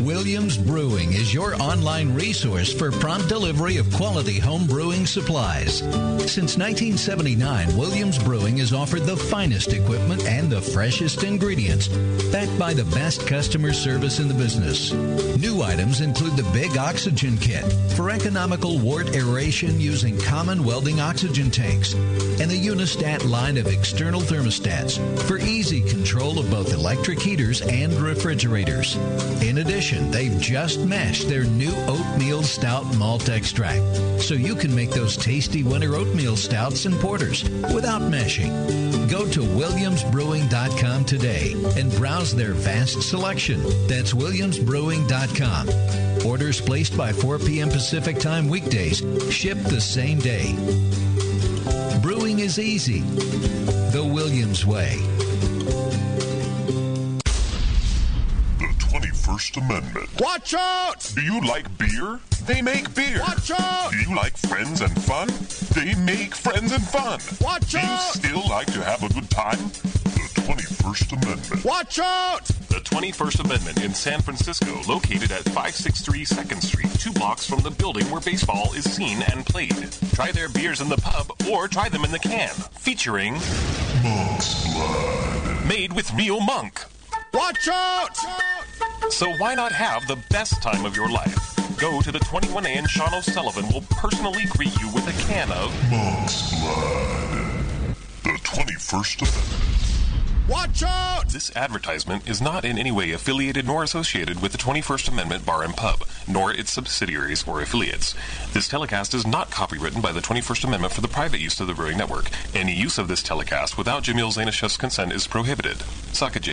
Williams Brewing is your online resource for prompt delivery of quality home brewing supplies. Since 1979, Williams Brewing has offered the finest equipment and the freshest ingredients, backed by the best customer service in the business. New items include the Big Oxygen Kit for economical wart aeration using common welding oxygen tanks and the Unistat line of external thermostats for easy control of both electric heaters and refrigerators. In addition, they've just mashed their new oatmeal stout malt extract, so you can make those tasty winter oatmeal stouts and porters without mashing. Go to williamsbrewing.com today and browse their vast selection. That's williamsbrewing.com. Orders placed by 4 p.m. Pacific Time weekdays ship the same day. Brewing is easy. The Williams Way.
The 21st First Amendment. Watch out! Do you like beer? They make beer. Watch out! Do you like friends and fun? They make friends and fun. Watch out! Do you still like to have a good time? The 21st Amendment.
Watch out! The 21st Amendment in San Francisco, located at 563 2nd Street, two blocks from the building where baseball is seen and played. Try their beers in the pub or try them in the can, featuring Monk's Blood, made with real monk. Watch out! So why not have the best time of your life? Go to the 21A and Sean O'Sullivan will personally greet you with a can of
Monk's Blood. The 21st Amendment.
Watch out! This advertisement is not in any way affiliated nor associated with the 21st Amendment Bar and Pub, nor its subsidiaries or affiliates. This telecast is not copywritten by the 21st Amendment for the private use of the Brewing Network. Any use of this telecast without Jamil Zainashev's consent is prohibited. Suck a j-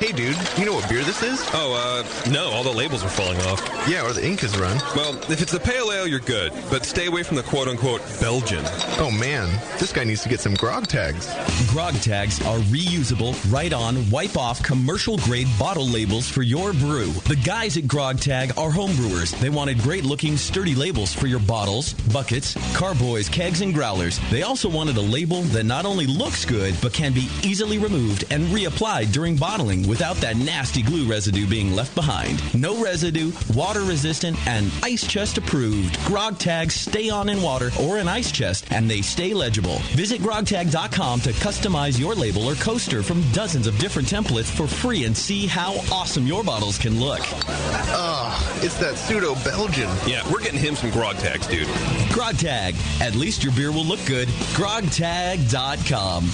Hey, dude, you know what beer this is? Oh, uh, no, all the labels are falling off. Yeah, or the ink is run. Well, if it's a pale ale, you're good, but stay away from the quote unquote Belgian.
Oh man, this guy needs to get some grog tags.
Grog tags are reusable, write on, wipe off commercial grade bottle labels for your brew. The guys at Grog Tag are homebrewers. They wanted great looking, sturdy labels for your bottles, buckets, carboys, kegs, and growlers. They also wanted a label that not only looks good, but can be easily removed and reapplied during bottling without that nasty glue residue being left behind. No residue, water resistant, and ice chest approved. Grog tags stay on in water or an ice chest and they stay legible. Visit grogtag.com to customize your label or coaster from dozens of different templates for free and see how awesome your bottles can look.
Ah, it's that pseudo Belgian. Yeah, we're getting him some grog tags, dude.
Grog Tag. At least your beer will look good. Grogtag.com.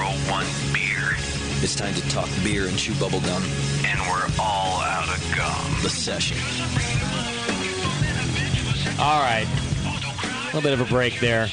oh beer. It's time to talk beer and chew bubble gum. And we're all out of gum. The session.
All right.
A little bit of a break there.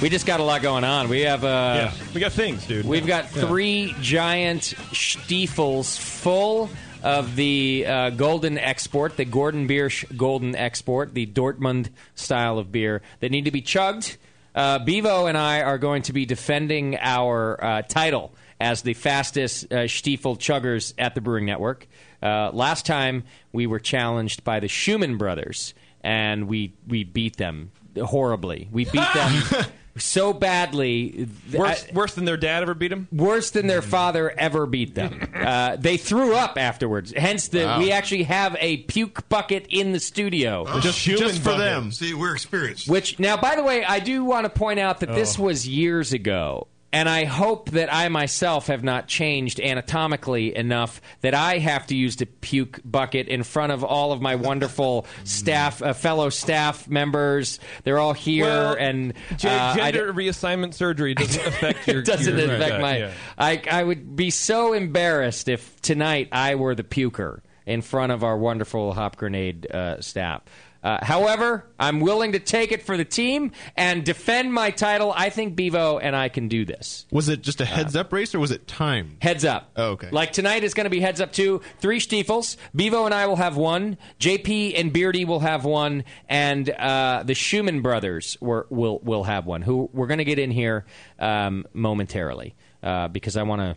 We just got a lot going on. We have uh,
we got things, dude.
We've got
Yeah.
three giant stiefels full of the uh, golden export, the Gordon Beer sh- golden export, the Dortmund style of beer that need to be chugged. Uh, Bevo and I are going to be defending our uh, title as the fastest uh, stiefel chuggers at the Brewing Network. Uh, last time we were challenged by the Schumann brothers, and we we beat them horribly. We beat them so badly.
Worse- worse than their dad ever beat them.
Worse than their father ever beat them. Uh, they threw up afterwards. Hence, the
Wow.
we actually have a puke bucket in the studio
See, we're experienced.
Which now, by the way, I do want to point out that this
Oh.
was years ago. And I hope that I myself have not changed anatomically enough that I have to use the puke bucket in front of all of my wonderful staff, uh, fellow staff members. They're all here,
Well,
and
J-
uh, I d-
gender reassignment surgery doesn't affect your.
it doesn't
your-
affect
that,
my.
yeah.
I I would be so embarrassed if tonight I were the puker in front of our wonderful hop grenade uh, staff. Uh, however, I'm willing to take it for the team and defend my title. I think Bevo and I can do this. Uh,
Was it just a heads up race or was it timed?
Heads up.
Oh, okay.
Like tonight is going to be heads up two, three Stiefels. Bevo and I will have one. JP and Beardy will have one, and uh, the Schumann brothers were, will will have one. Who we're going to get in here um, momentarily uh, because I want to.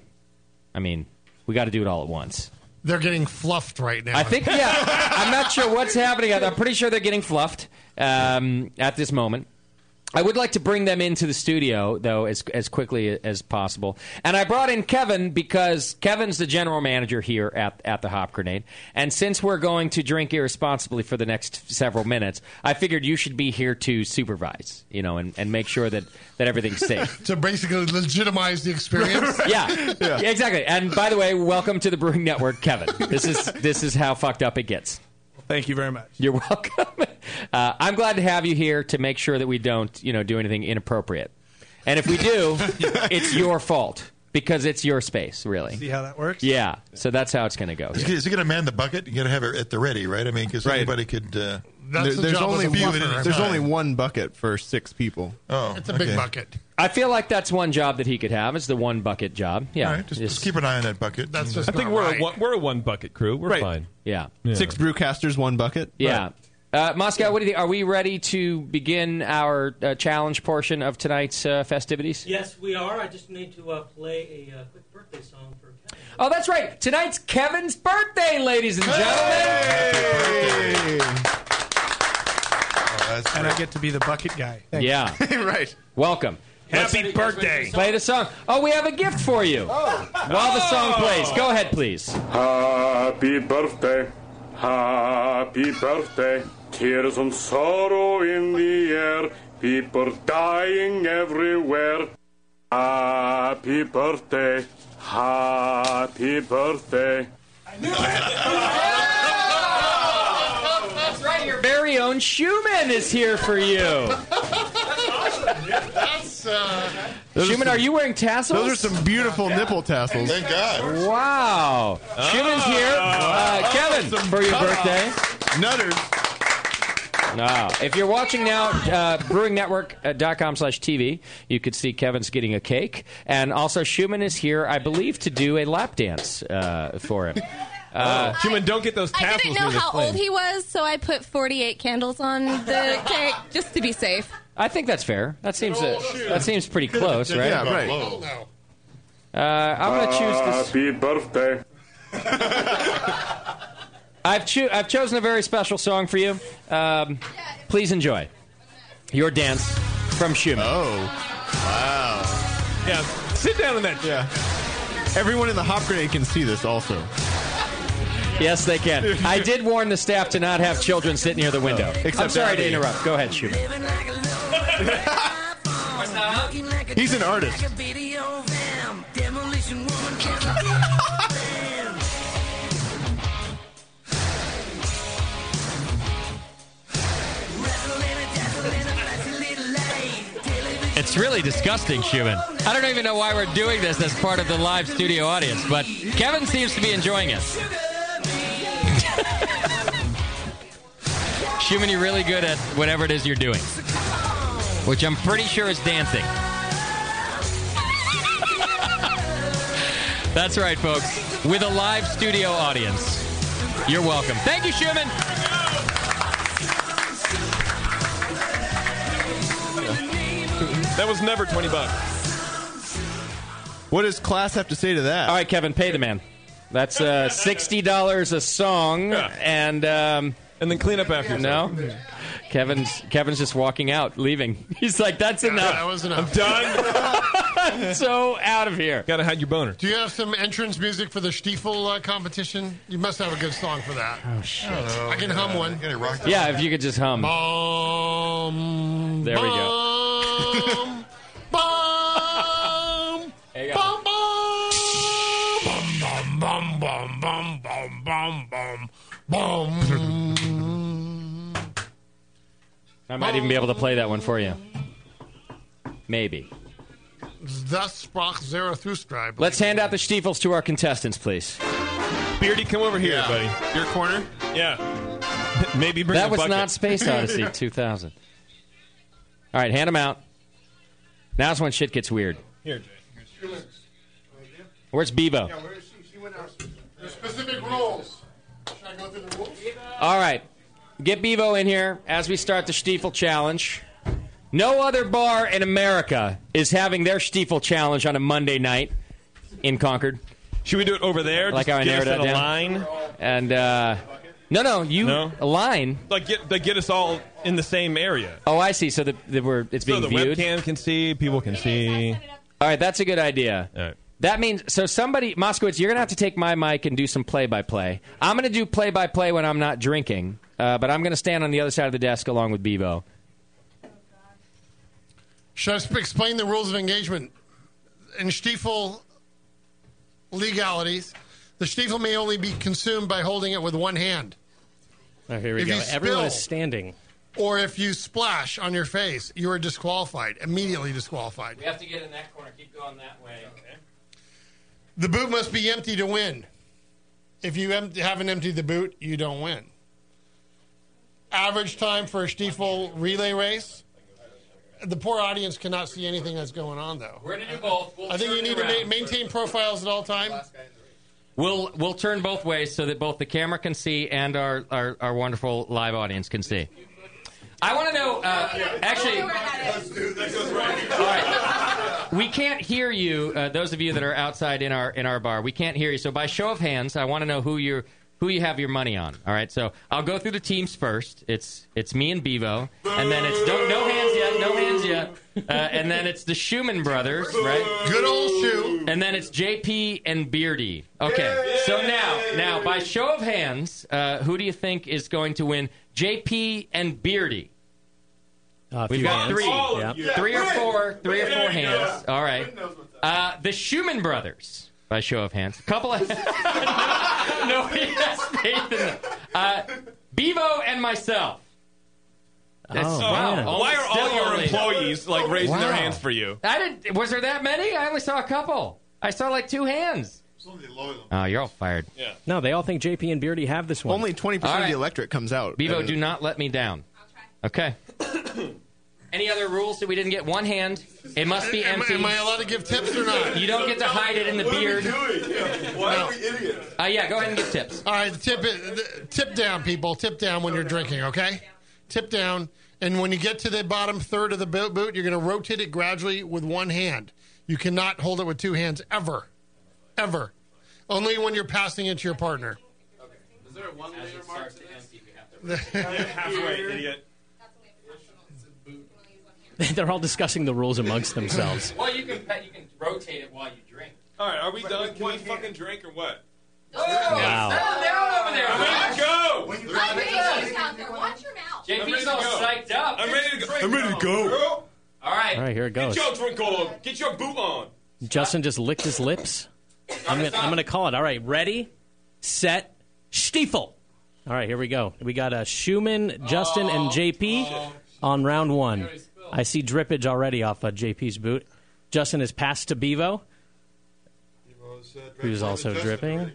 I mean, we got to do it all at once.
They're getting fluffed right now.
I think yeah. I'm not sure what's happening. I'm pretty sure they're getting fluffed um, at this moment. I would like to bring them into the studio though as as quickly as possible. And I brought in Kevin because Kevin's the general manager here at at the Hop Grenade. And since we're going to drink irresponsibly for the next several minutes, I figured you should be here to supervise, you know, and, and make sure that that everything's safe.
to basically legitimize the experience.
yeah, exactly. And by the way, welcome to the Brewing Network, Kevin. This is this is how fucked up it gets.
Thank you very much.
You're welcome. Uh, I'm glad to have you here to make sure that we don't, you know, do anything inappropriate. And if we do, it's your fault because it's your space, really.
See how that works?
Yeah. So that's how it's going to go.
Is,
here.
it- is it going to man the bucket? You got to have it at the ready, right? I mean, because anybody could. Uh,
There- there's only one, there's
time.
only one bucket for six people.
Oh,
It's a big okay. bucket.
I feel like that's one job that he could have is the one bucket job. Yeah.
All right, just, just keep an eye on that bucket. Mm.
That's
I think we're a one, we're a one bucket crew. We're
Right.
fine.
Yeah.
Six brewcasters, one bucket.
Yeah. Uh, Moscow, what do you think? Are we ready to begin our uh, challenge portion of tonight's uh, festivities?
Yes, we are. I just need to uh, play a uh, quick birthday song for Kevin.
Oh, that's right. Tonight's Kevin's birthday, ladies and gentlemen.
Oh,
and I get to be the bucket guy. Thank you.
Yeah. right. Welcome.
Happy
Let's-
birthday.
Play the song. Oh, we have a gift for you.
Oh.
While the song
Oh.
plays, go ahead, please.
Happy birthday, happy birthday. Tears and sorrow in the air, people dying everywhere. Happy birthday, happy birthday.
That's right. Your very own Schumann is here for you.
That's uh,
Schumann, are you wearing tassels?
Those are some beautiful nipple tassels.
Thank God.
Wow. Schumann's here.
Ah.
Uh, Kevin, for your birthday.
Nutters.
No. If you're watching now, uh, brewingnetwork.com slash TV, you could see Kevin's getting a cake. And also, Schumann is here, I believe, to do a lap dance uh, for him. Uh,
Oh. Schumann, don't get those
I
tassels.
didn't know
near the
how
flame.
old he was, so I put 48 candles on the cake just to be safe.
I think that's fair. That seems uh,
Oh,
that seems pretty close, right?
Yeah, right.
Uh, I'm gonna choose this.
Happy birthday.
I've cho- I've chosen a very special song for you. Um, please enjoy your dance from Schumann. Oh, wow!
Yeah, sit down in that.
Yeah. Everyone in the hop grenade can see this also.
Yes, they can. I did warn the staff to not have children sit near the window.
Except
I'm sorry to
Abby.
interrupt. Go ahead, Schumann.
He's an artist.
It's really disgusting, Schumann. I don't even know why we're doing this as part of the live studio audience, but Kevin seems to be enjoying it. Schumann, you're really good at whatever it is you're doing, which I'm pretty sure is dancing. That's right, folks. With a live studio audience. You're welcome. Thank you, Schumann.
That was never twenty bucks.
What does class have to say to that? All right, Kevin, pay the man. That's uh, sixty dollars a song, and um, and then clean up after. No, Kevin's Kevin's just walking out, leaving. He's like, "That's enough.
that was enough.
I'm done. I'm so out of here.
Gotta hide your boner.
do you have some entrance music for the Stiefel uh, competition? You must have a good song for that. Oh
shit!
I, can hum one.
Yeah, if you could just hum. there we go.
Bum, boom, boom, boom.
I might even be able to play that one for you. Maybe.
Thus sprach Zarathustra. I believe.
Let's hand out the Stiefels to our contestants, please.
Beardy, come over here,
Yeah.
buddy.
Your corner?
Yeah. Maybe bring
That
a
was
bucket.
not Space Odyssey 2000. All right, hand them out. Now's when shit gets weird.
Here, Jay.
Where's Bebo?
There's specific rules. Should I go through the rules?
All right. Get Bevo in here as we start the Stiefel Challenge. No other bar in America is having their Stiefel Challenge on a Monday night in Concord.
Should we do it over there?
Like
Just
how I
get
narrowed
us
that
in a
down?
line?
And, uh, no, no, you, a line.
Like get like get us all in the same area.
Oh, I see. So the, the we're, it's
So
being
the
viewed.
webcam can see, people can see.
All right, that's a good idea. That means so somebody Moskowitz, you're gonna have to take my mic and do some play by play. I'm gonna do play by play when I'm not drinking, uh, but I'm gonna stand on the other side of the desk along with Bebo.
Should I sp- explain the rules of engagement? In Stiefel legalities, the Stiefel may only be consumed by holding it with one hand.
Oh, here we
If
go.
you
Everyone is
spill-
standing.
Or if you splash on your face, you are disqualified, immediately disqualified.
have to get in that corner. Keep going that way. Okay.
The boot must be empty to win. If you em- haven't emptied the boot, you don't win. Average time for a Stiefel relay race. The poor audience cannot see anything that's going on, though. We're
gonna do both.
I think you need to ma- maintain profiles at all time.
We'll
we'll turn both ways so that both the camera can see and our our, our wonderful live audience can see. I want to know. Uh, actually, we can't hear you. Uh, those of you that are outside in our in our bar, we can't hear you. So by show of hands, I want to know who you who you have your money on. All right. So I'll go through the teams first. It's it's me and Bevo, and then it's don't, no hands yet, no hands yet, uh, and then it's the Schumann brothers, right?
Good old shoe.
And then it's JP and Beardy. Okay. So now now by show of hands, uh, who do you think is going to win? JP and Beardy. We've
Uh, few
got
hands.
three,
All of you.
three or
Yeah.
four, three or
There
four
you go.
hands. All right. Uh, the Schumann brothers, by show of hands. A couple of no, yes, Nathan. Uh, Bevo and myself. That's-
Oh,
wow,
man.
almost
Why are all your
similarly.
employees, like, raising their Wow. hands for you?
I didn't. Was there that many? I only saw a couple. I saw like two hands. Oh, you're all fired.
Yeah.
No, they all think JP and Beardy have this one.
Only 20% of the All right.
electorate comes out.
Bevo, do not let me down. Okay. Any other rules that we didn't get? One hand. It must be
Am,
empty.
am I allowed to give tips or not?
You don't get to hide it in the beard.
Why
are we
idiots?
Uh, yeah, go ahead and give tips.
All right, the tip is, the, tip down, people. Tip down when you're drinking, okay? Tip down, and when you get to the bottom third of the boot, boot you're going to rotate it gradually with one hand. You cannot hold it with two hands ever, ever. Only when you're passing it to your partner.
Is there a one layer mark to this?
Halfway, idiot.
They're all discussing the rules amongst themselves.
Well, you can you can rotate it while you drink.
All right, are we done? Can we fucking drink or what?
Wow.
Oh, Settle down over there.
I'm ready to go. When you
I'm anxious out there. Watch your mouth.
JP's all psyched up.
I'm ready to go.
I'm ready to go.
Girl,
All right.
All right, here it goes.
Get your drink on. Get your boot on.
Justin just licked his lips. I'm gonna, I'm gonna call it. All right, ready, set, Stiefel. All right, here we go. We got uh, Schumann, Justin, and JP on round one. I see drippage already off uh, JP's boot. Justin is passed to Bevo, who's also dripping.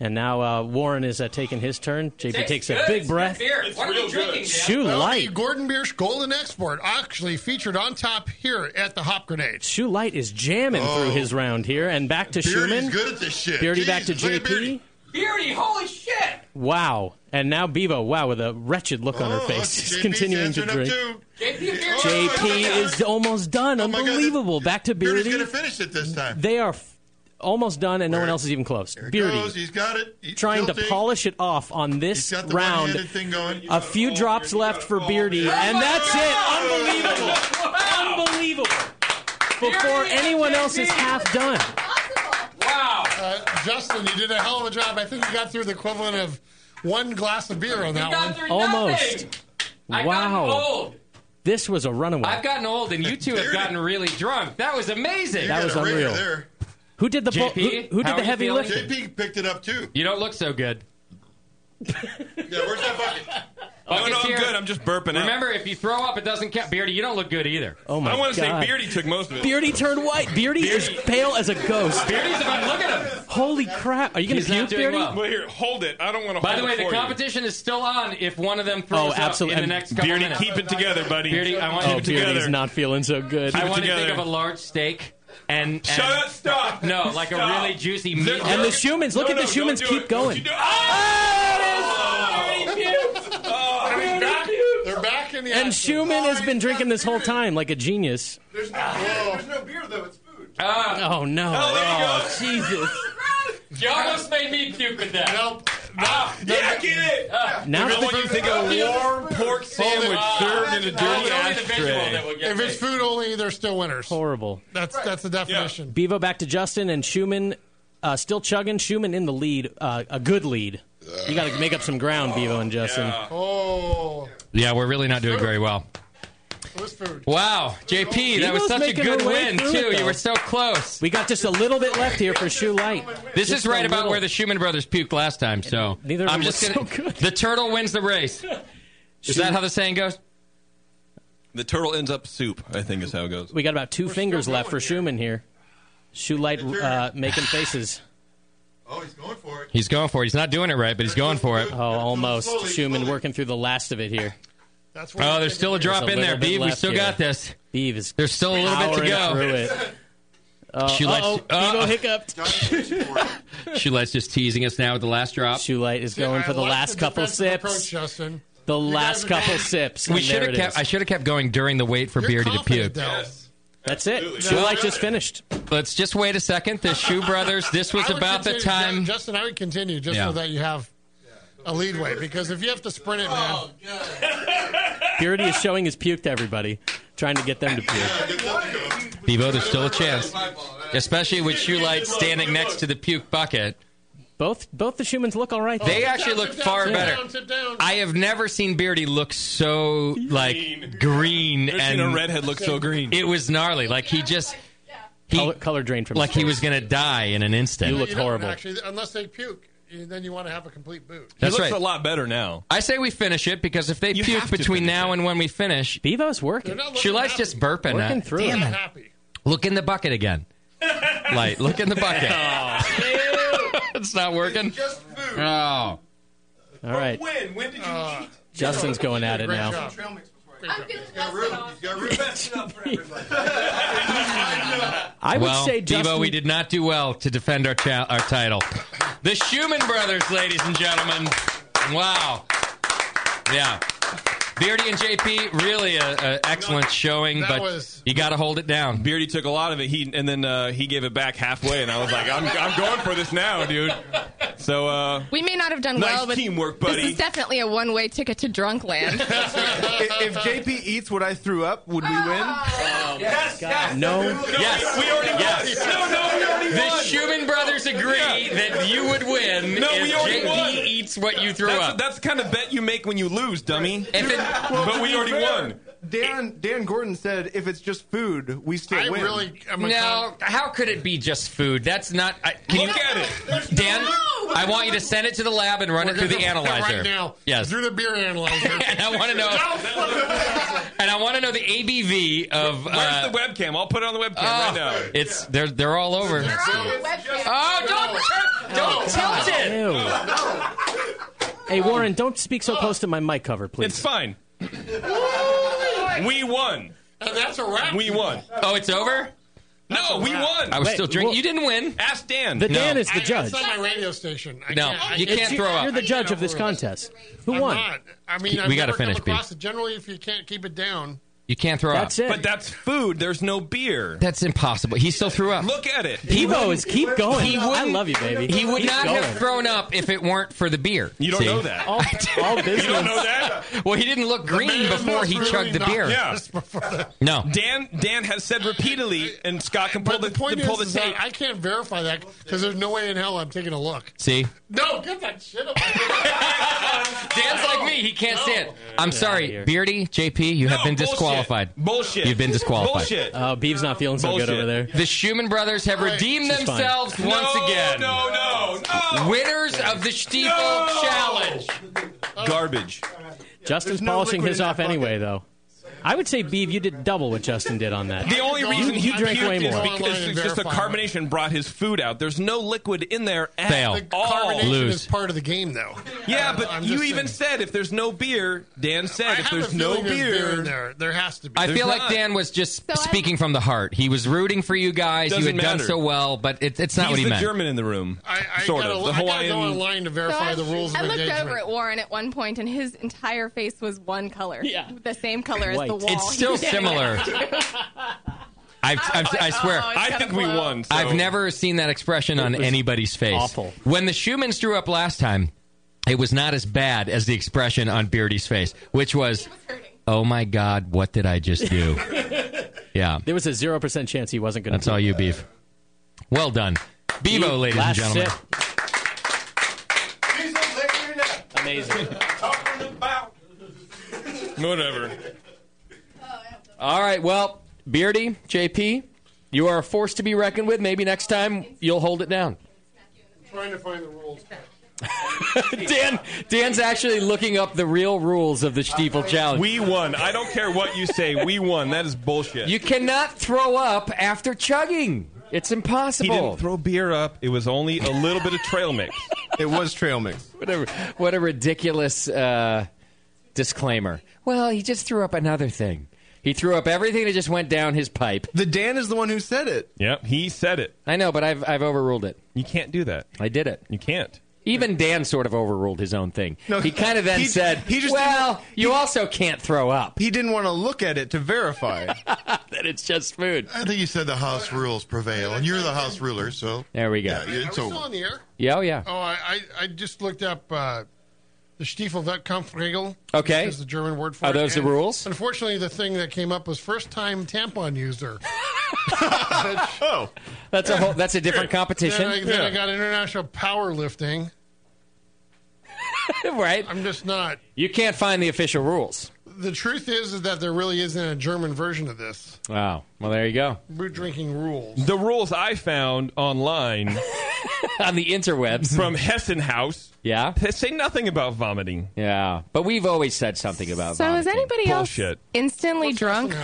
And now uh, Warren is uh, taking his turn. JP takes
Tastes good.
a
It's
big
good
breath.
beer. It's What are you real good. drinking, Dan?
Shoe
Well, the
light.
Gordon Biersch Golden Export, actually featured on top here at the Hop Grenade.
Shoe light is jamming through his round here, and back to
Beardy's
Schumann.
good at this shit.
Beardy back to
Jesus, look at
JP.
Beardy.
Beardy, holy shit!
Wow. And now Bevo, wow, with a wretched look on her face. She's continuing to drink. JP is almost done. Unbelievable. Back to
Beardy's
Beardy.
gonna finish it this time.
They are f- almost done, and no one else is even close.
There it goes.
Beardy
He's got it. He's
trying to
guilty.
polish it off on this
got the
round.
one-handed thing going.
A few drops left for Beardy, and that's it. Unbelievable. Unbelievable. Before anyone else is half done.
Wow.
Uh, Justin, you did a hell of a job. I think you got through the equivalent of one glass of beer on that one.
Almost. Wow. This was a runaway.
I've gotten old, and you two have gotten really drunk. That was amazing.
That was unreal. Who did the
JP,
bu- who, who
how
did
are
the
you
heavy
feeling?
lifting?
JP picked it up too.
You don't look so good.
where's that bucket?
No, Oh, no, I'm good. I'm just burping out.
Remember, if you throw up, it doesn't count. Beardy, you don't look good either.
Oh my
I wanna
God.
say Beardy took most of it.
Beardy turned white. Beardy, is pale as a ghost.
Beardy's about look at him.
Holy crap! Are you going to
He's
puke,
not doing
Beardy?
well.
Well, here, hold it. I don't want to.
By the
hold
way,
it
the
for you.
competition is still on. If one of them throws
Oh, absolutely.
up in
And
the next couple
Beardy,
minutes,
keep it together, buddy.
Beardy, I want
oh,
you to
Beardy's
together.
not feeling so good.
I want to think of a large steak and, and
Shut up,
stop. No, like a really juicy meat.
and the Schumans, look
No,
at the
no, don't
Schumans
do
keep
it. Don't
going.
you do
They're back in the
And Schumann has been drinking this whole time like a genius.
There's no, there's
no beer though. It's
Ah.
Oh no!
Oh, there
you go. Jesus!
You almost made me puke with that. Ah.
Nope.
yeah, get it.
Now
Remember when you think of a warm pork sandwich
Ah.
served in a dirty ashtray.
If it's food only, they're still winners.
Horrible.
That's that's the definition.
Bevo back to Justin and Schumann, uh, still chugging. Schumann in the lead, uh, a good lead. You got to make up some ground, Bevo and Justin.
Oh,
Yeah, we're really not doing very well.
it was food.
Wow, JP, that
Bevo's
was such a
making
good
her way
win
through
too.
it,
You
though.
were so close.
We got just a little bit left here for Shoe Light.
This
Just
is right
a
about
little.
where the Schumann brothers puked last time. So
Neither of
I'm
them
just
look
gonna,
so good.
The turtle wins the race. Is that how the saying goes?
The turtle ends up soup. I think is how it goes.
We got about 2 fingers left for Schumann here. Shoe Light uh, making faces.
He's going for it. He's not doing it right, but he's going for it.
Oh, almost. Schumann working through the last of it here.
That's
Oh, there's still a drop
There's a
in there.
little bit
Beeve, we
left
still
here.
got this.
Beeve is
There's still a little bit to
powering Through
go.
it. Uh,
Shoe Light's-
uh-oh,
uh,
Bevo hiccuped.
Shoelight's just teasing us now with the last drop.
Shoelight is going for the last couple sips.
Justin.
The last couple sips.
We
and
should
there
have
it
kept.
is.
I should have kept going during the wait for Beardy to puke.
That's it. Shoe Light just finished.
Let's just wait a second. The Shoe Brothers. This was
I would
about the
continue,
time.
Ju- Justin, I would continue just
Yeah.
so that you have a leadway because if you have to sprint it, man.
Oh.
Purity is showing his puke to everybody, trying to get them to puke.
Bevo, there's still a chance, especially with Shoe Light standing next to the puke bucket.
Both both the Schumans look all right.
They
though.
actually look far better. I have never seen Beardy look so like green
Never
and
seen a redhead look so green.
It was gnarly. Like he just he, color,
color drained from
like he was gonna die in an instant.
you don't, Actually, unless they puke, you- then you want to have a complete boot.
That's
he looks
right.
a lot better now.
I say we finish it because if they puke
have to
between
finish
now and when we finish,
Bevo's working.
Shulight's just burping.
Working
at-
through
Damn
it.
it. Look in the bucket again. Light, look in the bucket. it's not working. Oh. All
right.
When? When did you
Uh,
eat?
Justin's going at it
Great
now.
job. He's got room. He's got room.
I would
well,
say Justin.
Devo, we did not do well to defend our cha- our title. The Schumann brothers, ladies and gentlemen. Wow. Yeah. Beardy and JP, really a, a excellent showing,
that
but
was-
you got to hold it down.
Beardy took a lot of it. He and then uh, he gave it back halfway, and I was like, I'm, I'm going for this now, dude. So uh,
We may not have done
Nice
well, but
teamwork, buddy.
this is definitely a one-way ticket to drunk land.
if, if JP eats what I threw up, would we
Oh,
win?
yes, yes,
No.
Yes.
we already
Yes.
won. No, no, we already
The
won.
Schumann brothers agree
Oh, Yeah.
that you would win
No,
if
we already
JP
won.
eats what you threw
That's,
up.
that's the kind of bet you make when you lose, dummy.
If it-
but we already won.
Dan Dan Gordon said, "If it's just food, we still
I
win."
really am a
No, how could it be just food? That's not. I, can
Look
you,
at it.
Dan, I want you to send it to the lab and run it through the analyzer.
right now.
Yes.
through the beer analyzer.
And I want to know. and I want to know the ABV of.
Where's
Uh, Oh.
the webcam? I'll put it on the webcam right now.
It's they're they're all over.
oh,
don't don't tilt it.
Ew. Hey Warren, don't speak so close to my mic cover, please.
It's fine. we won.
And that's a wrap.
We won.
Oh, it's over.
No, we won.
I was
Wait,
still drinking.
well-
you didn't win.
Ask Dan.
the
No.
Dan is the
I-
judge.
It's not my radio station. I
No,
can't, I
you
can't-
can't
It's you-
throw
You're
up.
the judge of this contest. Who
I'm
won?
not. I mean, I've
We gotta
never come
finish, B.
across it. Generally, if you can't keep it down,
You can't throw
That's
up.
it.
But that's food. There's no beer.
That's impossible. He still threw up.
Look at it.
Pivo is keep going.
He
I
wouldn't-
love you, baby.
He would
Keep
not
going.
have thrown up if it weren't for the beer.
You don't
See?
know that.
all, all business.
You don't know that.
Well, he didn't look green before he chugged the beer.
Yeah.
No.
Dan Dan has said repeatedly, and Scott can pull
But
the,
the point
can pull
is,
the
is that
tape.
I can't verify that because there's no way in hell I'm taking a look.
See?
No, get that shit up.
Dan's like me. He can't see it. I'm sorry,
here.
Beardy, JP, you have
No,
been
bullshit.
disqualified.
Bullshit.
You've been disqualified.
Bullshit. Oh, Beeb's not feeling so good over there.
The Schumann brothers have redeemed
She's fine.
themselves once
No,
again.
no,
no, no. Winners of the Stiefel Challenge.
Garbage. Justin's
There's no
polishing
liquid
his
in that
off anyway, though. I would say, Beeb, you did double what Justin did on that.
The only
You-
reason
you
he
drank
puked
way more
is because it's just the carbonation brought his food out. There's no liquid in there at
Fail. The
all.
carbonation is part of the game, though.
Yeah,
Uh,
but
I'm
you
just
even said if there's no beer, Dan said if
have
there's
a
no
feeling there's
beer,
beer in there. There has to be.
I
There's
feel like
not.
Dan was just speaking from the heart. He was rooting for you guys. you
Doesn't
had done
matter.
so well, but it, it's not
He's
what he
the
meant.
German in the room,
I
sort
gotta, I
of. The
gotta go
Hawaiian-
online to
So
verify
I,
the rules
I
of
looked
engagement.
over at Warren at one point, and his entire face was one color. Yeah. The same color as the
White.
wall.
It's still
he was
similar.
standing at.
I've, I've,
like,
I swear.
oh, it's I think we gonna blow. won, so-
I've never seen that expression on anybody's face. Awful. When the Schumans drew up last time, it was not as bad as the expression on Beardy's face, which was, "Oh my God, what did I just do?" yeah,
There was a 0% chance he wasn't going to
that's all you beef. Well done, Bevo,
Beef,
ladies and
last
gentlemen.
Amazing.
Whatever. All right. Well, Beardy, JP, you are a force to be reckoned with. Maybe next time you'll hold it down.
Trying to find the rules.
Dan, Dan's actually looking up the real rules of the Stiefel Challenge.
We won. I don't care what you say. We won. That is bullshit.
You cannot throw up after chugging. It's
he
impossible.
didn't throw beer up. It was only a little bit of trail mix.
It was trail mix. Whatever. What a ridiculous uh, disclaimer. Well, he just threw up another thing. He threw up everything that just went down his pipe. The Dan is the one who said it.
Yep, he said it.
I know, but I've I've overruled it.
You can't do that.
I did it.
You can't.
Even Dan sort of overruled his own thing.
No,
he kind of then
he-
said,
he just
"Well, you also can't throw up."
He didn't want to look at it to verify that
it's just food.
I think you said the house rules prevail, and you're the house ruler, so
there we go.
Yeah, it's
Are we
over.
still on the air?
Yeah, oh, yeah.
Oh, I, I, I just looked up uh, the Stiefelwettkampfregel.
Okay.
Which is the German word for
Are
it.
those the
And
rules?
Unfortunately, the thing that came up was first time tampon user.
oh, that's a whole, that's a different competition.
Then I, then I got international powerlifting.
right.
I'm just not.
You can't find the official rules.
The truth is, is that there really isn't a German version of this.
Wow. Well, there you go.
Root drinking rules.
The rules I found online
on the interwebs
from Hessen House.
Yeah,
they say nothing about vomiting.
Yeah, but we've always said something about.
So is anybody else
Bullshit.
instantly drunk?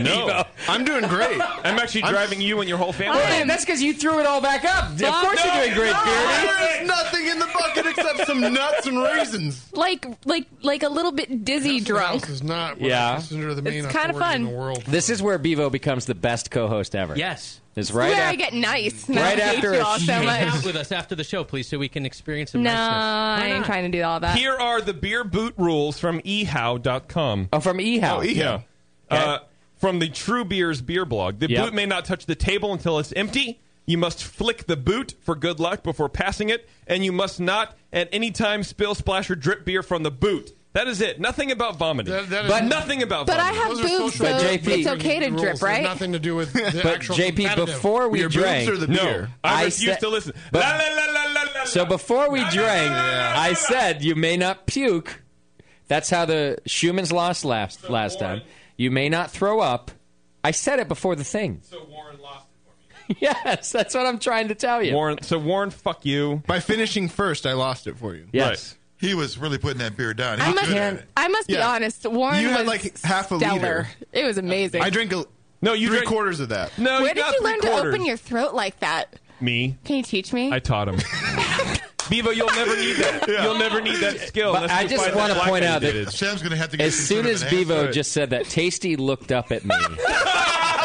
No,
I'm doing great.
I'm actually driving you and your whole family.
Well, that's because you threw it all back up. Of Bob, course no, you're doing great, no. Beardy.
There's nothing in the bucket except some nuts and raisins.
Like, like, like a little bit dizzy drunk.
This is not what I
Yeah.
consider the main
It's kinda
authority
fun.
in the world.
This is where Bevo becomes the best co-host ever.
Yes.
is right.
Where
after-
I get nice.
Right
Now I hate
after
you
a
all so
huge-
much.
Out with us after the show, please, so we can experience some
No,
niceness.
I ain't trying to do all that.
Here are the beer boot rules from e ehow.com.
Oh, from
e
ehow.
Oh, ehow. Uh, from the True Beers beer blog. The
Yep.
boot may not touch the table until it's empty. You must flick the boot for good luck before passing it, and you must not at any time spill, splash, or drip beer from the boot. That is it. Nothing about vomiting.
that is-
but nothing about
But I
vomiting.
have boobs, so
But JP
it's okay to
rules.
drip,
There's
right?
nothing to do with the
But
actual
JP,
competitive.
before we drank,
No, I, refuse
said-
to listen.
but-
La, la, la, la, la, la,
So before we drank, I said you may not puke. That's how the Schumans lost last last time. You may not throw up. I said it before the thing. So Warren lost it for me. yes, that's what I'm trying to tell you.
Warren, so Warren, fuck you.
By finishing first, I lost it for you.
Yes.
He was really putting that beer down. He
I
was
must,
good at it.
I must be
Yeah.
honest. Warren
You had
was
like half a
stellar.
liter.
It was amazing.
I drink a,
no, you
three quarters of that.
No,
Where did you learn to open your throat like that?
me?
Can you teach me?
I taught him. Bevo, you'll never need that. You'll never need that skill.
But
unless
I
you
just
find
want to
black
point
guy
out
who did
that
it.
gonna have to get
as
some
soon
sort of
as
an
Bevo
answer.
just said that, Tasty looked up at me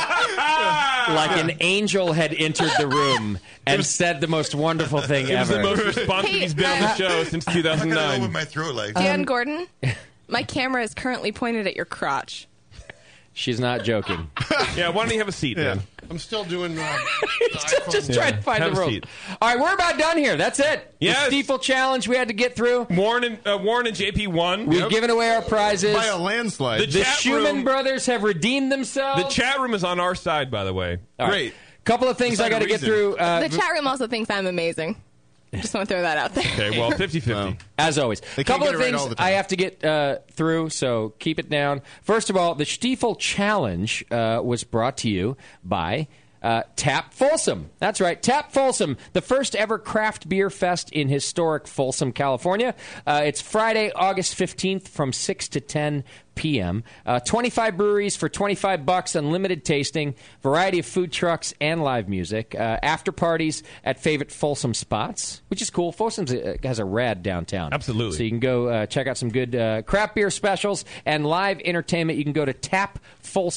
like an angel had entered the room and said the most wonderful thing
It was
ever.
the most responsive
Hey,
he's been on the
uh,
show since
How can I
2009.
open my throat like
Dan
Um,
Gordon, my camera is currently pointed at your crotch.
She's not joking.
yeah, why don't you have a seat, then?
I'm still doing. Uh,
just just
Yeah.
trying to find
Have
the
a
rules.
seat.
All right, we're about done here. That's it.
Yes.
The Stiefel challenge we had to get through.
Warren and, uh, Warren and JP won.
We've given away our prizes.
By a landslide.
The
The
chat
Schumann
room-
brothers have redeemed themselves.
The chat room is on our side, by the way.
All right. Couple of things I got to get through. Uh,
the chat room also thinks I'm amazing. Just want to throw that out there.
Okay, well, 50 50.
As always. A
can't
couple
get
of
it right
things
all the
I have to get uh, through, so keep it down. First of all, the Stiefel Challenge uh, was brought to you by. Uh, Tap Folsom. That's right. Tap Folsom, the first ever craft beer fest in historic Folsom, California. Uh, it's Friday, August 15th from 6 to 10 p.m. Uh, 25 breweries for 25 bucks, unlimited tasting, variety of food trucks and live music, uh, after parties at favorite Folsom spots, which is cool. Folsom has a rad downtown. Absolutely. So you can go uh, check out some good uh, craft beer specials and live entertainment. You can go to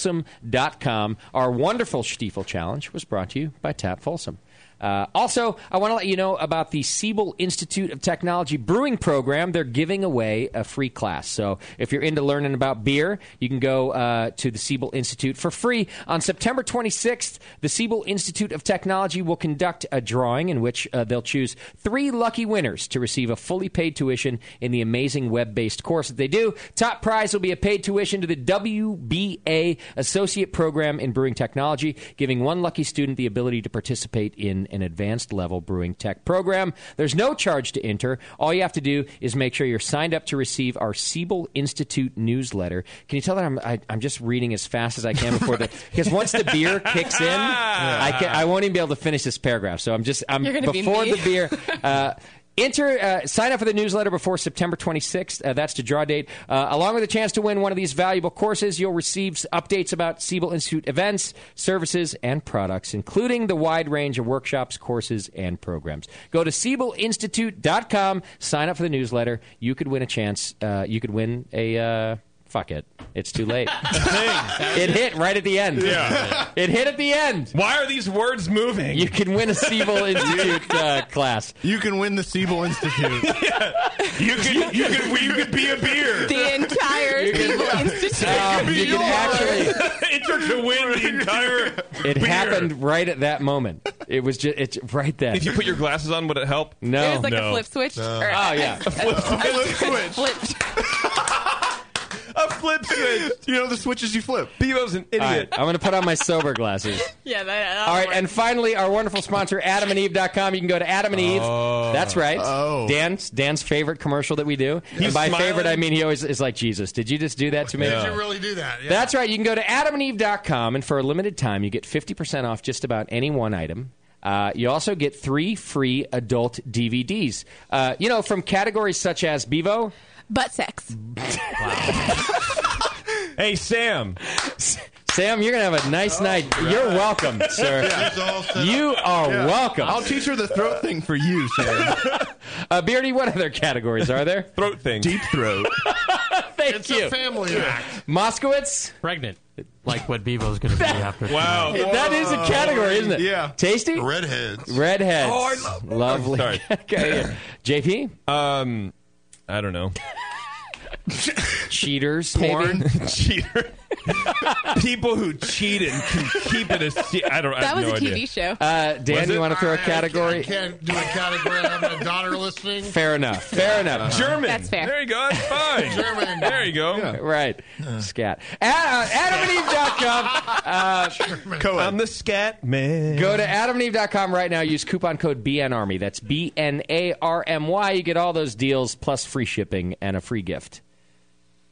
tapfolsom.com. Our wonderful Stiefel Challenge was brought to you by Tap Folsom. Uh, also, I want to let you know about the Siebel Institute of Technology Brewing Program. They're giving away a free class. So if you're into learning about beer, you can go uh, to the Siebel Institute for free. On September 26th, the Siebel Institute of Technology will conduct a drawing in which uh, they'll choose three lucky winners to receive a fully paid tuition in the amazing web based course that they do. Top prize will be a paid tuition to the WBA Associate Program in Brewing Technology, giving one lucky student the ability to participate in an advanced level brewing tech program. There's no charge to enter. All you have to do is make sure you're signed up to receive our Siebel Institute newsletter. Can you tell that I'm, I, I'm just reading as fast as I can before the because once the beer kicks in, I, can, I won't even be able to finish this paragraph. So I'm just I'm
You're gonna be
before
me.
the beer. Uh, Enter, uh, sign up for the newsletter before September 26th. Uh, that's the draw date. Uh, along with a chance to win one of these valuable courses, you'll receive updates about Siebel Institute events, services, and products, including the wide range of workshops, courses, and programs. Go to SiebelInstitute.com, sign up for the newsletter. You could win a chance. Uh, you could win a. Uh, Fuck it. It's too late. it hit right at the end.
Yeah.
It hit at the end.
Why are these words moving?
You can win a Siebel Institute uh, class.
You can win the Siebel Institute.
You could, you could, you could be a beer.
The entire Siebel Institute.
you could actually.
Enter to win the entire.
It happened right at that moment. It was just it's right then.
If you put your glasses on, would it help?
No.
It was like a flip switch. Or
Oh yeah.
A flip, switch.
A flip switch.
you know the switches you flip.
Bebo's an
All right,
idiot.
I'm going to put on my sober glasses.
Yeah, that,
All right, and finally, our wonderful sponsor, AdamandEve.com. You can go to Adam and Eve.
Oh.
That's right.
Oh.
Dan's Dan's favorite commercial that we do. and by
smiling.
favorite, I mean he always is like Jesus. Did you just do that to me?
Did you really do that? Yeah.
That's right. You can go to adamandeve.com, and for a limited time, you get 50% off just about any one item. Uh, you also get three free adult DVDs. Uh, you know, from categories such as Bevo.
Butt sex.
Hey, Sam.
Sam, you're going to have a
Oh.
nice night. You're welcome, sir. You are
Yeah.
welcome.
I'll teach her the throat thing for you, Sharon.
Uh, Beardy, what other categories are there?
throat thing.
Deep throat.
Thank
it's
you.
a family act.
Moskowitz?
Pregnant. Like what Bevo's going to be after.
Wow.
That is a category, isn't it?
Yeah.
Tasty?
Redheads.
Redheads.
Oh, I love-
Lovely.
Sorry.
okay. yeah. JP?
Um, I don't know.
Cheaters?
Porn.
Maybe?
Cheater. People who cheat and can keep it a se- I don't. I
That
have
was
no
a TV
idea.
show.
Uh, Dan,
Was
you
it?
want to throw
I
a
can't- I
category?
can't do a category. I have a daughter listening.
Fair enough. Fair enough.
German.
That's fair.
There you go. That's fine.
German.
There you go.
Right. Scat. Ad- uh, AdamandEve.com. Uh,
I'm the scat man.
Go to adamandeve.com right now. Use coupon code BNARMY. That's B N A R M Y. You get all those deals plus free shipping and a free gift.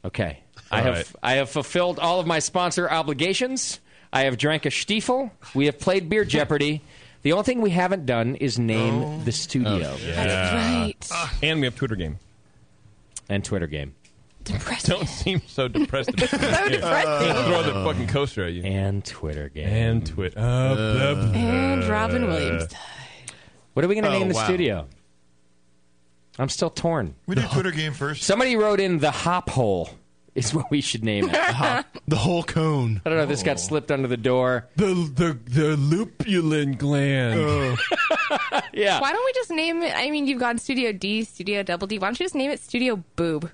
Okay. I
All
have
right.
I have fulfilled all of my sponsor obligations. I have drank a stiefel. We have played beer Jeopardy. The only thing we haven't done is name
Oh.
the studio
Right.
Ah. And we have Twitter game.
and Twitter game.
Depressing.
Don't seem so depressed. About so throw the fucking coaster at you.
Um, And Twitter game.
And uh, Twitter.
And Robin Williams.
What are we going to
Oh,
name the
wow.
studio? I'm still torn.
We do Twitter game first.
Somebody wrote in the hop hole is what we should name it. I
The whole cone.
don't know if this
Oh.
got slipped under the door.
The the the lupulin gland.
Yeah.
Why don't we just name it? I mean, you've gone Studio D, Studio Double D. Why don't you just name it Studio Boob?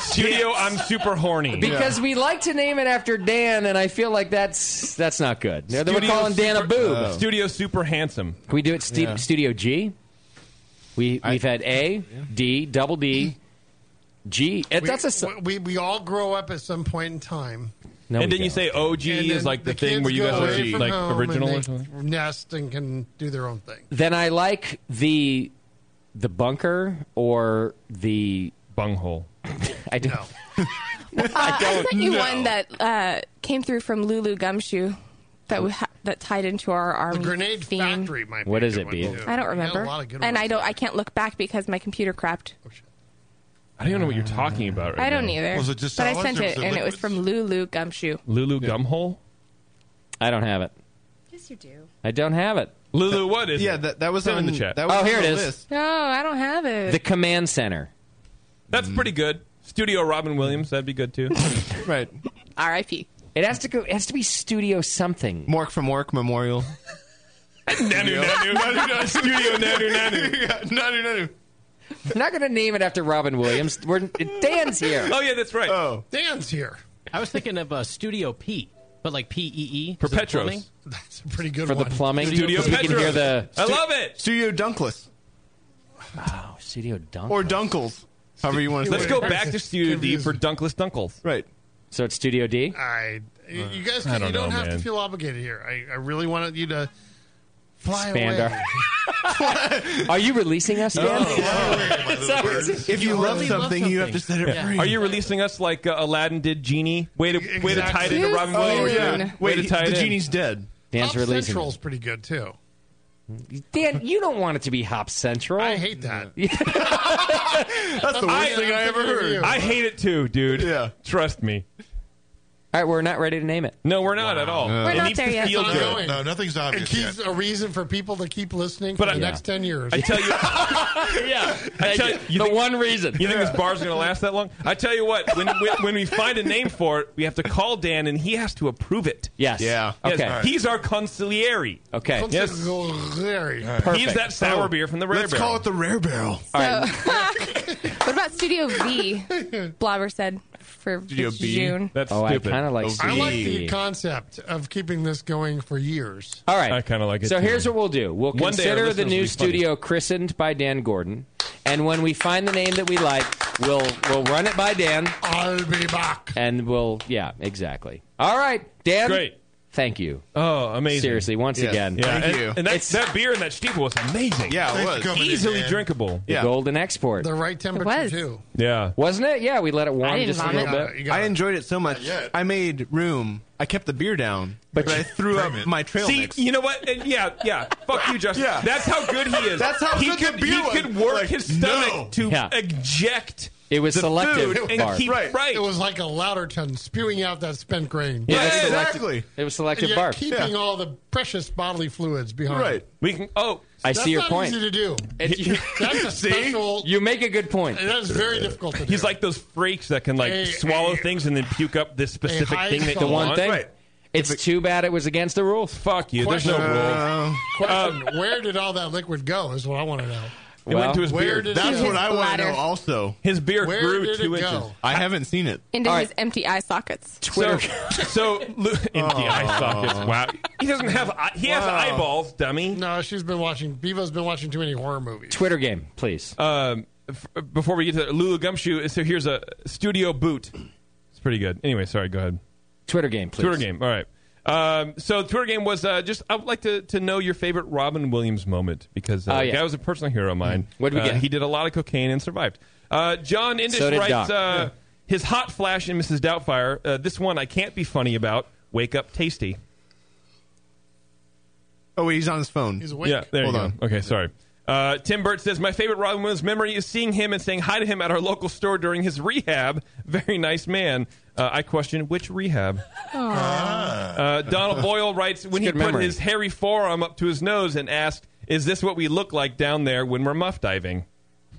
Studio, I'm super horny.
Because we like to name it after Dan, and I feel like that's that's not good. They're- We're
Studio
calling Dan a
Super-
boob.
Uh, Studio super handsome.
Can we do it stu-
Yeah.
Studio G? We we've had A, D, double D, G. Uh,
We-
that's a s-
we, we all grow up at some point in time.
No,
and
we
didn't you say OG
And
is
then
like the,
the
thing
kids
where you
go
guys
away
are
from
like
home and
original
they
or something?
Nest and can do their own thing.
Then I like the the bunker or the
bunghole.
I do.
Uh, I,
don't
sent you
know.
one that uh, came through from Lulu Gumshoe that we ha- that tied into our army
grenade
theme.
factory might be
What
a
is
good
it,
one,
Bea?
I don't
too. We had a
remember,
lot of good
and
ones.
I don't. I can't look back because my computer crapped.
I don't even know what you're talking about. Right
I don't
now.
either. but I sent it, and it was from Lulu Gumshoe.
Lulu Gumhole?
I don't have it.
Yes, you do.
I don't have it.
Lulu, what is
yeah, that that was on Um, That was
oh,
on
here it
the
is.
list.
No, I don't have it.
The command center.
That's pretty good. Studio Robin Williams, that'd be good too.
right.
R.I.P.
It has to go. It has to be studio something.
Mork from Work Memorial.
nanu, nanu, nanu, nanu, studio nanu, nanu.
nanu, nanu.
I'm not going to name it after Robin Williams. We're, Dan's here.
Oh yeah, that's right.
Oh,
Dan's here.
I was thinking of uh, Studio P, but like P E E.
Perpetros.
That's a pretty good
For the
one.
plumbing,
Studio
we can hear
Petros.
the
I love it.
Studio Dunkless
oh, studio dunk.
or Dunkles, however you want to.
Let's
say
go
it.
back to Studio D for Dunkless Dunkles.
Right.
So it's Studio D.
I, you you guys,
Uh, I
can,
don't
you don't
know,
have
man.
to feel obligated here. I, I really wanted you to fly
Expand
away.
Are you releasing us, Dan?
Oh,
If you love something, you have to set it free.
Are you releasing us like uh, Aladdin did Genie? Way to way to tie it into
Exactly.
Robin
Too
Oh,
Williams.
soon.
Way
Wait,
to
he-
tie it
the
in.
genie's dead.
Dan's
Hop
releasing.
Central's pretty good too.
Dan, you don't want it to be Hop Central.
I hate that.
That's the worst thing I ever heard.
I hate it too, dude. Yeah. Trust me.
All right, we're not ready to name it.
No, we're not at all.
Uh,
We're
it
not
needs
there
to
yet.
feel
It's
good.
ongoing.
No, nothing's
It
obvious yet.
keeps a reason for people to keep listening for
But I-
the
Yeah.
next ten years.
I tell you,
yeah.
I tell you, you
the
think,
one reason.
you think this bar's going to last that long? I tell you what, when, when, when we find a name for it, we have to call Dan and he has to approve it.
Yes.
Yeah.
Yes,
Okay.
He's our consigliere.
Okay.
Don't
Yes.
say Larry.
He's
Perfect. Oh.
that sour beer from the Rare
Let's
Barrel.
call it the Rare Barrel.
All right.
Oh. What about Studio V? Blobber said for
Studio B?
June.
That's
Oh, I
stupid.
kind of like.
I
I like
Stevie.
the concept of keeping this going for years.
All right.
I kinda like it,
So
too.
here's what we'll do. We'll
One day our
consider the
listeners will
new
be funny.
studio christened by Dan Gordon, and when we find the name that we like, we'll we'll run it by Dan,
I'll be back.
and we'll yeah exactly. All right, Dan.
Great.
Thank you.
Oh, amazing.
Seriously, once
Yes.
again,
Yeah,
Thank
and,
you.
and that,
It's-
that beer and that steeple was amazing.
Yeah,
Thanks for
it was.
coming in,
Easily
Dan.
drinkable.
the
Yeah.
golden export,
The right temperature
was.
too.
Yeah.
wasn't it? Yeah, we let it warm
didn't
just a
vomit.
little
Uh,
bit.
you got
I
it.
enjoyed it so much.
yet.
I made room. I kept the beer down, but, I threw
Damn
up
it.
my trail
See,
mix.
you know what? And yeah, yeah. Fuck you, Justin.
Yeah.
That's how good he is.
That's how
he
good the
could,
beer
He
was.
could work
Like,
his stomach
no.
to
Yeah.
eject
It was
the
selective
food
bar.
and keep right.
Right.
It was like a louder ton spewing out that spent grain.
Yeah, that's
Yeah,
selective-
exactly.
It was
And
selective
yet
barf.
keeping
Yeah.
all the precious bodily fluids behind.
Right.
we can. Oh,
I
That's
see your
not
point.
easy to do.
And you,
That's a special.
you make a good point.
that is very difficult to do.
he's like those freaks that can like
Hey,
swallow
hey.
things and then puke up this specific
high
thing that
salt.
you
The one
want.
thing.
Right.
It's too bad it was against the rules.
Fuck you. There's no rule.
Uh,
Question, where did all that liquid go? Is what I want to know.
It went to his
Where
beard.
did
that's
it
what I want to
bladder.
know. Also,
His beard
Where
grew
did it
two
go?
inches.
I haven't seen it.
Into
All
his
right.
empty eye sockets.
So, so Lu- in the eye sockets. Wow. Oh. He doesn't have. Eye- he has
Wow.
eyeballs, dummy.
No, she's been watching. Bevo's been watching too many horror movies.
Twitter game, please.
um, f- before we get to Lulu Gumshoe, so here's a studio boot. It's pretty good. Anyway, sorry. Go ahead.
Twitter game, please.
Twitter game. All right. Um, so Twitter game was uh, just. I would like to, to know your favorite Robin Williams moment because uh,
Oh,
the
yeah.
guy was a personal hero of mine.
What'd we
Uh,
get?
He did a lot of cocaine and survived. Uh, John Indish
So did
writes
Doc.
uh, his hot flash in Mrs. Doubtfire. Uh, this one I can't be funny about. Wake up, tasty.
Oh, wait, he's on his phone.
He's awake.
Yeah, there
Hold
you go.
on.
Okay, sorry. Uh, Tim Burt says my favorite Robin Williams memory is seeing him and saying hi to him at our local store during his rehab. Very nice man. Uh, I question which rehab.
Ah.
Uh, Donald Boyle writes when he
good
put
memory.
his hairy forearm up to his nose and asked, "Is this what we look like down there when we're muff diving?"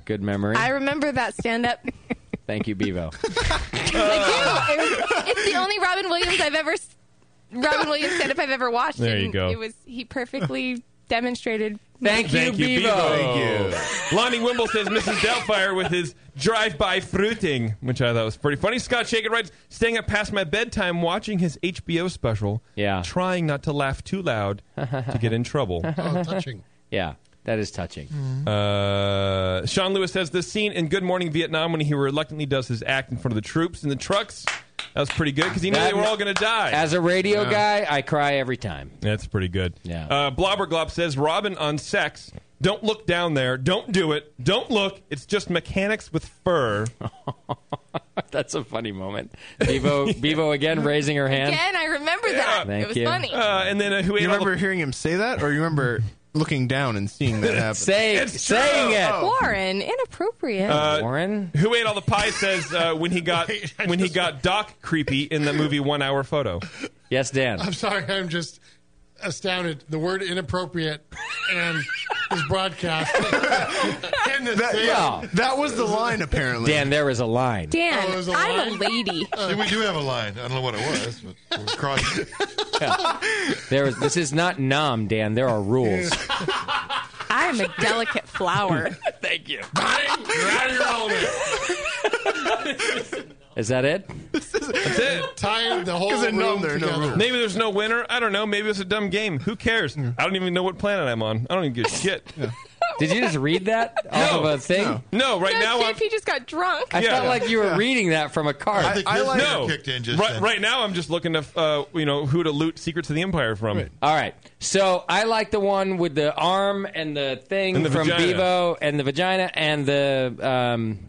Good memory.
I remember that stand up.
Thank you, Bevo.
It was- it's the only Robin Williams I've ever s- Robin Williams stand up I've ever watched.
There you
and
go.
It was he perfectly demonstrated.
Thank you,
Thank you,
Bevo.
Bevo. Thank you. Lonnie Wimble says Mrs. Doubtfire with his drive-by fruiting, which I thought was pretty funny. Scott Shaken writes, staying up past my bedtime watching his HBO special.
Yeah.
Trying not to laugh too loud to get in trouble.
Oh, touching.
Yeah, that is touching.
Uh, Sean Lewis says, the scene in Good Morning Vietnam when he reluctantly does his act in front of the troops in the trucks That was pretty good because he knew they were all going to die.
As a radio
Yeah.
guy, I cry every time.
That's pretty good. Yeah. Uh, Globberglop says Robin on sex. Don't look down there. Don't do it. Don't look. It's just mechanics with fur.
That's a funny moment. Bevo, Bevo again raising her hand.
Again, I remember that. it was funny.
Uh,
Uh, and then who
you remember hearing him say that, or you remember looking down and seeing that happen?
Say- It's saying true. it.
Warren, inappropriate.
Uh, Warren,
Uh, who ate all the pie, says uh, when he got when he got Doc creepy in the movie One Hour Photo.
Yes, Dan.
I'm sorry, I'm just astounded. The word inappropriate and is broadcast. in the
That,
same-
yeah, that was the line apparently.
Dan, there was a line.
Dan,
Oh, it was a
I'm a
line?
lady.
See, we do have a line. I don't know what it was, but we're crossing.
There was. This is not nom, Dan. There are rules.
I am a delicate flower.
Thank you.
Is that it? That's it.
Tying the whole room together.
Maybe there's no winner. I don't know. Maybe it's a dumb game. Who cares? I don't even know what planet I'm on. I don't even give a shit.
Did you just read that off of a thing?
No, No, right now I'm.
JP just got drunk.
I felt like you were reading that from a card.
no. right, right now I'm just looking to uh, you know who to loot Secrets of the Empire from.
All right. So I like the one with the arm and the thing
And the
from
vagina.
Bevo and the vagina and the um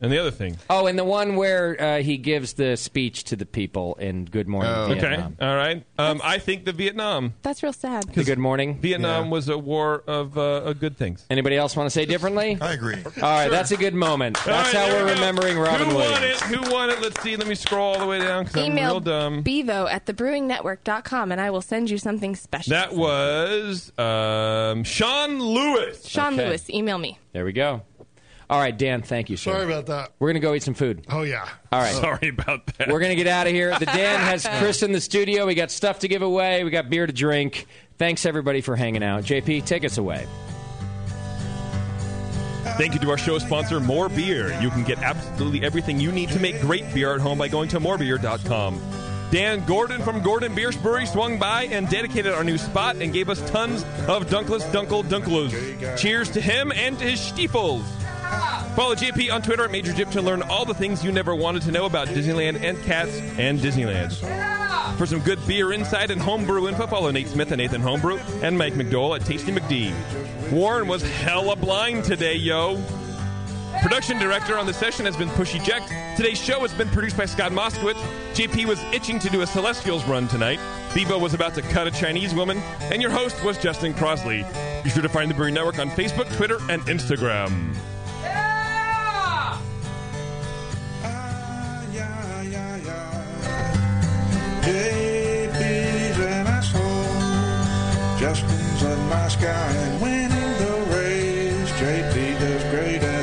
and the other thing.
Oh, and the one where uh, he gives the speech to the people in Good Morning
Oh.
Vietnam.
Okay. All right. Um, I think the Vietnam.
That's real sad.
The Good Morning
Vietnam was a war of uh, uh, good things.
Anybody else want to say differently? I
agree.
All right, that's a good moment.
All
That's
right,
how
there
we're
we go.
remembering Robin
Who
Williams.
won it? Who won it? Let's see. Let me scroll all the way down because I'm real
Email
dumb.
bevo at thebrewingnetwork.com and I will send you something special.
That was um, Sean Lewis.
Sean
Okay.
Lewis, email me.
There we go. All right, Dan, thank you, sir.
Sorry about that.
We're going to go eat some food.
Oh, yeah.
All right.
Sorry about that.
We're going to get out of here. The Dan has Chris in the studio. We got stuff to give away. We got beer to drink. Thanks, everybody, for hanging out. JP, take us away.
Thank you to our show sponsor, More Beer. You can get absolutely everything you need to make great beer at home by going to morebeer.com. Dan Gordon from Gordon Beer Brewery swung by and dedicated our new spot and gave us tons of Dunkless Dunkle Dunkalos. Cheers to him and to his steeples. Follow JP on Twitter at Major Jip to learn all the things you never wanted to know about Disneyland and cats and Disneyland. For some good beer insight and homebrew info, follow Nate Smith and Nathan Homebrew and Mike McDowell at Tasty McD. Warren was hella blind today, yo. Production director on the session has been Pushy Jack. Today's show has been produced by Scott Moskowitz. JP was itching to do a Celestials run tonight. Bebo was about to cut a Chinese woman. And your host was Justin Crosley. Be sure to find the Brewery Network on Facebook, Twitter, and Instagram.
JP's an asshole. Justin's a nice guy and winning the race. JP does great and